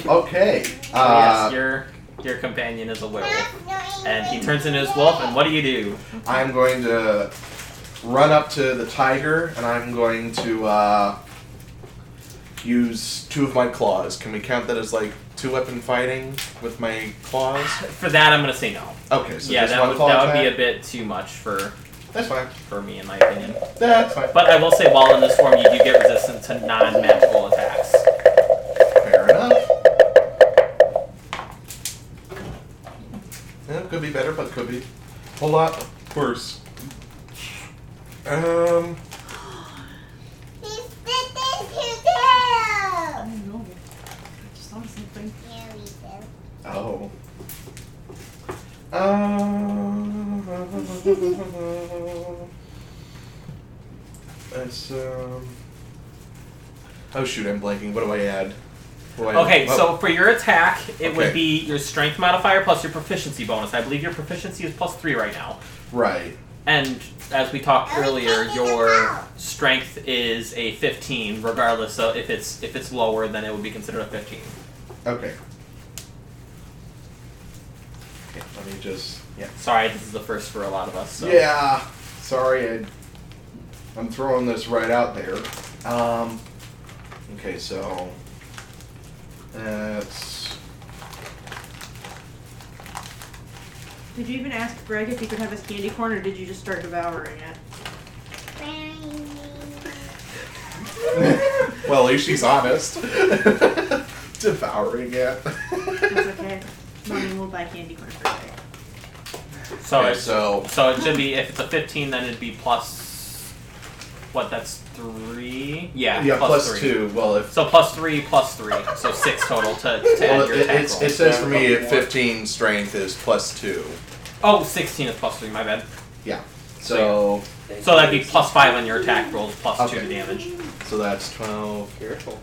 Speaker 3: Okay.
Speaker 2: Oh, yes,
Speaker 3: Uh,
Speaker 2: your your companion is a werewolf, and he turns into his wolf. And what do you do?
Speaker 3: I'm going to run up to the tiger and I'm going to uh, use two of my claws. Can we count that as like two weapon fighting with my claws?
Speaker 2: For that, I'm gonna say no.
Speaker 3: Okay, so
Speaker 2: yeah,
Speaker 3: just
Speaker 2: that
Speaker 3: one
Speaker 2: would
Speaker 3: claw
Speaker 2: that would be
Speaker 3: attack?
Speaker 2: a bit too much for.
Speaker 3: That's fine.
Speaker 2: For me, in my opinion.
Speaker 3: That's fine.
Speaker 2: But I will say, while in this form, you do get resistant to non-magical attacks.
Speaker 3: Fair enough. Yeah, could be better, but could be a whole lot worse. Um. Oh. <laughs> Uh, it's um. Oh shoot, I'm blanking. What do I add? What do I-
Speaker 2: Okay,
Speaker 3: oh,
Speaker 2: so for your attack, it
Speaker 3: Okay.
Speaker 2: would be your strength modifier plus your proficiency bonus. I believe your proficiency is plus three right now.
Speaker 3: Right.
Speaker 2: And as we talked earlier, your strength is a 15, regardless. So if it's if it's lower, then it would be considered a 15.
Speaker 3: Okay. Okay, let me just. Yeah.
Speaker 2: Sorry, this is the first for a lot of us. So.
Speaker 3: Yeah. Sorry, I, I'm throwing this right out there. Um, okay, so that's <laughs>
Speaker 4: Did you even ask Greg if he could have his candy corn, or did you just start devouring it?
Speaker 3: well, at least she's honest. <laughs> Devouring it. Oh,
Speaker 4: It's <laughs> okay. Mommy will buy candy corn for Greg.
Speaker 2: So
Speaker 3: Okay,
Speaker 2: it's,
Speaker 3: so-
Speaker 2: so it should be if it's a 15, then it'd be plus what? That's three. Yeah.
Speaker 3: Yeah, plus
Speaker 2: three.
Speaker 3: two. Well, if
Speaker 2: So plus three, plus three. So six total to, to
Speaker 3: well,
Speaker 2: add your
Speaker 3: it,
Speaker 2: attack
Speaker 3: it's-
Speaker 2: roll.
Speaker 3: it says for me, if 15 strength is plus two.
Speaker 2: Oh, 16 is plus three. My bad.
Speaker 3: Yeah. So.
Speaker 2: So that'd be plus five on your attack rolls, plus two to damage.
Speaker 3: So that's 12.
Speaker 7: Careful.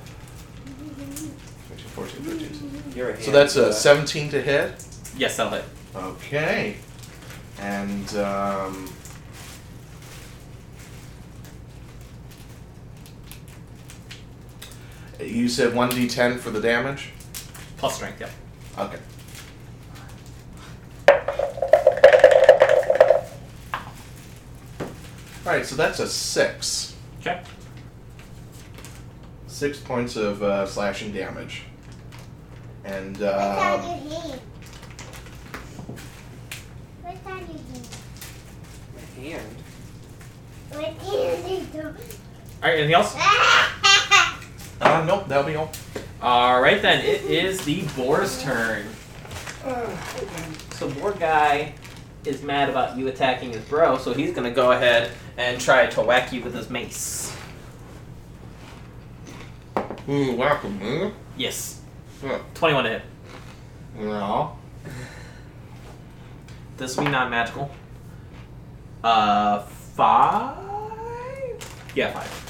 Speaker 3: 13, 14, 13.
Speaker 7: You're a
Speaker 3: So that's a
Speaker 7: hand, uh,
Speaker 3: 17 to hit.
Speaker 2: Yes, that'll hit.
Speaker 3: Okay. And um, you said 1d10 for the damage?
Speaker 2: Plus strength. Yep.
Speaker 3: Okay. All right, so that's a 6.
Speaker 2: Okay.
Speaker 3: 6 points of uh, slashing damage. And uh,
Speaker 7: My hand.
Speaker 8: <laughs>
Speaker 2: All right. Anything else?
Speaker 3: Uh, nope. That'll be all.
Speaker 2: All right then. It is the boar's turn. So boar guy is mad about you attacking his bro, so he's gonna go ahead and try to whack you with his mace.
Speaker 3: Ooh, welcome, man.
Speaker 2: Yes.
Speaker 3: Yeah.
Speaker 2: Twenty-one to hit.
Speaker 3: Yeah.
Speaker 2: This will be non magical. Uh, five? Yeah, five.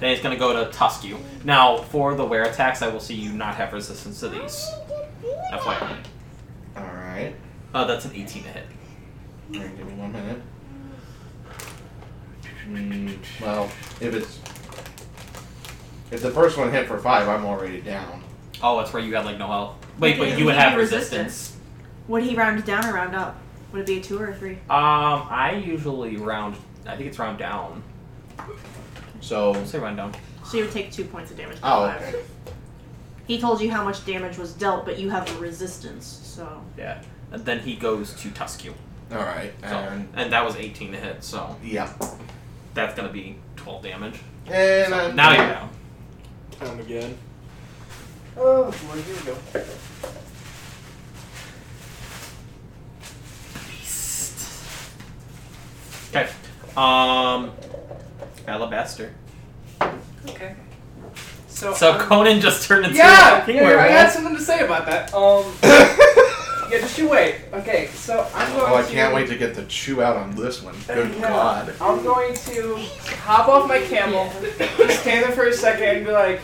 Speaker 2: Then he's gonna go to tusk you. Now, for the wear attacks, I will see you not have resistance to these. FYI.
Speaker 3: All right.
Speaker 2: Uh, that's an 18 to hit.
Speaker 3: All right, give me one minute. Mm, well, if it's if the first one hit for five, I'm already down.
Speaker 2: Oh, that's where you had like no health. Wait,
Speaker 4: Okay,
Speaker 2: but you would
Speaker 4: you
Speaker 2: have
Speaker 4: need
Speaker 2: resistance.
Speaker 4: Would he round down or round up? Would it be a two or a three?
Speaker 2: Um, I usually round. I think it's round down.
Speaker 3: So.
Speaker 2: Say round down.
Speaker 4: So you would take two points of damage.
Speaker 3: Oh,
Speaker 4: Five.
Speaker 3: okay.
Speaker 4: He told you how much damage was dealt, but you have a resistance, so.
Speaker 2: Yeah. And then he goes to tusk you.
Speaker 3: All right.
Speaker 2: So,
Speaker 3: And
Speaker 2: and that was 18 to hit, so
Speaker 3: yeah.
Speaker 2: that's gonna be 12 damage.
Speaker 3: And
Speaker 2: So
Speaker 3: I'm
Speaker 2: now you're down.
Speaker 7: Time again. Oh boy, here we go.
Speaker 2: Okay. Um, Alabaster.
Speaker 5: Okay. So,
Speaker 2: So
Speaker 5: Oh, I'm-
Speaker 2: Conan just turned into
Speaker 5: yeah,
Speaker 2: a
Speaker 5: yeah,
Speaker 2: werewolf.
Speaker 5: I got something to say about that. Um, yeah, just you wait. Okay, so I'm
Speaker 3: <laughs>
Speaker 5: going.
Speaker 3: Oh, I
Speaker 5: to,
Speaker 3: can't wait to get the chew out on this one. Good
Speaker 5: Yeah.
Speaker 3: God.
Speaker 5: I'm going to hop off my camel, just stand there for a second, and be like,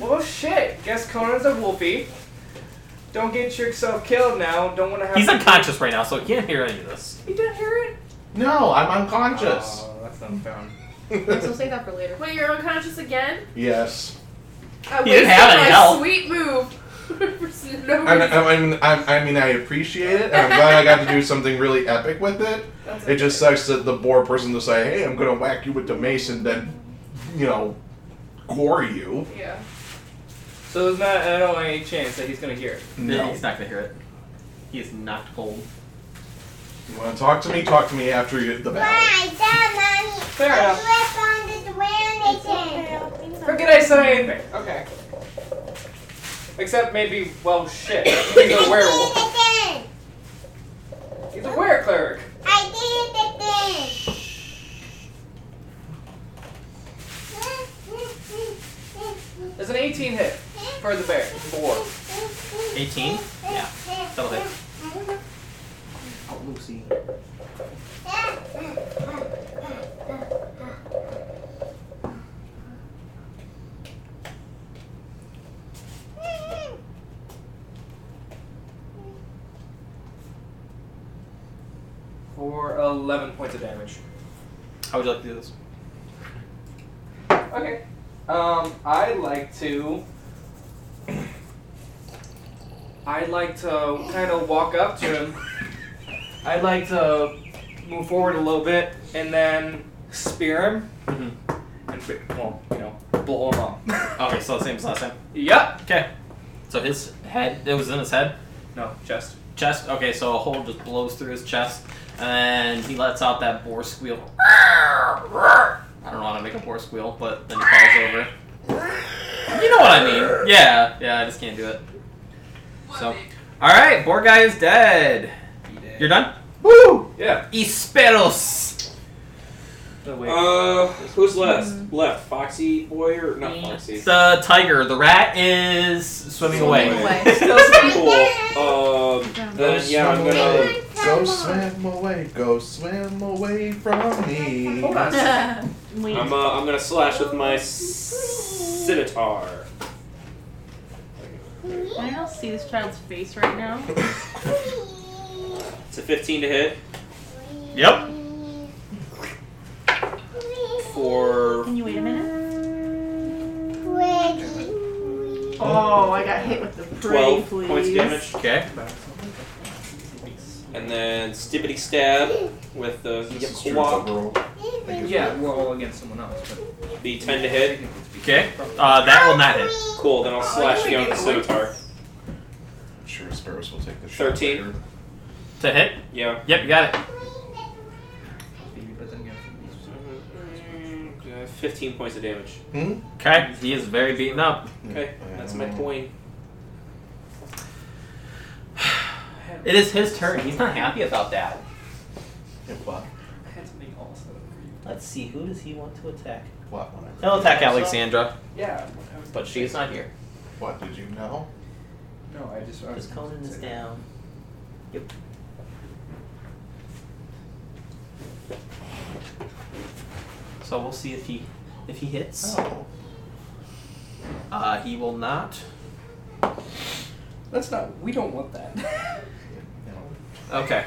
Speaker 5: "Well, shit. Guess Conan's a wolfie. Don't get yourself killed now. Don't want to have."
Speaker 2: He's unconscious right now, so he can't hear any of this.
Speaker 5: You didn't hear it.
Speaker 3: No, I'm unconscious.
Speaker 5: Oh, that's not fun.
Speaker 2: Oh.
Speaker 3: <laughs>
Speaker 12: So save that for later.
Speaker 30: Wait, you're unconscious again?
Speaker 3: yes.
Speaker 30: I
Speaker 2: He
Speaker 30: wasted
Speaker 2: didn't have any
Speaker 30: my
Speaker 2: health.
Speaker 30: Sweet
Speaker 5: <laughs>
Speaker 30: move. For no
Speaker 3: I mean,
Speaker 30: reason.
Speaker 3: I mean, I I mean, I appreciate it, and I'm glad I got to do something really epic with it.
Speaker 5: That's
Speaker 3: It just sucks that the boar person to say, "Hey, I'm gonna whack you with the mace and then, you know, gore you."
Speaker 30: Yeah.
Speaker 31: So there's not I don't want any chance that he's gonna hear it.
Speaker 3: No.
Speaker 2: He's not gonna hear it. He is not cold.
Speaker 3: You want to talk to me? Talk to me after you, the battle.
Speaker 8: Why, Dad, Mommy?
Speaker 31: Fair
Speaker 8: I
Speaker 31: enough.
Speaker 8: slept on the drain
Speaker 31: Forget I said anything. Okay. Except maybe well <coughs> shit. He's a werewolf.
Speaker 8: I
Speaker 31: He's a werecleric.
Speaker 8: did it again. I did it again.
Speaker 31: There's an 18 hit for the bear. Four.
Speaker 2: 18? Yeah. That'll hit. Oh,
Speaker 8: <laughs>
Speaker 2: Lucy.
Speaker 31: For 11 points of
Speaker 4: <laughs>
Speaker 31: damage.
Speaker 2: How would you like to do this?
Speaker 31: Okay. Um, I'd like to. I'd like to kind of walk up to him. I'd like to move forward a little bit and then spear him and fi- well, you know, blow him up.
Speaker 2: Okay, so the same as last time.
Speaker 31: Yep.
Speaker 2: Okay. So his head, it was in his head?
Speaker 31: No, chest.
Speaker 2: Chest? Okay, so a hole just blows through his chest, and he lets out that boar squeal. I don't know how to make a boar squeal, but then he falls over. You know what I mean. Yeah, yeah, I just can't do it. So, alright, boar guy is dead. You're done? Woo!
Speaker 31: Yeah.
Speaker 2: Isperos!
Speaker 31: No, wait.
Speaker 7: Uh, who's last? Left? Foxy boy or not Foxy?
Speaker 2: The tiger, the rat is swimming away.
Speaker 7: Still cool. Um, then yeah, I'm gonna.
Speaker 3: Go swim away, go swim away from me.
Speaker 31: Hold on. a second.
Speaker 7: I'm, uh, I'm gonna slash with my s- scimitar.
Speaker 32: I don't see this child's face right now.
Speaker 7: It's a 15 to hit
Speaker 2: Yep.
Speaker 7: for
Speaker 32: Can you wait a minute?
Speaker 4: Oh, I got hit with the pretty
Speaker 7: 12
Speaker 4: please.
Speaker 7: points of damage,
Speaker 2: Okay.
Speaker 7: and then stibbity stab with the claw.
Speaker 31: Yeah, roll against someone else.
Speaker 7: Be 10 to hit.
Speaker 2: Okay, uh, that will not hit.
Speaker 7: Cool.
Speaker 4: Oh,
Speaker 7: Then I'll slash again with the scimitar.
Speaker 3: I'm sure Sparrows will take the shot.
Speaker 7: 13.
Speaker 2: To hit?
Speaker 7: Yeah.
Speaker 2: Yep, you got it.
Speaker 4: Mm-hmm.
Speaker 7: Uh, 15 points of damage.
Speaker 3: Hmm?
Speaker 2: Okay, he is very beaten up.
Speaker 7: Okay, that's my point.
Speaker 2: It is his turn. He's not happy about that.
Speaker 3: Yeah, What?
Speaker 31: I had something else. that I agreed.
Speaker 2: Let's see, who does he want to attack?
Speaker 3: What? When I-
Speaker 2: He'll attack Alexandra,
Speaker 31: Yeah. I was-
Speaker 2: but she's not here.
Speaker 3: What did you know?
Speaker 31: No, I just. I was-
Speaker 2: Because Conan is down. Yep. So we'll see if he if he hits.
Speaker 3: Oh,
Speaker 2: Uh, he will not.
Speaker 31: That's not. We don't want that.
Speaker 3: no.
Speaker 2: <laughs> Okay.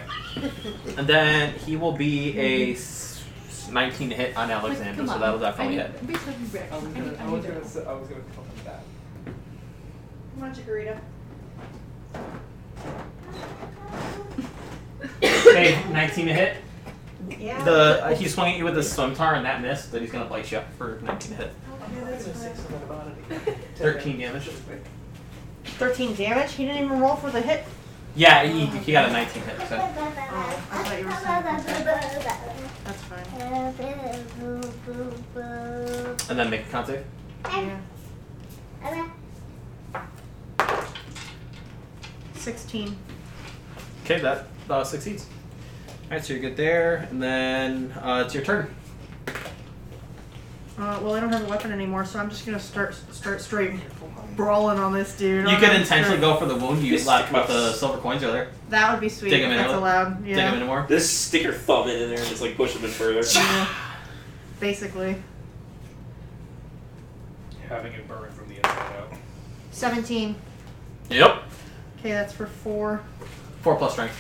Speaker 2: and then he will be a s- 19 to hit on Alexandra, so that'll definitely
Speaker 12: I
Speaker 2: hit.
Speaker 12: need, Basically, react.
Speaker 31: I was
Speaker 12: I
Speaker 31: gonna.
Speaker 12: need,
Speaker 31: I
Speaker 12: I need
Speaker 31: was
Speaker 12: to.
Speaker 31: gonna. say- I was gonna call him that.
Speaker 12: Want your burrito?
Speaker 2: Okay, 19 to hit.
Speaker 33: Yeah.
Speaker 2: The uh, he swung at you with his scimitar and that missed, but he's gonna bite you up for 19 to hit.
Speaker 33: Yeah, that's fine.
Speaker 2: 13 damage.
Speaker 33: 13 damage? He didn't even roll for the hit.
Speaker 2: Yeah, he, he got a 19 hit. So.
Speaker 33: I thought you were saying- That's fine.
Speaker 2: And then make a con save.
Speaker 33: Yeah. 16.
Speaker 2: Okay, that uh, succeeds. Alright, so you're good there, and then uh, it's your turn.
Speaker 4: Uh, well, I don't have a weapon anymore, so I'm just gonna start start straight brawling on this dude.
Speaker 2: You
Speaker 4: I'm
Speaker 2: could
Speaker 4: not
Speaker 2: intentionally
Speaker 4: sure-
Speaker 2: go for the wound you
Speaker 7: Fist
Speaker 2: left with the
Speaker 7: cuffs.
Speaker 2: silver coins earlier.
Speaker 4: That would be sweet.
Speaker 2: Dig him
Speaker 4: if
Speaker 2: in
Speaker 4: that's
Speaker 2: with-
Speaker 4: allowed.
Speaker 2: Dig him
Speaker 4: Yeah.
Speaker 2: in more.
Speaker 7: Just stick your thumb in there and just like push him in
Speaker 4: <laughs>
Speaker 7: further.
Speaker 4: Basically,
Speaker 31: Having it burn from the inside out.
Speaker 4: seventeen.
Speaker 2: Yep.
Speaker 4: Okay, that's for four.
Speaker 2: Four plus strength.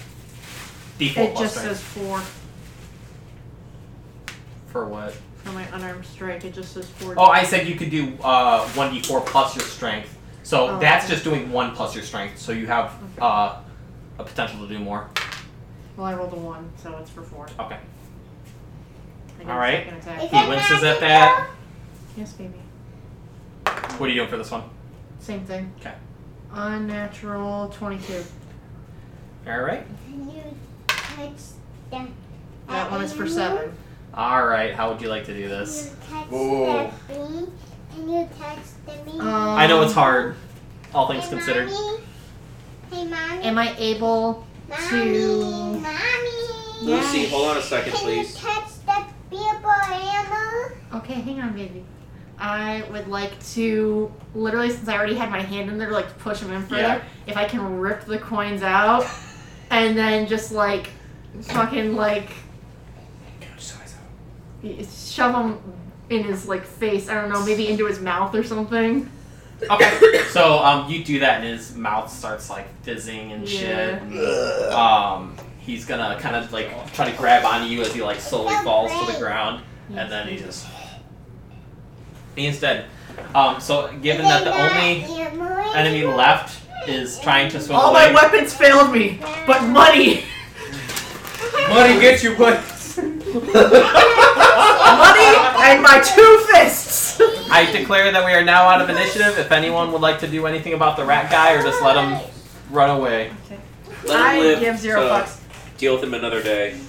Speaker 2: D4
Speaker 4: it
Speaker 2: plus
Speaker 4: just
Speaker 2: strength.
Speaker 4: says four
Speaker 2: For what?
Speaker 4: for my unarmed strike. It just says four.
Speaker 2: Oh, I said you could do uh, 1d4 plus your strength. So
Speaker 4: Oh,
Speaker 2: that's
Speaker 4: okay.
Speaker 2: just doing 1 plus your strength, so you have uh, a potential to do more.
Speaker 4: Well, I rolled a one, so it's for four.
Speaker 2: Okay.
Speaker 4: I get
Speaker 2: All
Speaker 4: a
Speaker 2: right.
Speaker 4: second attack.
Speaker 8: Is
Speaker 2: He
Speaker 8: it
Speaker 2: winces at
Speaker 8: magical?
Speaker 2: that.
Speaker 4: Yes, baby.
Speaker 2: What are you doing for this one?
Speaker 4: Same thing.
Speaker 34: Okay.
Speaker 4: Unnatural 22.
Speaker 34: All right.
Speaker 4: That one is for 7.
Speaker 34: All right. How would you like to do this?
Speaker 8: Whoa. Can you touch me?
Speaker 4: Um,
Speaker 34: I know it's hard, all things
Speaker 8: Hey,
Speaker 34: considered.
Speaker 8: Mommy? Hey, mommy.
Speaker 4: Am I able
Speaker 8: Mommy,
Speaker 4: to.
Speaker 8: mommy.
Speaker 4: Yeah.
Speaker 7: Lucy, hold on a second,
Speaker 8: Can you
Speaker 7: please.
Speaker 8: touch the people animal?
Speaker 4: Okay, hang on, baby. I would like to, literally, since I already had my hand in there, like to push them in further.
Speaker 34: Yeah.
Speaker 4: If I can rip the coins out and then just like fucking like y- shove them in his like face. I don't know, maybe into his mouth or something.
Speaker 34: Okay. so um, you do that, and his mouth starts like fizzing and shit. Um, he's gonna kind of like try to grab onto you as he like slowly falls to the ground, and then he just. He's dead. Um, so given that the only
Speaker 8: <laughs>
Speaker 34: enemy left is trying to swim
Speaker 4: All
Speaker 34: away,
Speaker 4: my weapons failed me, but money,
Speaker 35: Money
Speaker 8: <laughs>
Speaker 35: gets you, but
Speaker 4: money, and my two fists.
Speaker 2: <laughs> I declare that we are now out of initiative. If anyone would like to do anything about the rat guy, or just let him run away.
Speaker 7: Let him
Speaker 4: I
Speaker 7: live,
Speaker 4: give zero
Speaker 7: so
Speaker 4: fucks.
Speaker 7: Deal with him another day.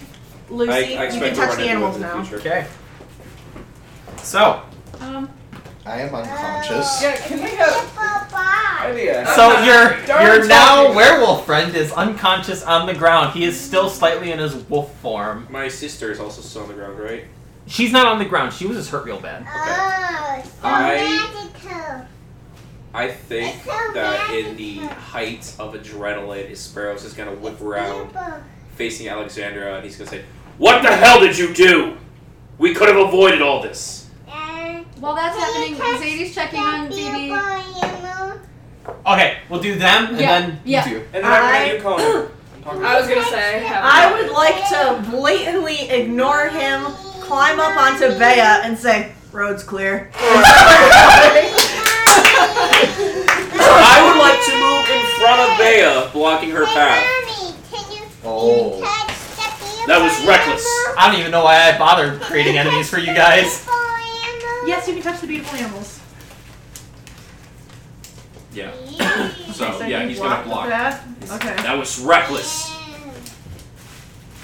Speaker 4: Lucy,
Speaker 7: I, I
Speaker 4: you can
Speaker 7: expect to
Speaker 4: touch
Speaker 7: run
Speaker 4: the
Speaker 7: into him
Speaker 4: animals
Speaker 7: in the
Speaker 4: now.
Speaker 7: future.
Speaker 2: Okay. So,
Speaker 12: Um,
Speaker 3: I am unconscious.
Speaker 36: Yeah, can we have idea?
Speaker 4: <laughs>
Speaker 2: so your
Speaker 36: Darn
Speaker 2: your now
Speaker 36: talking.
Speaker 2: werewolf friend is unconscious on the ground. He is still slightly in his wolf form.
Speaker 7: My sister is also still on the ground, right?
Speaker 2: She's not on the ground. She was just hurt real bad.
Speaker 8: Oh, so
Speaker 7: I-
Speaker 8: magical.
Speaker 7: I think
Speaker 8: It's so
Speaker 7: that in the height of adrenaline, is Sparrows is gonna whip around,
Speaker 8: People.
Speaker 7: facing Alexandra, and he's gonna say, "What the hell did you do? We could have avoided all this."
Speaker 8: Uh,
Speaker 12: while that's
Speaker 8: Can you
Speaker 12: happening,
Speaker 8: touch the
Speaker 12: Zadie's checking on
Speaker 8: people
Speaker 12: BB.
Speaker 8: animal?
Speaker 2: Okay, we'll do them and
Speaker 12: Yeah,
Speaker 2: then
Speaker 12: yeah.
Speaker 2: you.
Speaker 35: and then I, you call him.
Speaker 5: I was gonna say, have
Speaker 4: I would like to blatantly ignore him, climb up onto Bea, and say, "Road's clear."
Speaker 7: I would like to move in front of Bea, blocking her path.
Speaker 8: Mommy, can you
Speaker 2: Oh.
Speaker 8: touch the people
Speaker 7: That was reckless.
Speaker 8: animal?
Speaker 2: I don't even know why I bothered creating enemies for you guys.
Speaker 8: People animal?
Speaker 4: <laughs> Yes, you can touch the beautiful animals.
Speaker 7: Yeah. So yeah,
Speaker 4: you
Speaker 7: he's gonna
Speaker 4: blocked
Speaker 7: block.
Speaker 4: That. Okay.
Speaker 7: That was reckless.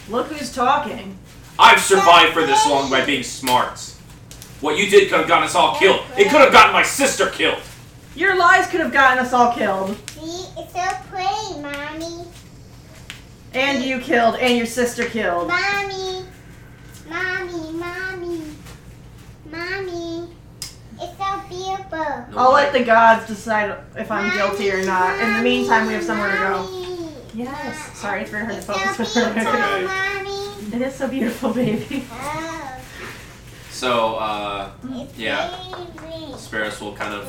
Speaker 4: Look who's talking.
Speaker 7: I've survived for this long by being smart. What you did could have gotten us all killed. It could have gotten my sister killed.
Speaker 4: Your lies could have gotten us all killed,
Speaker 8: See, it's so pretty, mommy.
Speaker 4: and you killed, and your sister killed.
Speaker 8: Mommy, mommy, mommy, mommy. It's so beautiful.
Speaker 4: I'll let the gods decide if I'm guilty or not. In the meantime, we have somewhere to go.
Speaker 8: Mommy,
Speaker 4: Yes. Sorry, it's very hard to
Speaker 8: It's
Speaker 4: focus.
Speaker 7: <laughs>
Speaker 8: so
Speaker 4: when we're-
Speaker 8: beautiful, mommy.
Speaker 4: it is so beautiful, baby.
Speaker 8: Oh,
Speaker 7: So uh,
Speaker 8: it's
Speaker 7: Yeah.
Speaker 8: favorite,
Speaker 7: Sparrows will kind of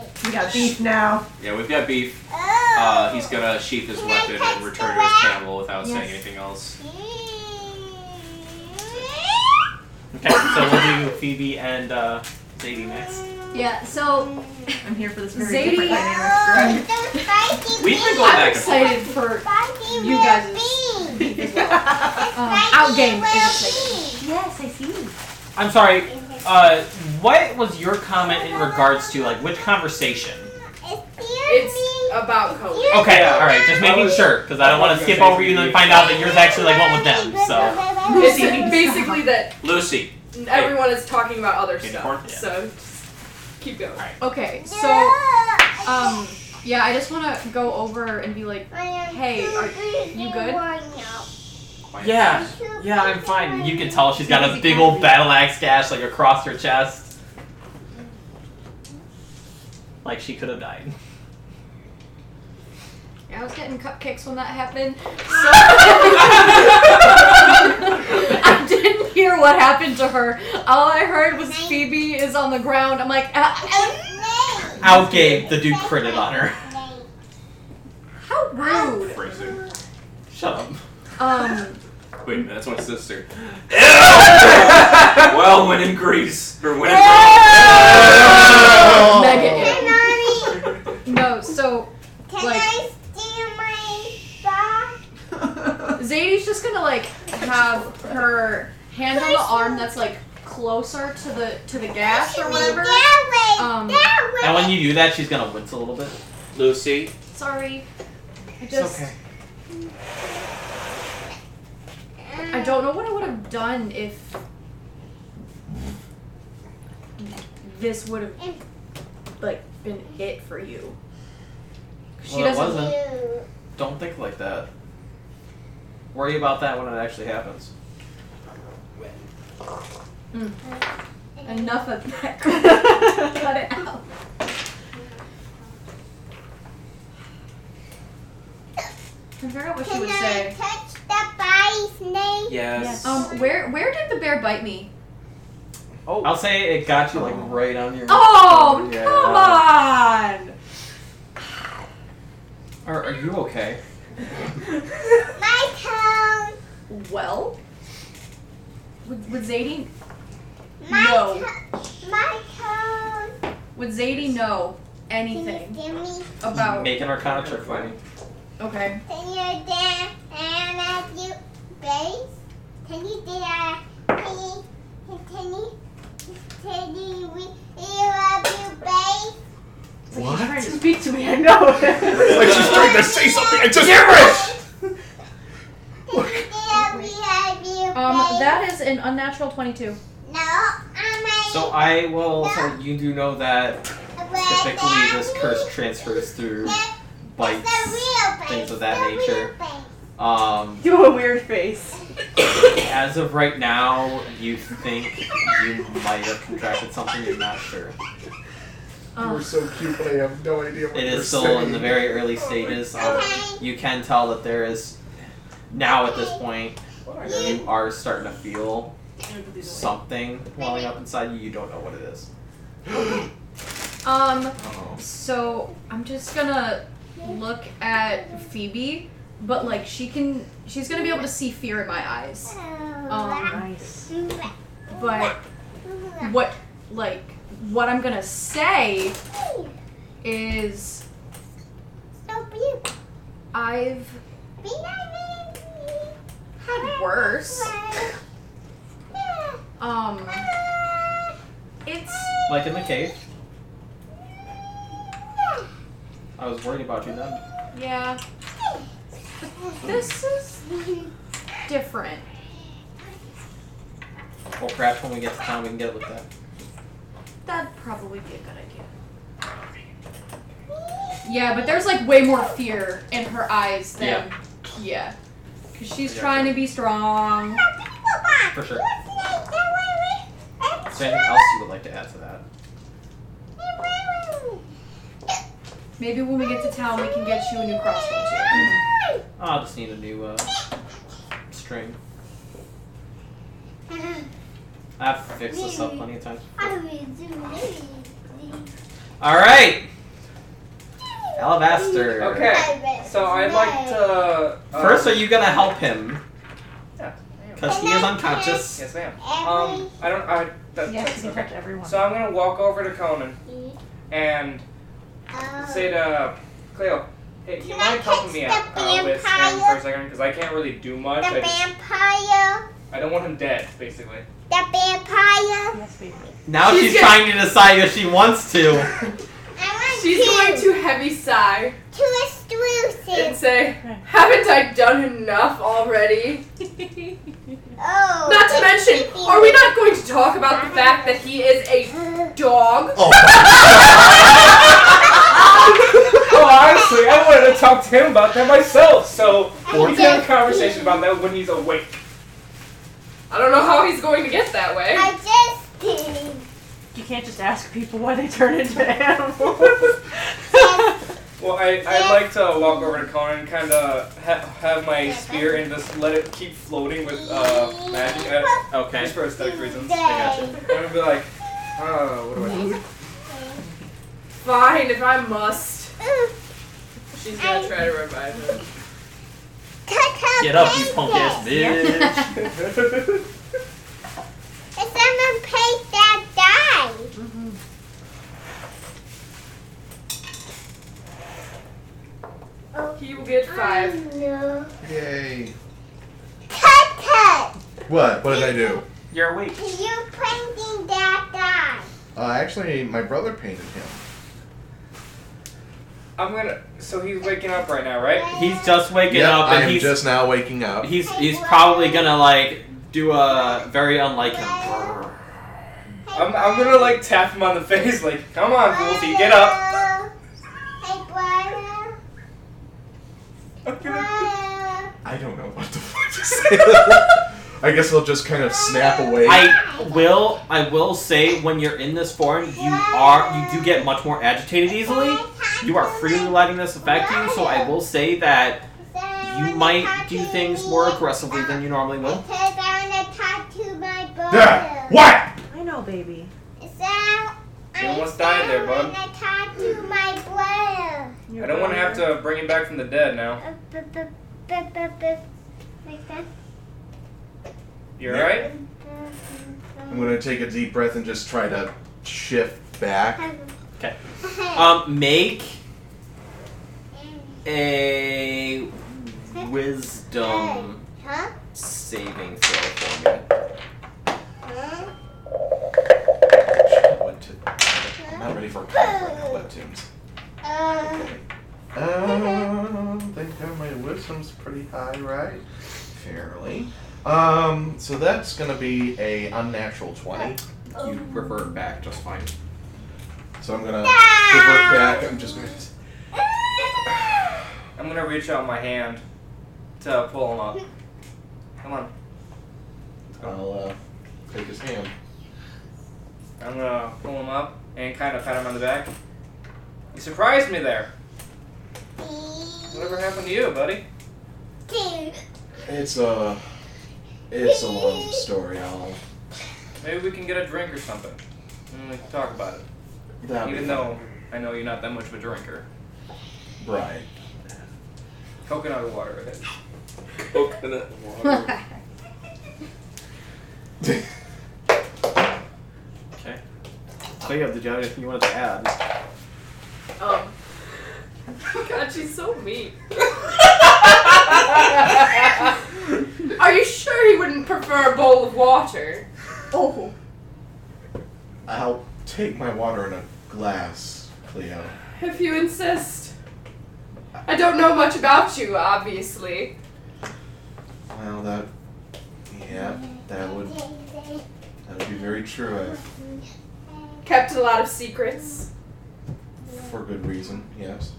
Speaker 2: Uh,
Speaker 4: We got beef now.
Speaker 7: yeah. We've got beef.
Speaker 8: Oh.
Speaker 7: Uh, he's gonna sheath his weapon and return to his camel without saying
Speaker 4: Yes.
Speaker 7: anything else.
Speaker 2: Okay, so we'll do Phoebe and uh, Zadie next.
Speaker 12: Yeah, so
Speaker 4: I'm here for this very
Speaker 12: Zadie-
Speaker 4: different dynamic.
Speaker 7: We've been going
Speaker 12: I'm
Speaker 7: back and forth.
Speaker 12: excited for you guys.
Speaker 4: <laughs>
Speaker 12: um, outgame is exciting.
Speaker 4: Yes, I see.
Speaker 2: I'm sorry. Uh, what was your comment in regards to like which conversation?
Speaker 5: It's about COVID.
Speaker 2: Okay, all right, just making sure because I don't want to skip over you and then find out that yours actually like went with them. So
Speaker 5: It's basically that
Speaker 7: Lucy,
Speaker 5: everyone is talking about other
Speaker 7: Unicorn?
Speaker 2: Yeah.
Speaker 5: stuff. So just keep going.
Speaker 12: Okay, so um, yeah, I just want to go over and be like, hey, are you good?
Speaker 2: yeah, yeah, I'm fine. You can tell she's got a big old battle axe gash like across her chest, like she could have died. <laughs>
Speaker 12: I was getting cupcakes when that happened. <laughs> I didn't hear what happened to her. All I heard was Phoebe is on the ground. I'm like, "Ah, ah,
Speaker 2: Outgame the dude critted on her.
Speaker 12: how rude.
Speaker 7: phrasing.
Speaker 2: Shut up.
Speaker 12: Um,
Speaker 7: Wait a minute, that's my <laughs> sister. well, when in Greece or when in <laughs>
Speaker 12: Megan.
Speaker 8: Hey, mommy,
Speaker 12: No, so
Speaker 8: can
Speaker 12: Like-
Speaker 8: I steal my box?
Speaker 12: Zadie's just gonna like have her hand on the arm that's like closer to the to the gash or whatever.
Speaker 8: That way.
Speaker 12: Um,
Speaker 2: And when you do that, she's gonna wince a little bit.
Speaker 7: Lucy,
Speaker 12: sorry. I
Speaker 2: It's
Speaker 12: just.
Speaker 2: okay.
Speaker 12: I don't know what I would have done if this would have like been it for you. She
Speaker 2: well, it
Speaker 12: doesn't-
Speaker 2: wasn't. Don't think like that. Worry about that when it actually happens.
Speaker 12: Mm. Enough of that. <laughs> Cut it out. I forgot what she would say.
Speaker 8: touch the body snake?
Speaker 7: Yes.
Speaker 12: Um, where where did the bear bite me?
Speaker 2: Oh. I'll say it got you like right on your.
Speaker 12: Oh,
Speaker 2: Yeah.
Speaker 12: come on!
Speaker 2: Are, are you okay?
Speaker 8: My tongue.
Speaker 12: Well, would, would Zadie
Speaker 8: My
Speaker 12: No.
Speaker 8: tongue. My tongue.
Speaker 12: would Zadie know
Speaker 8: Can you
Speaker 12: anything
Speaker 8: give me?
Speaker 12: about?
Speaker 2: Make an arcana check for me.
Speaker 12: Okay.
Speaker 8: Can you dance and at you bass? Can you do that? Can you? Can you? Can you? We you love you bass?
Speaker 3: What?
Speaker 4: trying to speak to me. I know. <laughs>
Speaker 3: like she's trying to say something. I just gibberish.
Speaker 8: Can you do that? We love you
Speaker 12: Um,
Speaker 8: bass?
Speaker 12: that is an unnatural twenty-two.
Speaker 8: No, I'm
Speaker 2: So uh, I will. So you do know that typically this curse transfers through bites, things of that nature. Um,
Speaker 37: Do a weird face.
Speaker 2: as of right now, you think you might have contracted something. You're not sure.
Speaker 3: You were so cute, but I have no idea what
Speaker 2: It
Speaker 3: you're
Speaker 2: is still
Speaker 3: saying.
Speaker 2: in the very early stages. Um, you can tell that there is now at this point you are starting to feel something welling up inside you. You don't know what it is.
Speaker 12: Um, so I'm just gonna look at Phoebe, but like she can, she's gonna be able to see fear in my eyes.
Speaker 8: Oh,
Speaker 12: Um, but what, like, what I'm gonna say is, I've had worse. Um, it's
Speaker 2: Like in the cave. I was worried about you then.
Speaker 12: yeah. This is different.
Speaker 2: Well, perhaps when we get to town, we can get with that.
Speaker 12: That'd probably be a good idea. Yeah, but there's like way more fear in her eyes than yeah, because she's
Speaker 2: Yeah.
Speaker 12: trying to be strong.
Speaker 2: For sure. Is there anything else you would like to add to that?
Speaker 12: Maybe when we get to town, we can get you a new crossbow
Speaker 38: <laughs>
Speaker 12: too.
Speaker 2: I'll just need a new uh, string. I've fixed this up plenty of times. All right, Alabaster.
Speaker 38: Okay, so I'd like to. Uh,
Speaker 2: First, are you gonna help him?
Speaker 38: Yeah,
Speaker 2: Because he is unconscious.
Speaker 38: Yes, ma'am. Um, I don't. I. That,
Speaker 4: Yeah,
Speaker 38: that's
Speaker 4: because he
Speaker 38: okay.
Speaker 4: hurt everyone.
Speaker 38: So I'm gonna walk over to Conan and say to Cleo, "Hey, you mind helping me out uh, with him for a second? Because I can't really do much. I,
Speaker 8: the
Speaker 38: just,
Speaker 8: vampire.
Speaker 38: I don't want him dead, basically."
Speaker 8: The vampire.
Speaker 2: Now she's,
Speaker 5: She's gonna-
Speaker 2: trying to decide if she wants to.
Speaker 5: She's going to heavy sigh
Speaker 8: To extrusive.
Speaker 5: and say, "Haven't I done enough already?"
Speaker 8: Oh.
Speaker 5: Not to
Speaker 8: it's
Speaker 5: mention,
Speaker 8: creepy.
Speaker 5: are we not going to talk about the fact that he is a dog?
Speaker 38: oh, honestly, I wanted to talk to him about that myself. So we can have a conversation about that when he's awake.
Speaker 5: I don't know how he's going to get that way.
Speaker 8: I just did.
Speaker 4: You can't just ask people why they turn into <laughs> animals.
Speaker 38: Well, I, I'd like to walk over to Conan and kind of ha- have my spear and just let it keep floating with uh, magic. Uh,
Speaker 2: Okay.
Speaker 38: Just for aesthetic reasons.
Speaker 8: I gotcha.
Speaker 38: I'm going to be like, oh, what do I do?
Speaker 5: Fine, if I must. She's gonna try to revive him.
Speaker 2: Get up, you punk ass bitch.
Speaker 8: It's on the page that died.
Speaker 5: He will get five.
Speaker 8: Oh, No.
Speaker 3: Yay.
Speaker 8: Cut, cut.
Speaker 3: What? What did I do?
Speaker 2: You're awake.
Speaker 8: You painting that guy.
Speaker 3: Uh, actually, my brother painted him.
Speaker 10: I'm gonna. So he's waking up right now, right?
Speaker 2: He's just waking
Speaker 1: Yep,
Speaker 2: up,
Speaker 1: I
Speaker 2: and
Speaker 1: am
Speaker 2: he's
Speaker 1: just now waking up.
Speaker 2: he's he's probably gonna like do a very unlike him.
Speaker 10: I'm, I'm gonna like tap him on the <laughs> face, like, come on, Wolfie, get up.
Speaker 8: Hey, Brian.
Speaker 10: <laughs>
Speaker 1: I don't know what the fuck to say. <laughs> I guess I'll just kind of snap away.
Speaker 2: I will I will say when you're in this form, you are you do get much more agitated easily. You are freely letting this affect you, so I will say that you might do things more aggressively than you normally would.
Speaker 8: Because I want to talk to my brother.
Speaker 2: Yeah,
Speaker 1: What?
Speaker 4: I know, baby.
Speaker 8: So, I
Speaker 10: You almost died there,
Speaker 8: want
Speaker 10: bud.
Speaker 8: to talk to my brother.
Speaker 10: I don't want to have to bring him back from the dead now.
Speaker 8: Uh, bu- bu- bu- bu- bu- Like that.
Speaker 10: You alright?
Speaker 1: I'm gonna take a deep breath and just try to shift back.
Speaker 2: Okay. Um make a wisdom
Speaker 8: Huh?
Speaker 2: saving throw for me.
Speaker 8: Huh?
Speaker 1: I'm not ready for a comic right now, webtoons.
Speaker 8: Uh,
Speaker 3: Uh, I think that my wisdom's pretty high, right? Fairly. Um, so that's gonna be a unnatural twenty.
Speaker 23: You
Speaker 3: revert back just fine. So I'm gonna revert back. I'm just gonna.
Speaker 10: I'm gonna reach out my hand to pull him up. Come on.
Speaker 3: I'll uh, take his hand.
Speaker 10: I'm gonna pull him up and kind of pat him on the back. You surprised me there. Whatever happened to you, buddy?
Speaker 3: It's a. It's a long story. I'll.
Speaker 10: Maybe we can get a drink or something. And we can talk about it.
Speaker 3: That'd be
Speaker 10: Even
Speaker 3: fun.
Speaker 10: though I know you're not that much of a drinker.
Speaker 3: Right.
Speaker 10: Coconut water it is.
Speaker 7: Coconut water.
Speaker 10: <laughs>
Speaker 23: Okay. So you have the you have anything you wanted to add?
Speaker 5: Um. God, she's so mean.
Speaker 11: Are you sure he wouldn't prefer a bowl of water?
Speaker 5: Oh.
Speaker 3: I'll take my water in a glass, Cleo.
Speaker 11: If you insist. I don't know much about you, obviously.
Speaker 3: Well, that. Yeah, that would. That would be very true. I,
Speaker 11: Kept a lot of secrets.
Speaker 3: for good reason, yes.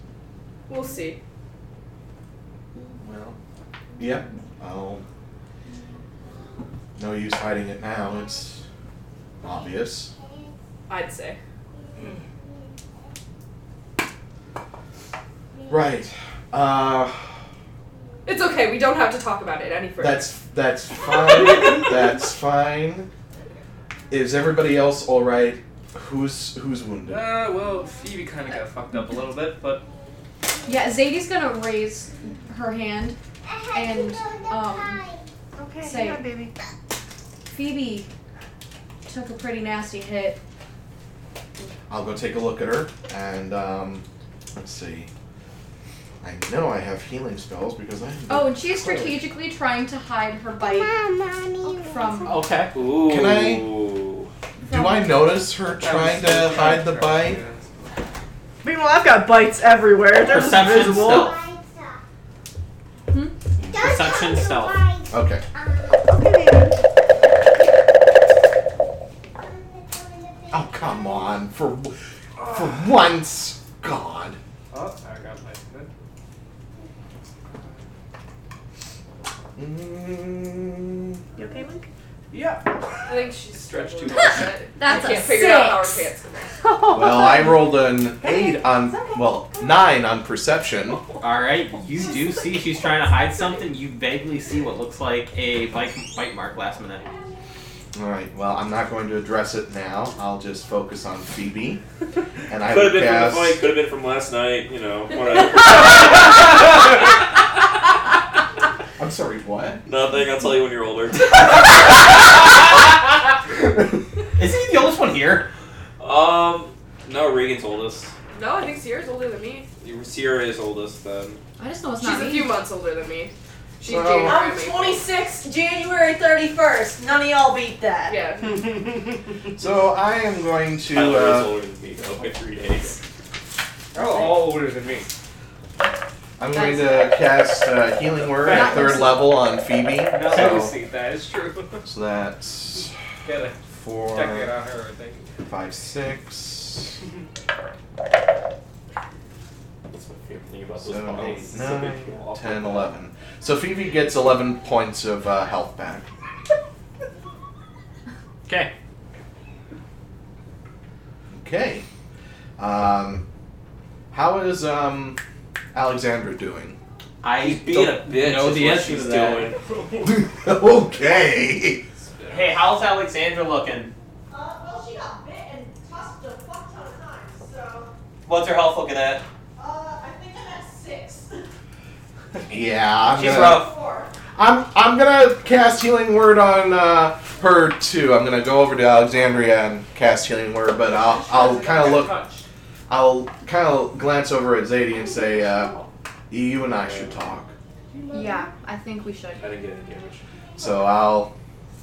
Speaker 11: We'll see.
Speaker 3: Well. Yep. I'll. No use hiding it now. It's obvious.
Speaker 11: I'd say.
Speaker 3: Right. Uh,
Speaker 11: It's okay, we don't have to talk about it any further.
Speaker 3: that's that's fine. that's fine. Is everybody else all right? Who's who's wounded?
Speaker 10: Uh, well, Phoebe kind of got fucked up a little bit, but
Speaker 12: <laughs> Yeah, Zadie's gonna raise her hand and um,
Speaker 4: Okay,
Speaker 12: Say-
Speaker 4: hang on, baby.
Speaker 12: Phoebe took a pretty nasty hit.
Speaker 3: I'll go take a look at her and um, let's see. I know I have healing spells because I.
Speaker 12: Oh, and she's strategically trying to hide her bite from.
Speaker 2: Okay.
Speaker 7: Ooh.
Speaker 3: Can I- Do I notice her trying to hide the bite?
Speaker 4: Meanwhile, I've got bites everywhere. They're just
Speaker 2: Perception
Speaker 4: invisible.
Speaker 2: stealth.
Speaker 12: Hmm?
Speaker 2: Perception stealth.
Speaker 3: Okay. Oh come on! For for once, God.
Speaker 10: Oh, I got my good.
Speaker 3: Mm,
Speaker 4: You okay, Mike?
Speaker 10: Yeah.
Speaker 5: I think she's
Speaker 10: Stretch too
Speaker 5: much.
Speaker 4: <laughs>
Speaker 12: That's
Speaker 5: I
Speaker 12: a
Speaker 5: can't figure out how her
Speaker 12: six.
Speaker 5: pants come off.
Speaker 3: Well, I rolled an eight on, well, nine on perception.
Speaker 2: All right, you do see she's trying to hide something. You vaguely see what looks like a bite, bite mark last minute.
Speaker 3: All right. Well, I'm not going to address it now. I'll just focus on Phoebe, and I would
Speaker 7: Could have been
Speaker 3: cast.
Speaker 7: from the fight. Could have been from last night. You know, <laughs> whatever.
Speaker 3: I'm sorry.
Speaker 7: <laughs>
Speaker 3: What?
Speaker 7: Nothing. I'll tell you when you're <laughs> older.
Speaker 2: Is he the oldest one here?
Speaker 7: Um, no, Regan's oldest.
Speaker 5: No, I think Sierra's older than me.
Speaker 7: Sierra is oldest. Then
Speaker 12: I just know it's
Speaker 5: She's
Speaker 12: not
Speaker 5: a
Speaker 12: me.
Speaker 5: few months older than me. She's January
Speaker 19: I'm
Speaker 5: Maple.
Speaker 19: 26, January 31st. None of y'all beat that.
Speaker 4: <laughs> Oh,
Speaker 5: Yeah.
Speaker 3: So I am going to.
Speaker 7: Tyler
Speaker 3: uh,
Speaker 7: is older than me though by three days.
Speaker 10: They're all older than me.
Speaker 3: I'm going to cast uh, Healing Word at third level on Phoebe.
Speaker 10: Now that we
Speaker 3: So,
Speaker 10: see that, it's true.
Speaker 3: so that's
Speaker 10: Gotta
Speaker 3: four,
Speaker 10: check it on her, I think.
Speaker 3: five, six,
Speaker 7: That's my favorite thing about this
Speaker 3: seven,
Speaker 7: podcast.
Speaker 3: eight,
Speaker 7: It's a
Speaker 3: nine,
Speaker 7: big wall.
Speaker 3: 10, 11. So Phoebe gets 11 points of uh, health back.
Speaker 2: Okay.
Speaker 3: Okay. Um, how is um, Alexandra doing? <laughs>
Speaker 2: I
Speaker 7: She's being a bitch.
Speaker 2: know
Speaker 7: is
Speaker 2: the
Speaker 7: what
Speaker 2: answer
Speaker 7: she's
Speaker 2: to that.
Speaker 7: doing.
Speaker 3: okay.
Speaker 2: Hey, how's Alexandra looking?
Speaker 39: Uh, well, she got bit and tossed a fuck ton of times, so.
Speaker 2: What's her health looking at?
Speaker 39: Uh, I think I'm at six. <laughs>
Speaker 3: Yeah, I'm
Speaker 2: She's
Speaker 3: gonna,
Speaker 2: rough.
Speaker 39: Four.
Speaker 3: I'm I'm gonna cast healing word on uh, her too. I'm gonna go over to Alexandria and cast healing word, but I'll I'll kind of look. I'll kind of glance over at Zadie and say, uh, "You and I should talk."
Speaker 12: Yeah, I think we should.
Speaker 7: I didn't get any damage.
Speaker 3: So I'll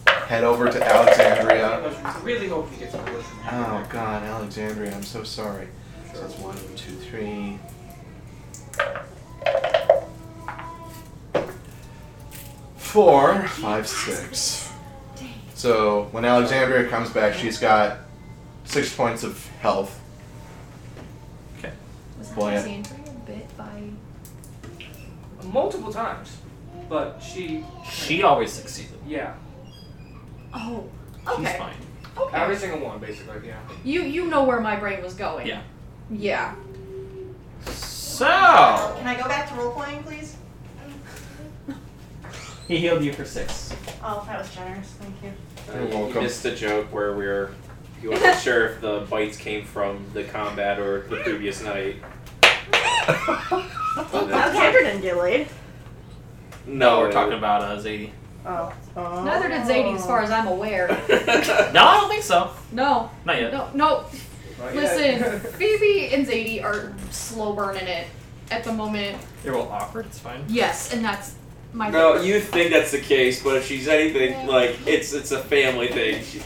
Speaker 3: head over to Alexandria.
Speaker 10: I was really hoping to get some words from you.
Speaker 3: Oh God, Alexandria, I'm so sorry. So that's one, two, three. Four, five, six. So when Alexandria comes back, she's got six points of health.
Speaker 12: Was
Speaker 3: Boy, I-
Speaker 12: Alexandria bit by?
Speaker 10: Multiple times. But she,
Speaker 2: She always succeeded.
Speaker 10: yeah.
Speaker 12: Oh, okay.
Speaker 2: She's fine.
Speaker 12: Okay.
Speaker 10: Every single one, basically, yeah.
Speaker 12: You you know where my brain was going.
Speaker 2: Yeah.
Speaker 12: Yeah.
Speaker 2: So
Speaker 4: Can I go back to role playing, please?
Speaker 2: he healed you for six.
Speaker 4: Oh, that was generous. Thank you.
Speaker 3: You're
Speaker 7: Uh, you- You
Speaker 3: welcome.
Speaker 7: missed a joke where we were. You weren't sure if the bites came from the combat or the previous night.
Speaker 4: <laughs>
Speaker 7: And then-
Speaker 4: Alexandra Oh, didn't get laid.
Speaker 7: no,
Speaker 2: we're talking about uh, Zadie.
Speaker 4: Oh. oh.
Speaker 12: Neither did Zadie, as far as I'm aware.
Speaker 7: <laughs> about.
Speaker 2: No, I don't think so.
Speaker 12: No.
Speaker 2: Not yet.
Speaker 12: No. No.
Speaker 10: Not yet.
Speaker 3: <laughs>
Speaker 12: Listen, <laughs> Phoebe and Zadie are slow burning it at the moment.
Speaker 2: You're well awkward. It's fine.
Speaker 12: Yes, and that's my.
Speaker 7: no,
Speaker 12: favorite.
Speaker 7: you think that's the case, but if she's anything like it's it's a family thing. She-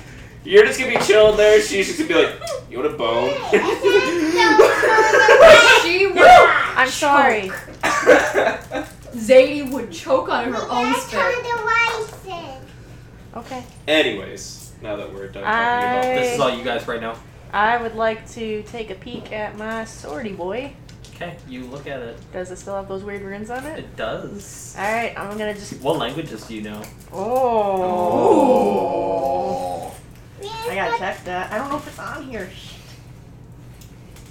Speaker 7: you're just gonna be chilling there. She's just gonna be like, "You want a bone?"
Speaker 12: she would.
Speaker 4: I'm sorry.
Speaker 12: Zadie would choke on her own
Speaker 8: That's
Speaker 12: spit.
Speaker 8: kind of why I said.
Speaker 4: Okay.
Speaker 7: <laughs> Anyways, now that we're done talking about
Speaker 4: I-
Speaker 7: this,
Speaker 2: This is all you guys right now.
Speaker 4: I would like to take a peek at my swordy boy.
Speaker 2: Okay, you look at it.
Speaker 4: Does it still have those weird rims on it?
Speaker 2: It does.
Speaker 4: All right, I'm gonna just.
Speaker 2: What languages do you know?
Speaker 4: Oh.
Speaker 3: Oh.
Speaker 4: I gotta check that. I don't know if it's on here. Shit.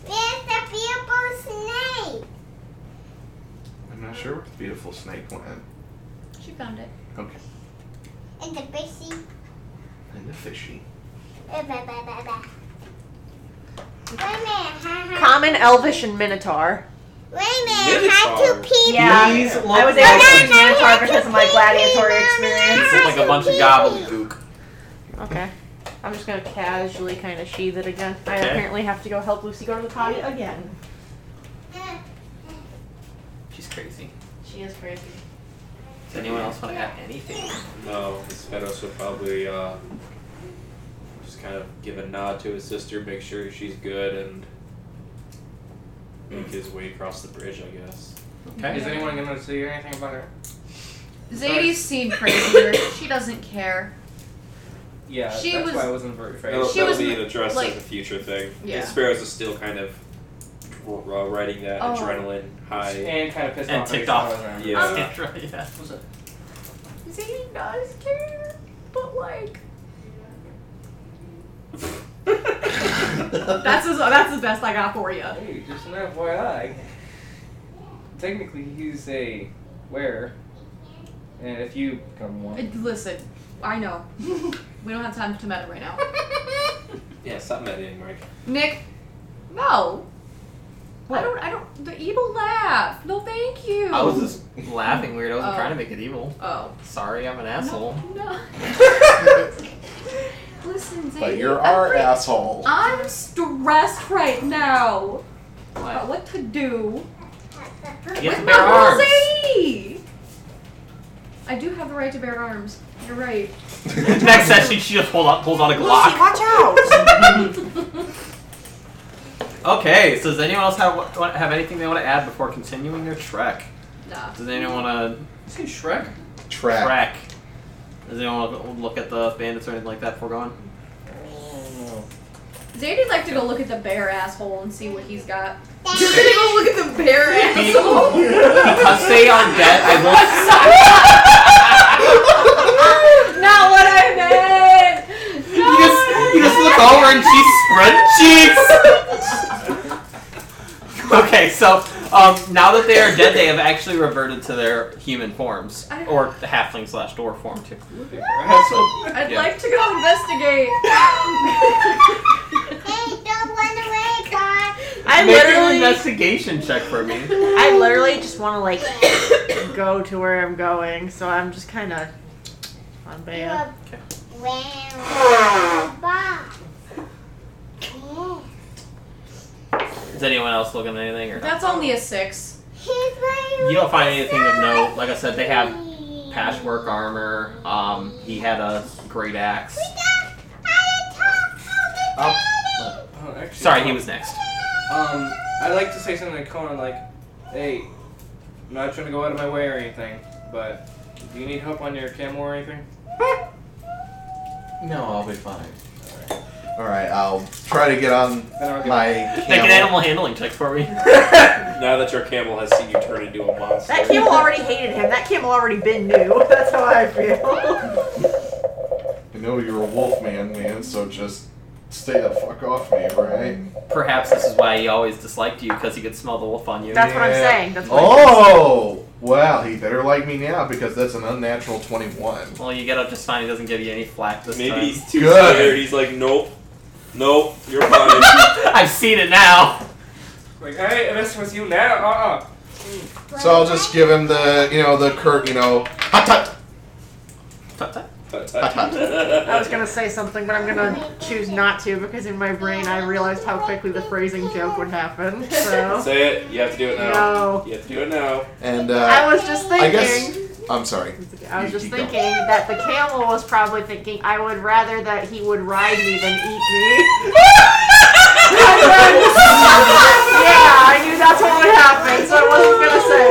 Speaker 8: Where's the beautiful snake?
Speaker 3: I'm not sure where the beautiful snake went.
Speaker 12: She found it.
Speaker 3: Okay.
Speaker 8: And the bushy.
Speaker 3: And the fishy.
Speaker 8: Uh, ba, ba, ba, ba. Wait a minute, ha, ha.
Speaker 4: Common, Elvish, and Minotaur.
Speaker 8: Wait a minute, how to
Speaker 7: Minotaur.
Speaker 8: pee
Speaker 4: Yeah.
Speaker 2: These look
Speaker 4: I was able
Speaker 2: like,
Speaker 4: to choose Minotaur because of my gladiatory experience.
Speaker 2: these look like a bunch of gobbledygook.
Speaker 4: Okay. I'm just gonna casually kind of sheathe it again. I
Speaker 2: Okay.
Speaker 4: apparently have to go help Lucy go to the potty again.
Speaker 2: She's crazy.
Speaker 4: She is crazy.
Speaker 2: Does anyone else want to add anything?
Speaker 7: no, this Fedos would probably uh, just kind of give a nod to his sister, make sure she's good, and make his way across the bridge. I guess.
Speaker 2: Okay.
Speaker 10: Is anyone gonna say anything about her?
Speaker 12: Zadie's seen crazier. she doesn't care.
Speaker 10: Yeah,
Speaker 12: She
Speaker 10: that's
Speaker 12: was-
Speaker 10: why I wasn't very afraid.
Speaker 7: That'll,
Speaker 12: She
Speaker 7: that'll
Speaker 12: was
Speaker 7: be
Speaker 12: m-
Speaker 7: addressed
Speaker 12: like-
Speaker 7: as a future thing.
Speaker 12: Yeah.
Speaker 7: And Sparrows is still kind of uh, riding that
Speaker 12: Oh.
Speaker 7: adrenaline high.
Speaker 10: And kind of pissed
Speaker 2: And
Speaker 10: off.
Speaker 2: ticked
Speaker 10: that
Speaker 2: off.
Speaker 10: I was around.
Speaker 7: Yeah.
Speaker 12: Oh.
Speaker 2: Sandra, yeah.
Speaker 10: What's up?
Speaker 12: Zadie does care, but like
Speaker 10: <laughs>
Speaker 12: that's as, that's the best I got for you.
Speaker 10: Hey, just an FYI. Technically, he's a wearer. And if you come one.
Speaker 12: Listen, I
Speaker 10: <laughs>
Speaker 12: know we don't have time to meta right now.
Speaker 7: Yeah, stop meddling, Mike.
Speaker 12: Nick, no. I don't. I don't. The evil laugh. No, thank you.
Speaker 2: I was just laughing weird. I wasn't
Speaker 12: Oh.
Speaker 2: trying to make it evil.
Speaker 12: Oh.
Speaker 2: Sorry, I'm an asshole.
Speaker 10: <laughs>
Speaker 12: No. <laughs> Listen, Zadie.
Speaker 3: But you're
Speaker 12: I'm
Speaker 3: our
Speaker 12: pretty-
Speaker 3: asshole.
Speaker 12: I'm stressed right now. About
Speaker 2: What?
Speaker 12: what to do
Speaker 2: Get
Speaker 12: with
Speaker 2: the
Speaker 12: my
Speaker 2: bare
Speaker 12: little
Speaker 2: arms.
Speaker 12: Zadie. right to bear arms. You're right.
Speaker 2: Next session, she just pulled out, pulls out a Glock.
Speaker 4: watch out!
Speaker 2: Okay, so does anyone else have wa- have anything they want to add before continuing their trek?
Speaker 12: Nah.
Speaker 2: Does anyone want to
Speaker 40: Say Shrek.
Speaker 3: Track.
Speaker 2: trek? Does anyone want to look at the bandits or anything like that before going?
Speaker 12: Zadie'd like to go look at the bear asshole and see what he's <laughs> got. You're gonna go look at the bear <laughs>
Speaker 2: Because they are dead, I will.
Speaker 12: Not what I meant!
Speaker 2: You just, you just look over and she spread cheeks. <laughs> okay, so um, now that they are dead, they have actually reverted to their human forms,
Speaker 12: I-
Speaker 2: or the halfling slash dwarf form too.
Speaker 12: I'd
Speaker 2: Yeah.
Speaker 12: like to go investigate.
Speaker 8: Hey,
Speaker 12: <laughs>
Speaker 8: don't run away, Bob.
Speaker 4: I
Speaker 2: Make an
Speaker 4: literally-
Speaker 2: investigation check for me.
Speaker 4: I literally just want to like <coughs> go to where I'm going, so I'm just kind of on band.
Speaker 8: Wow. Bob. Yeah.
Speaker 2: Is anyone else looking at anything or?
Speaker 12: That's only a six.
Speaker 8: He's my
Speaker 2: You don't find anything of note. Like I said, they have patchwork armor. Um, he had a great axe.
Speaker 40: Up. Oh, actually,
Speaker 2: Sorry, he
Speaker 40: um,
Speaker 2: was next.
Speaker 40: Um, I'd like to say something to Conan, like, hey, I'm not trying to go out of my way or anything, but do you need help on your camel or anything?
Speaker 3: No, I'll be fine. All right, I'll try to get on my camel.
Speaker 2: Make an animal handling check for me.
Speaker 7: Now that your camel has seen you turn into a monster.
Speaker 4: That camel already hated him. That camel already been new. <laughs> That's how I feel.
Speaker 3: I know you're a wolf man, man, so just stay the fuck off me, right?
Speaker 2: Perhaps this is why he always disliked you because he could smell the wolf on you.
Speaker 4: That's what I'm
Speaker 3: Yeah.
Speaker 4: saying. That's what
Speaker 3: Oh, wow, he better like me now because that's an unnatural 21.
Speaker 2: Well, you get up just fine. He doesn't give you any flack this
Speaker 7: <laughs> Maybe
Speaker 2: time.
Speaker 7: he's too
Speaker 3: Good.
Speaker 7: scared. He's like, nope, nope, you're
Speaker 12: <laughs>
Speaker 7: fine.
Speaker 2: <laughs> I've seen it now.
Speaker 41: Like, hey, this was you now. Uh
Speaker 3: So I'll just give him the, you know, the curt, you know, hot tut, hot tut.
Speaker 4: I was gonna say something, but I'm gonna choose not to because in my brain I realized how quickly the phrasing joke would happen.
Speaker 3: <laughs>
Speaker 4: So
Speaker 7: <laughs> Say it. You have to do it now.
Speaker 4: No.
Speaker 7: You have to do it
Speaker 12: <laughs>
Speaker 7: now.
Speaker 3: And
Speaker 4: I
Speaker 3: uh,
Speaker 4: was just
Speaker 3: I
Speaker 4: thinking.
Speaker 3: guess I'm sorry.
Speaker 4: I was
Speaker 3: You
Speaker 4: just
Speaker 3: keep going.
Speaker 4: thinking that the camel was probably thinking I would rather that he would ride me than eat me. And then- yeah, I knew that's what would happen, so I wasn't gonna say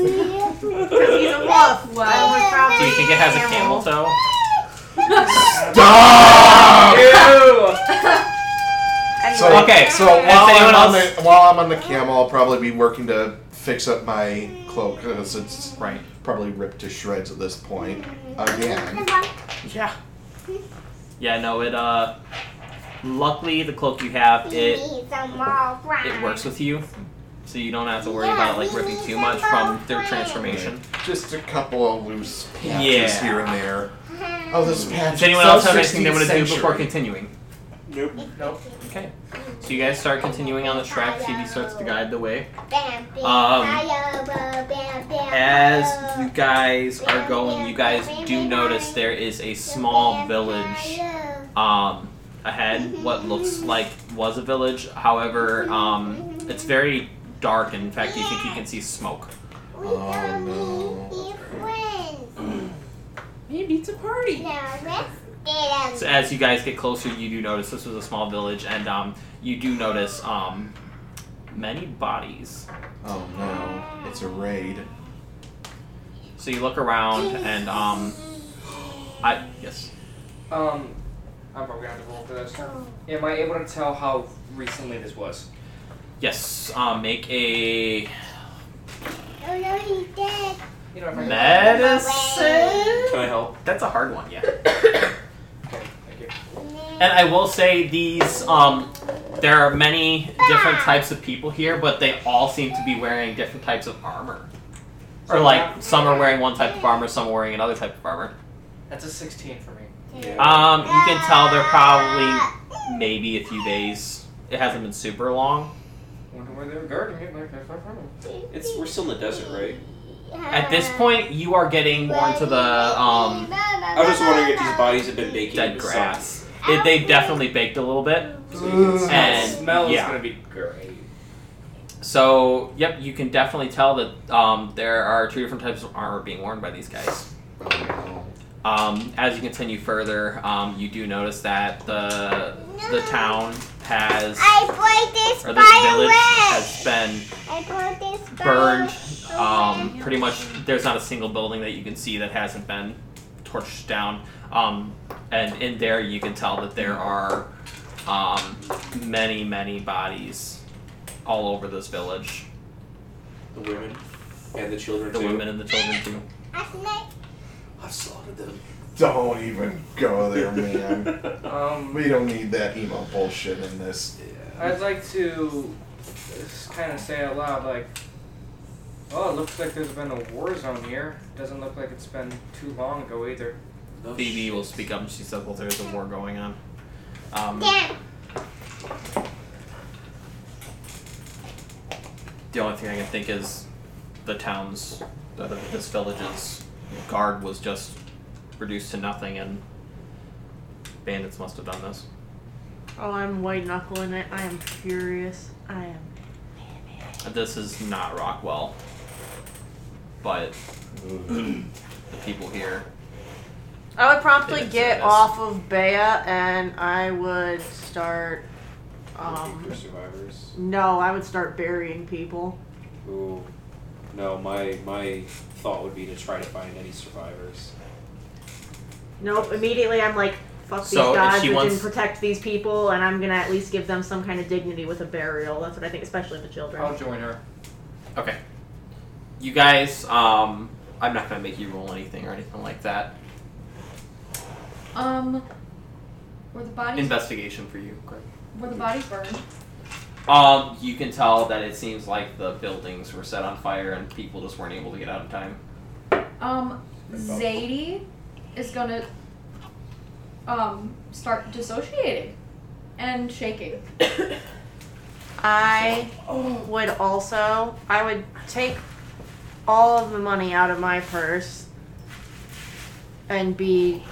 Speaker 4: it. Because he's a wolf. I would probably
Speaker 2: Do you think it has a camel toe?
Speaker 3: Stop!
Speaker 41: oh.
Speaker 3: So,
Speaker 2: Okay,
Speaker 3: So
Speaker 2: has
Speaker 3: while
Speaker 2: anyone
Speaker 3: I'm, on
Speaker 2: else-
Speaker 3: the, while I'm on the camel, I'll probably be working to fix up my cloak because it's
Speaker 2: Right.
Speaker 3: probably ripped to shreds at this point. Again.
Speaker 4: Yeah.
Speaker 2: <laughs> Yeah, no. It uh, luckily the cloak you have it it works with you, so you don't have to worry about like ripping too much from their transformation.
Speaker 3: Just a couple of loose patches
Speaker 2: Yeah.
Speaker 3: here and there. Oh, this patch.
Speaker 2: Does anyone
Speaker 3: so
Speaker 2: else have anything they
Speaker 3: 16th
Speaker 2: want to do
Speaker 3: century.
Speaker 2: before continuing?
Speaker 7: Nope.
Speaker 40: Nope.
Speaker 2: Okay. So you guys start continuing on the track. Phoebe starts to guide the way. Um, As
Speaker 8: As
Speaker 2: you guys are going, you guys do notice there is a small village um, ahead, what looks like was a village. However, um, it's very dark. In fact, you think you can see smoke.
Speaker 3: Oh
Speaker 8: Maybe it's a party. Now let's get 'em.
Speaker 2: So as you guys get closer, you do notice this was a small village, and um, you do notice um, many bodies.
Speaker 3: no! Oh no! It's a raid.
Speaker 2: So you look around, and um, I yes.
Speaker 40: Um, I'm probably gonna have to roll for this. Am I able to tell how recently this was?
Speaker 2: Yes, um, make a
Speaker 8: Oh no, he's dead.
Speaker 40: You know, if I
Speaker 2: medicine.
Speaker 7: Can I help?
Speaker 2: That's a hard one, yeah.
Speaker 40: Thank you.
Speaker 2: And I will say these, um, there are many different types of people here, but they all seem to be wearing different types of armor. Or like some are wearing one type of armor, some are wearing another type of armor.
Speaker 40: That's a 16 for me.
Speaker 2: Um, you can tell they're probably maybe a few days. It hasn't been super long.
Speaker 40: Wonder where they were guarding it. Like, I found them.
Speaker 7: It's we're still in the desert, right?
Speaker 2: At this point, you are getting more into the um,
Speaker 7: I was just wondering if these bodies have been baking in
Speaker 2: dead
Speaker 7: the
Speaker 2: grass. It, they've definitely baked a little bit.
Speaker 40: So you can smell.
Speaker 2: And-
Speaker 40: smell is
Speaker 2: yeah.
Speaker 40: gonna be great.
Speaker 2: So, yep, you can definitely tell that um, there are two different types of armor being worn by these guys. Um, as you continue further, um, you do notice that the the town has
Speaker 8: I put this
Speaker 2: or this
Speaker 8: by
Speaker 2: village
Speaker 8: away.
Speaker 2: has been
Speaker 8: I put this by
Speaker 2: burned. Um, pretty much, there's not a single building that you can see that hasn't been torched down. Um, and in there, you can tell that there are um, many, many bodies all over this village.
Speaker 7: The women and the children
Speaker 2: The
Speaker 7: too.
Speaker 2: women and the children too.
Speaker 8: A snake.
Speaker 7: I've slaughtered them.
Speaker 3: Don't even go there, Oh, man.
Speaker 7: <laughs>
Speaker 10: Um,
Speaker 3: we don't need that emo bullshit in this.
Speaker 10: I'd like to kind of say out loud, like, oh, it looks like there's been a war zone here. Doesn't look like it's been too long ago either.
Speaker 2: Phoebe will speak up and she says, Well, there's a war going on. Um,
Speaker 8: Down.
Speaker 2: The only thing I can think is the town's, uh, this village's guard was just reduced to nothing, and bandits must have done this.
Speaker 4: Oh, I'm white knuckling it. I am furious. I am.
Speaker 2: This is not Rockwell, but the people here.
Speaker 4: I would promptly
Speaker 2: Yeah, so
Speaker 4: get
Speaker 2: that's-
Speaker 4: off of Bea and I would start.
Speaker 7: Looking
Speaker 4: Um,
Speaker 7: for survivors.
Speaker 4: no, I would start burying people.
Speaker 7: Ooh. No, my my thought would be to try to find any survivors.
Speaker 4: Nope. Immediately, I'm like, fuck
Speaker 2: So, if
Speaker 4: these gods
Speaker 2: she
Speaker 4: that
Speaker 2: wants-
Speaker 4: didn't protect these people, and I'm gonna at least give them some kind of dignity with a burial. That's what I think, especially the children.
Speaker 2: Oh.
Speaker 10: I'll join her.
Speaker 2: Okay. You guys, um, I'm not gonna make you roll anything or anything like that.
Speaker 12: Um, were the bodies
Speaker 2: Investigation for you, Greg.
Speaker 12: were the bodies burned?
Speaker 2: Um, you can tell that it seems like the buildings were set on fire and people just weren't able to get out in time.
Speaker 12: Um, Zadie is gonna um start dissociating and shaking.
Speaker 4: I would also I would take all of the money out of my purse and be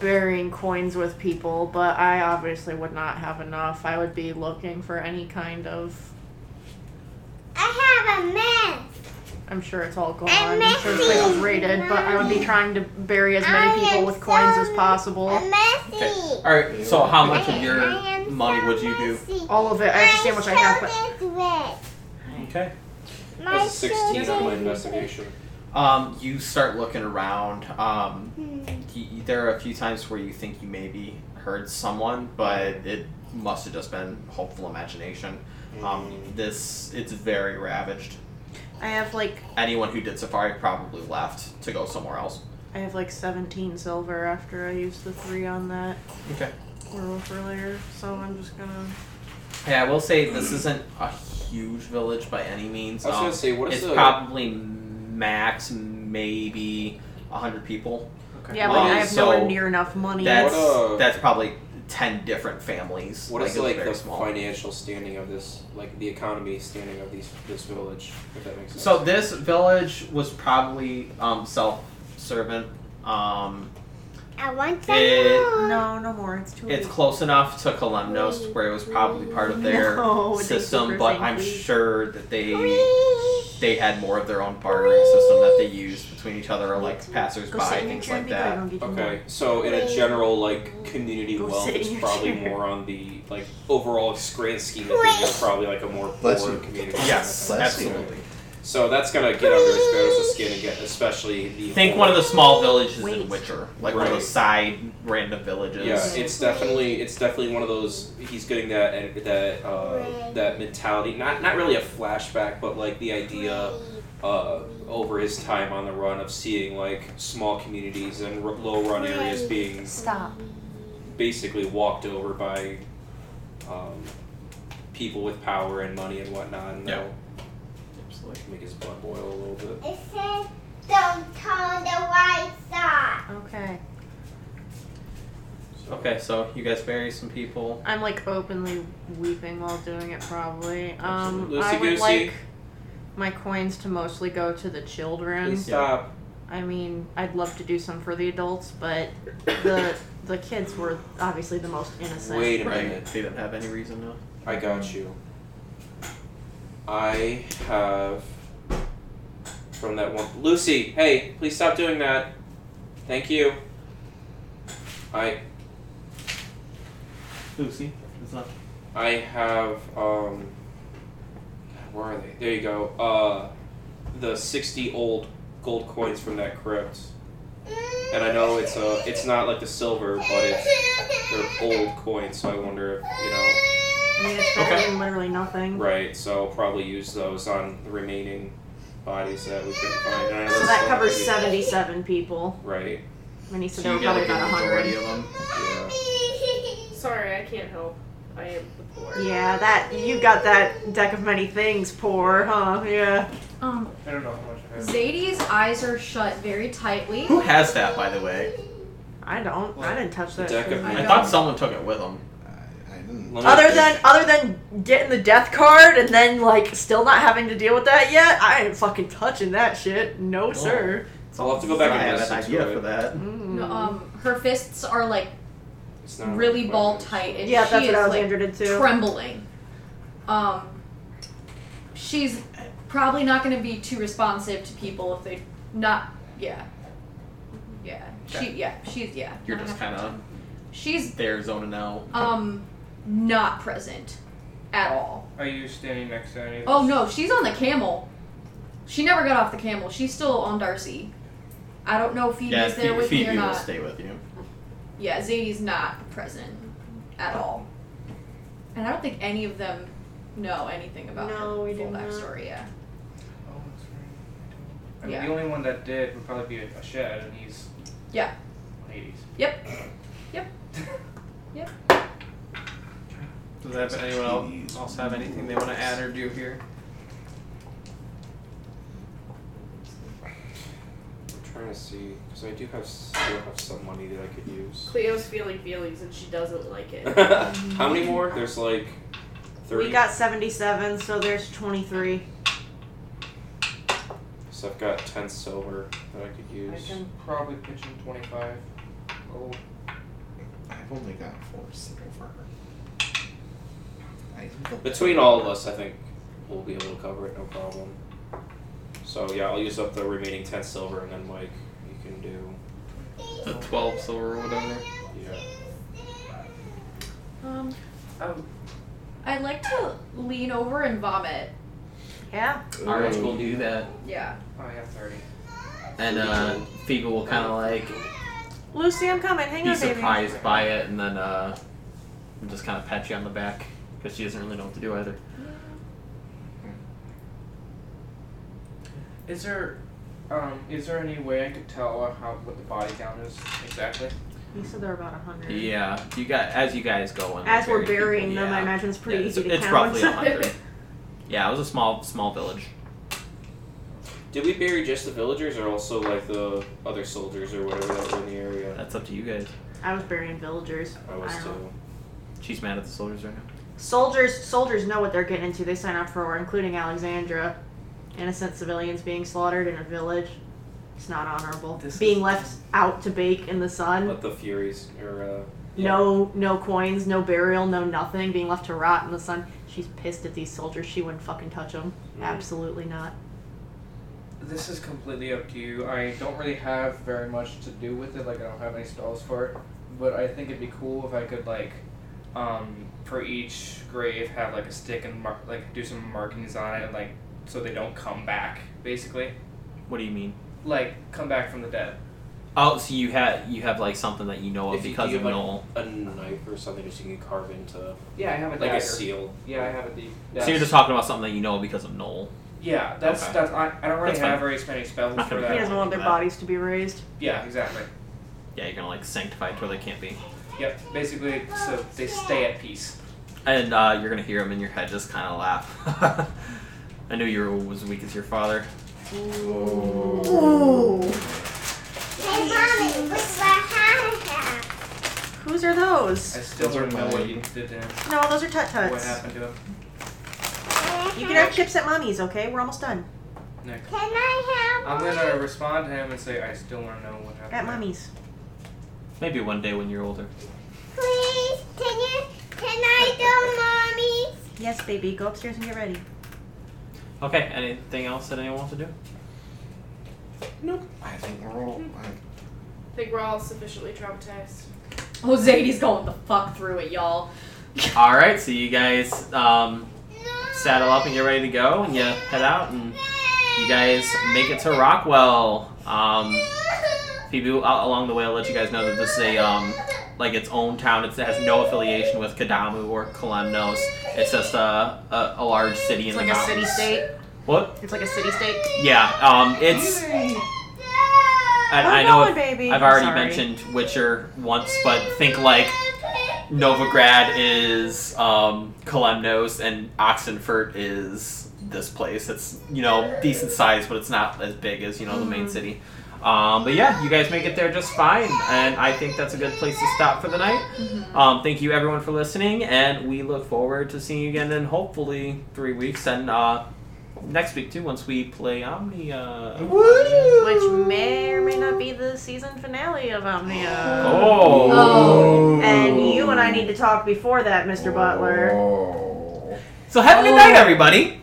Speaker 4: burying coins with people, but I obviously would not have enough. I would be looking for any kind of
Speaker 8: I have a mess.
Speaker 4: I'm sure it's all gone.
Speaker 8: I'm
Speaker 4: I'm sure the place was
Speaker 8: messy.
Speaker 4: raided, but I would be trying to bury as
Speaker 8: I
Speaker 4: many people
Speaker 8: am
Speaker 4: with coins as
Speaker 8: so
Speaker 4: possible.
Speaker 8: A messy.
Speaker 2: Okay. All right. So how much of your money would you do?
Speaker 4: All of it. Oh, I have to see how much I have, but
Speaker 2: Okay.
Speaker 8: My
Speaker 7: That's a 16 on my
Speaker 8: children.
Speaker 7: investigation.
Speaker 2: Um, you start looking around. Um,
Speaker 8: Hmm.
Speaker 2: y- there are a few times where you think you maybe heard someone, but it must have just been hopeful imagination. Um, this it's very ravaged.
Speaker 4: I have like
Speaker 2: Anyone who did safari probably left to go somewhere else.
Speaker 4: I have like 17 silver after I used the three on that.
Speaker 2: Okay.
Speaker 4: werewolf earlier, so I'm just gonna.
Speaker 2: Yeah, I will say this isn't a huge village by any means.
Speaker 7: I was gonna
Speaker 2: Um,
Speaker 7: say, what is
Speaker 2: it's
Speaker 7: the-
Speaker 2: probably max maybe hundred people.
Speaker 4: Yeah, but I
Speaker 2: Um,
Speaker 4: have
Speaker 2: so
Speaker 4: nowhere near enough money.
Speaker 2: That's
Speaker 7: What, uh,
Speaker 2: that's probably ten different families.
Speaker 7: What
Speaker 2: like,
Speaker 7: is
Speaker 2: it's
Speaker 7: like
Speaker 2: very
Speaker 7: the
Speaker 2: small.
Speaker 7: financial standing of this, like the economy standing of these this village? If that makes sense.
Speaker 2: So this village was probably um, self-servant. Um,
Speaker 8: I want some
Speaker 2: It-
Speaker 8: more.
Speaker 4: no, no more. It's too.
Speaker 2: it's
Speaker 4: late.
Speaker 2: close enough to Kalemnos, where it was probably part of their
Speaker 4: <laughs> No, it takes
Speaker 2: system.
Speaker 4: over
Speaker 2: But
Speaker 4: saying
Speaker 2: I'm
Speaker 4: please.
Speaker 2: sure that they
Speaker 8: Please.
Speaker 2: they had more of their own bartering system that they used between each other, or like passersby,
Speaker 4: Go sit in your
Speaker 2: things
Speaker 4: chair
Speaker 2: like
Speaker 4: and be quiet,
Speaker 2: that.
Speaker 4: I'll get you more.
Speaker 7: Okay, so in a general like community
Speaker 4: Go
Speaker 7: wealth,
Speaker 4: sit in
Speaker 7: it's
Speaker 4: your
Speaker 7: probably
Speaker 4: chair.
Speaker 7: more on the like overall grand scheme of things. It's probably like a more
Speaker 3: Bless
Speaker 7: poor
Speaker 3: you.
Speaker 7: community.
Speaker 2: Yes,
Speaker 3: Bless you.
Speaker 2: absolutely.
Speaker 7: So that's gonna get under his Spanos' skin and get especially the
Speaker 2: Think one of the small villages
Speaker 4: Wait.
Speaker 2: in Witcher, like one of
Speaker 7: Right.
Speaker 2: those side random villages.
Speaker 7: Yeah, it's definitely it's definitely one of those. He's getting that and that uh, that mentality. Not not really a flashback, but like the idea uh, over his time on the run of seeing like small communities and r- low run areas being
Speaker 4: Stop.
Speaker 7: basically walked over by um, people with power and money and whatnot. And
Speaker 2: Yeah.
Speaker 7: that'll make his blood boil a little bit.
Speaker 8: It says don't turn the white sock.
Speaker 4: Okay.
Speaker 2: Okay, so you guys bury some people.
Speaker 4: I'm like openly weeping while doing it, probably. Um,
Speaker 7: Absolutely.
Speaker 4: I would
Speaker 7: Loosey-goosey.
Speaker 4: like my coins to mostly go to the children.
Speaker 7: Please stop.
Speaker 4: I mean, I'd love to do some for the adults, but the the kids were obviously the most innocent.
Speaker 7: Wait a
Speaker 2: Right.
Speaker 7: minute.
Speaker 2: They don't have any reason to.
Speaker 7: I got you. I have from that one. Lucy, hey, please stop doing that. Thank you. I
Speaker 2: Lucy, it's not.
Speaker 7: I have um where are they? There you go. Uh the 60 old gold coins from that crypt. And I know it's uh it's not like the silver, but it's
Speaker 8: <laughs>
Speaker 7: they're old coins, so I wonder if, you know,
Speaker 4: I mean, it's better
Speaker 7: Okay.
Speaker 4: than literally nothing.
Speaker 7: Right, so I'll probably use those on the remaining bodies that we couldn't find. And I know
Speaker 4: So
Speaker 7: that's
Speaker 4: that
Speaker 7: still
Speaker 4: covers
Speaker 7: pretty-
Speaker 4: 77 people.
Speaker 7: Right.
Speaker 4: I mean, so,
Speaker 7: So
Speaker 4: there
Speaker 7: you
Speaker 4: were
Speaker 7: get
Speaker 4: probably
Speaker 7: like a
Speaker 4: about 100.
Speaker 7: majority of them. Yeah.
Speaker 42: Sorry, I can't help. I am the poor.
Speaker 4: Yeah, that you got that deck of many things, poor, huh? Yeah.
Speaker 12: Um,
Speaker 5: I don't know how much I have.
Speaker 12: Zadie's eyes are shut very tightly.
Speaker 2: Who has that, by the way?
Speaker 4: I don't. I didn't touch that.
Speaker 2: Deck
Speaker 4: shit.
Speaker 2: of- I thought someone took it with them.
Speaker 4: Other than other than getting the death card and then like still not having to deal with that yet, I ain't fucking touching that shit.
Speaker 2: Oh.
Speaker 4: No sir.
Speaker 7: I'll have to go back
Speaker 2: I
Speaker 7: and
Speaker 2: have
Speaker 7: listen
Speaker 2: an
Speaker 7: to
Speaker 2: idea
Speaker 7: it.
Speaker 2: for that.
Speaker 12: No, um, her fists are like
Speaker 7: It's not
Speaker 12: really
Speaker 7: like-
Speaker 12: ball tight, and
Speaker 4: Yeah,
Speaker 12: she
Speaker 4: that's
Speaker 12: is
Speaker 4: what
Speaker 12: like
Speaker 4: Alexander did too.
Speaker 12: trembling. Um, she's probably not going to be too responsive to people if they not. Yeah, yeah. She
Speaker 2: Okay.
Speaker 12: yeah she's yeah.
Speaker 2: You're just kind of
Speaker 12: She's
Speaker 2: there zoning out.
Speaker 12: um not present at all.
Speaker 5: Are you standing next to any of
Speaker 12: Oh
Speaker 5: this?
Speaker 12: no, she's on the camel. She never got off the camel. She's still on Darcy. I don't know if Phoebe's
Speaker 2: yeah,
Speaker 12: there
Speaker 2: Phoebe,
Speaker 12: with me or
Speaker 2: Phoebe will
Speaker 12: not.
Speaker 2: stay with you.
Speaker 12: Yeah, Zadie's not present at all. And I don't think any of them know anything about
Speaker 4: No,
Speaker 12: her
Speaker 4: we
Speaker 12: full
Speaker 4: do not.
Speaker 12: backstory. Yeah.
Speaker 5: Oh, that's right. I mean,
Speaker 12: Yeah.
Speaker 5: the only one that did would probably be a, a shed, and he's
Speaker 12: Yeah.
Speaker 5: 180s.
Speaker 12: Yep. Yep. Yep.
Speaker 43: Does that, anyone else, else have anything they want to add or do here?
Speaker 7: I'm trying to see because I do have still have some money that I could use.
Speaker 42: Cleo's feeling feelings and she doesn't like it.
Speaker 7: <laughs> How many more? There's like thirty.
Speaker 4: We got 77, so there's 23.
Speaker 7: So I've got ten silver that I could
Speaker 5: I
Speaker 7: use.
Speaker 5: can probably pitch in 25. Oh,
Speaker 3: I've only got four silver. I think the-
Speaker 7: Between all of us, I think we'll be able to cover it, no problem. So yeah, I'll use up the remaining ten silver, and then Mike, you can do
Speaker 2: The 12 silver or whatever.
Speaker 7: yeah.
Speaker 12: Um,
Speaker 5: Oh.
Speaker 42: Um,
Speaker 12: I like to lean over and vomit.
Speaker 4: Yeah.
Speaker 2: Alright, we'll do that.
Speaker 12: Yeah.
Speaker 5: I have 30.
Speaker 2: And uh, Phoebe will kind of like
Speaker 4: Lucy, I'm coming. Hang
Speaker 2: be
Speaker 4: on, baby.
Speaker 2: surprised by it and then uh, just kind of pat you on the back because she doesn't really know what to do either.
Speaker 5: Is there, um, is there any way I could tell how what the body count is exactly?
Speaker 4: You said there were about 100.
Speaker 2: Yeah, you got as you guys go in.
Speaker 4: As
Speaker 2: they're
Speaker 4: we're burying
Speaker 2: people,
Speaker 4: them,
Speaker 2: yeah.
Speaker 4: I imagine it's pretty
Speaker 2: Yeah,
Speaker 4: easy to
Speaker 2: it's,
Speaker 4: count.
Speaker 2: It's roughly hundred. <laughs> yeah, it was a small small village.
Speaker 7: Did we bury just the villagers, or also like the other soldiers or whatever that were in the area?
Speaker 2: That's up to you guys.
Speaker 4: <laughs> I was burying villagers.
Speaker 7: I was
Speaker 4: don't know.
Speaker 7: too.
Speaker 2: She's mad at the soldiers right now.
Speaker 4: Soldiers soldiers know what they're getting into. They sign up for war, including Alexandra. Innocent civilians being slaughtered in a village. It's not honorable.
Speaker 7: This
Speaker 4: being
Speaker 7: is- Uh,
Speaker 4: left out to bake in the sun.
Speaker 7: Let the Furies or uh,
Speaker 4: No no coins, no burial, no nothing. Being left to rot in the sun. She's pissed at these soldiers. She wouldn't fucking touch them.
Speaker 7: Mm.
Speaker 4: Absolutely not.
Speaker 5: This is completely up to you. I don't really have very much to do with it. Like I don't have any spells for it, but I think it'd be cool if I could like, um, for each grave have like a stick and mark, like do some markings on it, like so they don't come back. Basically,
Speaker 2: What do you mean?
Speaker 5: like come back from the dead.
Speaker 2: Oh, so you had you have like something that you know of
Speaker 7: If you- do
Speaker 2: because
Speaker 7: you
Speaker 2: of
Speaker 7: have, like,
Speaker 2: Noel.
Speaker 7: a knife or something, just you can carve into
Speaker 5: Yeah, I have a
Speaker 7: like
Speaker 5: dagger.
Speaker 7: a seal.
Speaker 5: Yeah, I have a deep.
Speaker 2: So you're just talking about something that you know because of Noel.
Speaker 5: Yeah, that's
Speaker 2: Okay.
Speaker 5: that's. I, I don't really
Speaker 2: That's
Speaker 5: have
Speaker 2: fine.
Speaker 5: very many spells
Speaker 2: Not
Speaker 5: for
Speaker 2: gonna
Speaker 5: <laughs> that.
Speaker 4: He doesn't want their
Speaker 2: that.
Speaker 4: bodies to be raised.
Speaker 5: Yeah, exactly.
Speaker 2: Yeah, you're gonna like sanctify it to where they can't be.
Speaker 5: Yep. Basically, so they stay at peace.
Speaker 2: And uh, you're gonna hear him in your head just kind of laugh. <laughs> I knew you were as weak as your father.
Speaker 8: Hey, mommy, what's my hand?
Speaker 4: Whose are those?
Speaker 5: I still
Speaker 3: Those are
Speaker 5: don't know what
Speaker 3: mine.
Speaker 5: you did to him.
Speaker 4: No, those are tut
Speaker 5: What
Speaker 4: tuts.
Speaker 5: happened to him?
Speaker 4: You can have chips at mommy's, okay? We're almost done.
Speaker 5: Nick.
Speaker 8: Can I have?
Speaker 5: I'm gonna respond to him and say I still want to know what happened.
Speaker 4: At
Speaker 5: there."
Speaker 4: mommy's.
Speaker 2: Maybe one day when you're older.
Speaker 8: Please, can you? Can I go, mommy?
Speaker 4: Yes, baby. Go upstairs and get ready.
Speaker 2: Okay. Anything else that anyone wants to do?
Speaker 1: Nope. I think we're all. I,
Speaker 5: I think we're all sufficiently traumatized.
Speaker 12: Oh, Zadie's going the fuck through it, y'all.
Speaker 2: All right. So you guys um, saddle up and get ready to go, and you head out, and you guys make it to Rockwell. Um, Phoebe, al- along the way, I'll let you guys know that this is a um, like its own town. It's, it has no affiliation with Kadamu or Kalemnos. It's just a, a, a large city
Speaker 11: It's like
Speaker 2: in the
Speaker 11: a
Speaker 2: mountains.
Speaker 11: city state.
Speaker 2: What?
Speaker 11: It's like a city state.
Speaker 2: Yeah. Um, it's.
Speaker 11: Oh, I'm
Speaker 2: I, I know
Speaker 11: going,
Speaker 2: I've,
Speaker 11: baby.
Speaker 2: I've already
Speaker 11: Sorry.
Speaker 2: mentioned Witcher once, but think like Novigrad is um, Kalemnos and Oxenfurt is this place. It's you know decent size, but it's not as big as you know the
Speaker 11: Mm-hmm.
Speaker 2: main city. Um, but yeah, you guys make it there just fine, and I think that's a good place to stop for the night.
Speaker 11: Mm-hmm.
Speaker 2: Um, thank you everyone for listening, and we look forward to seeing you again in hopefully three weeks and uh, next week too once we play Omnia.
Speaker 4: Which may or may not be the season finale of Omnia.
Speaker 2: Oh. Oh.
Speaker 4: And you and I need to talk before that, Mr. Butler.
Speaker 2: So have a good night,
Speaker 4: Oh.
Speaker 2: everybody.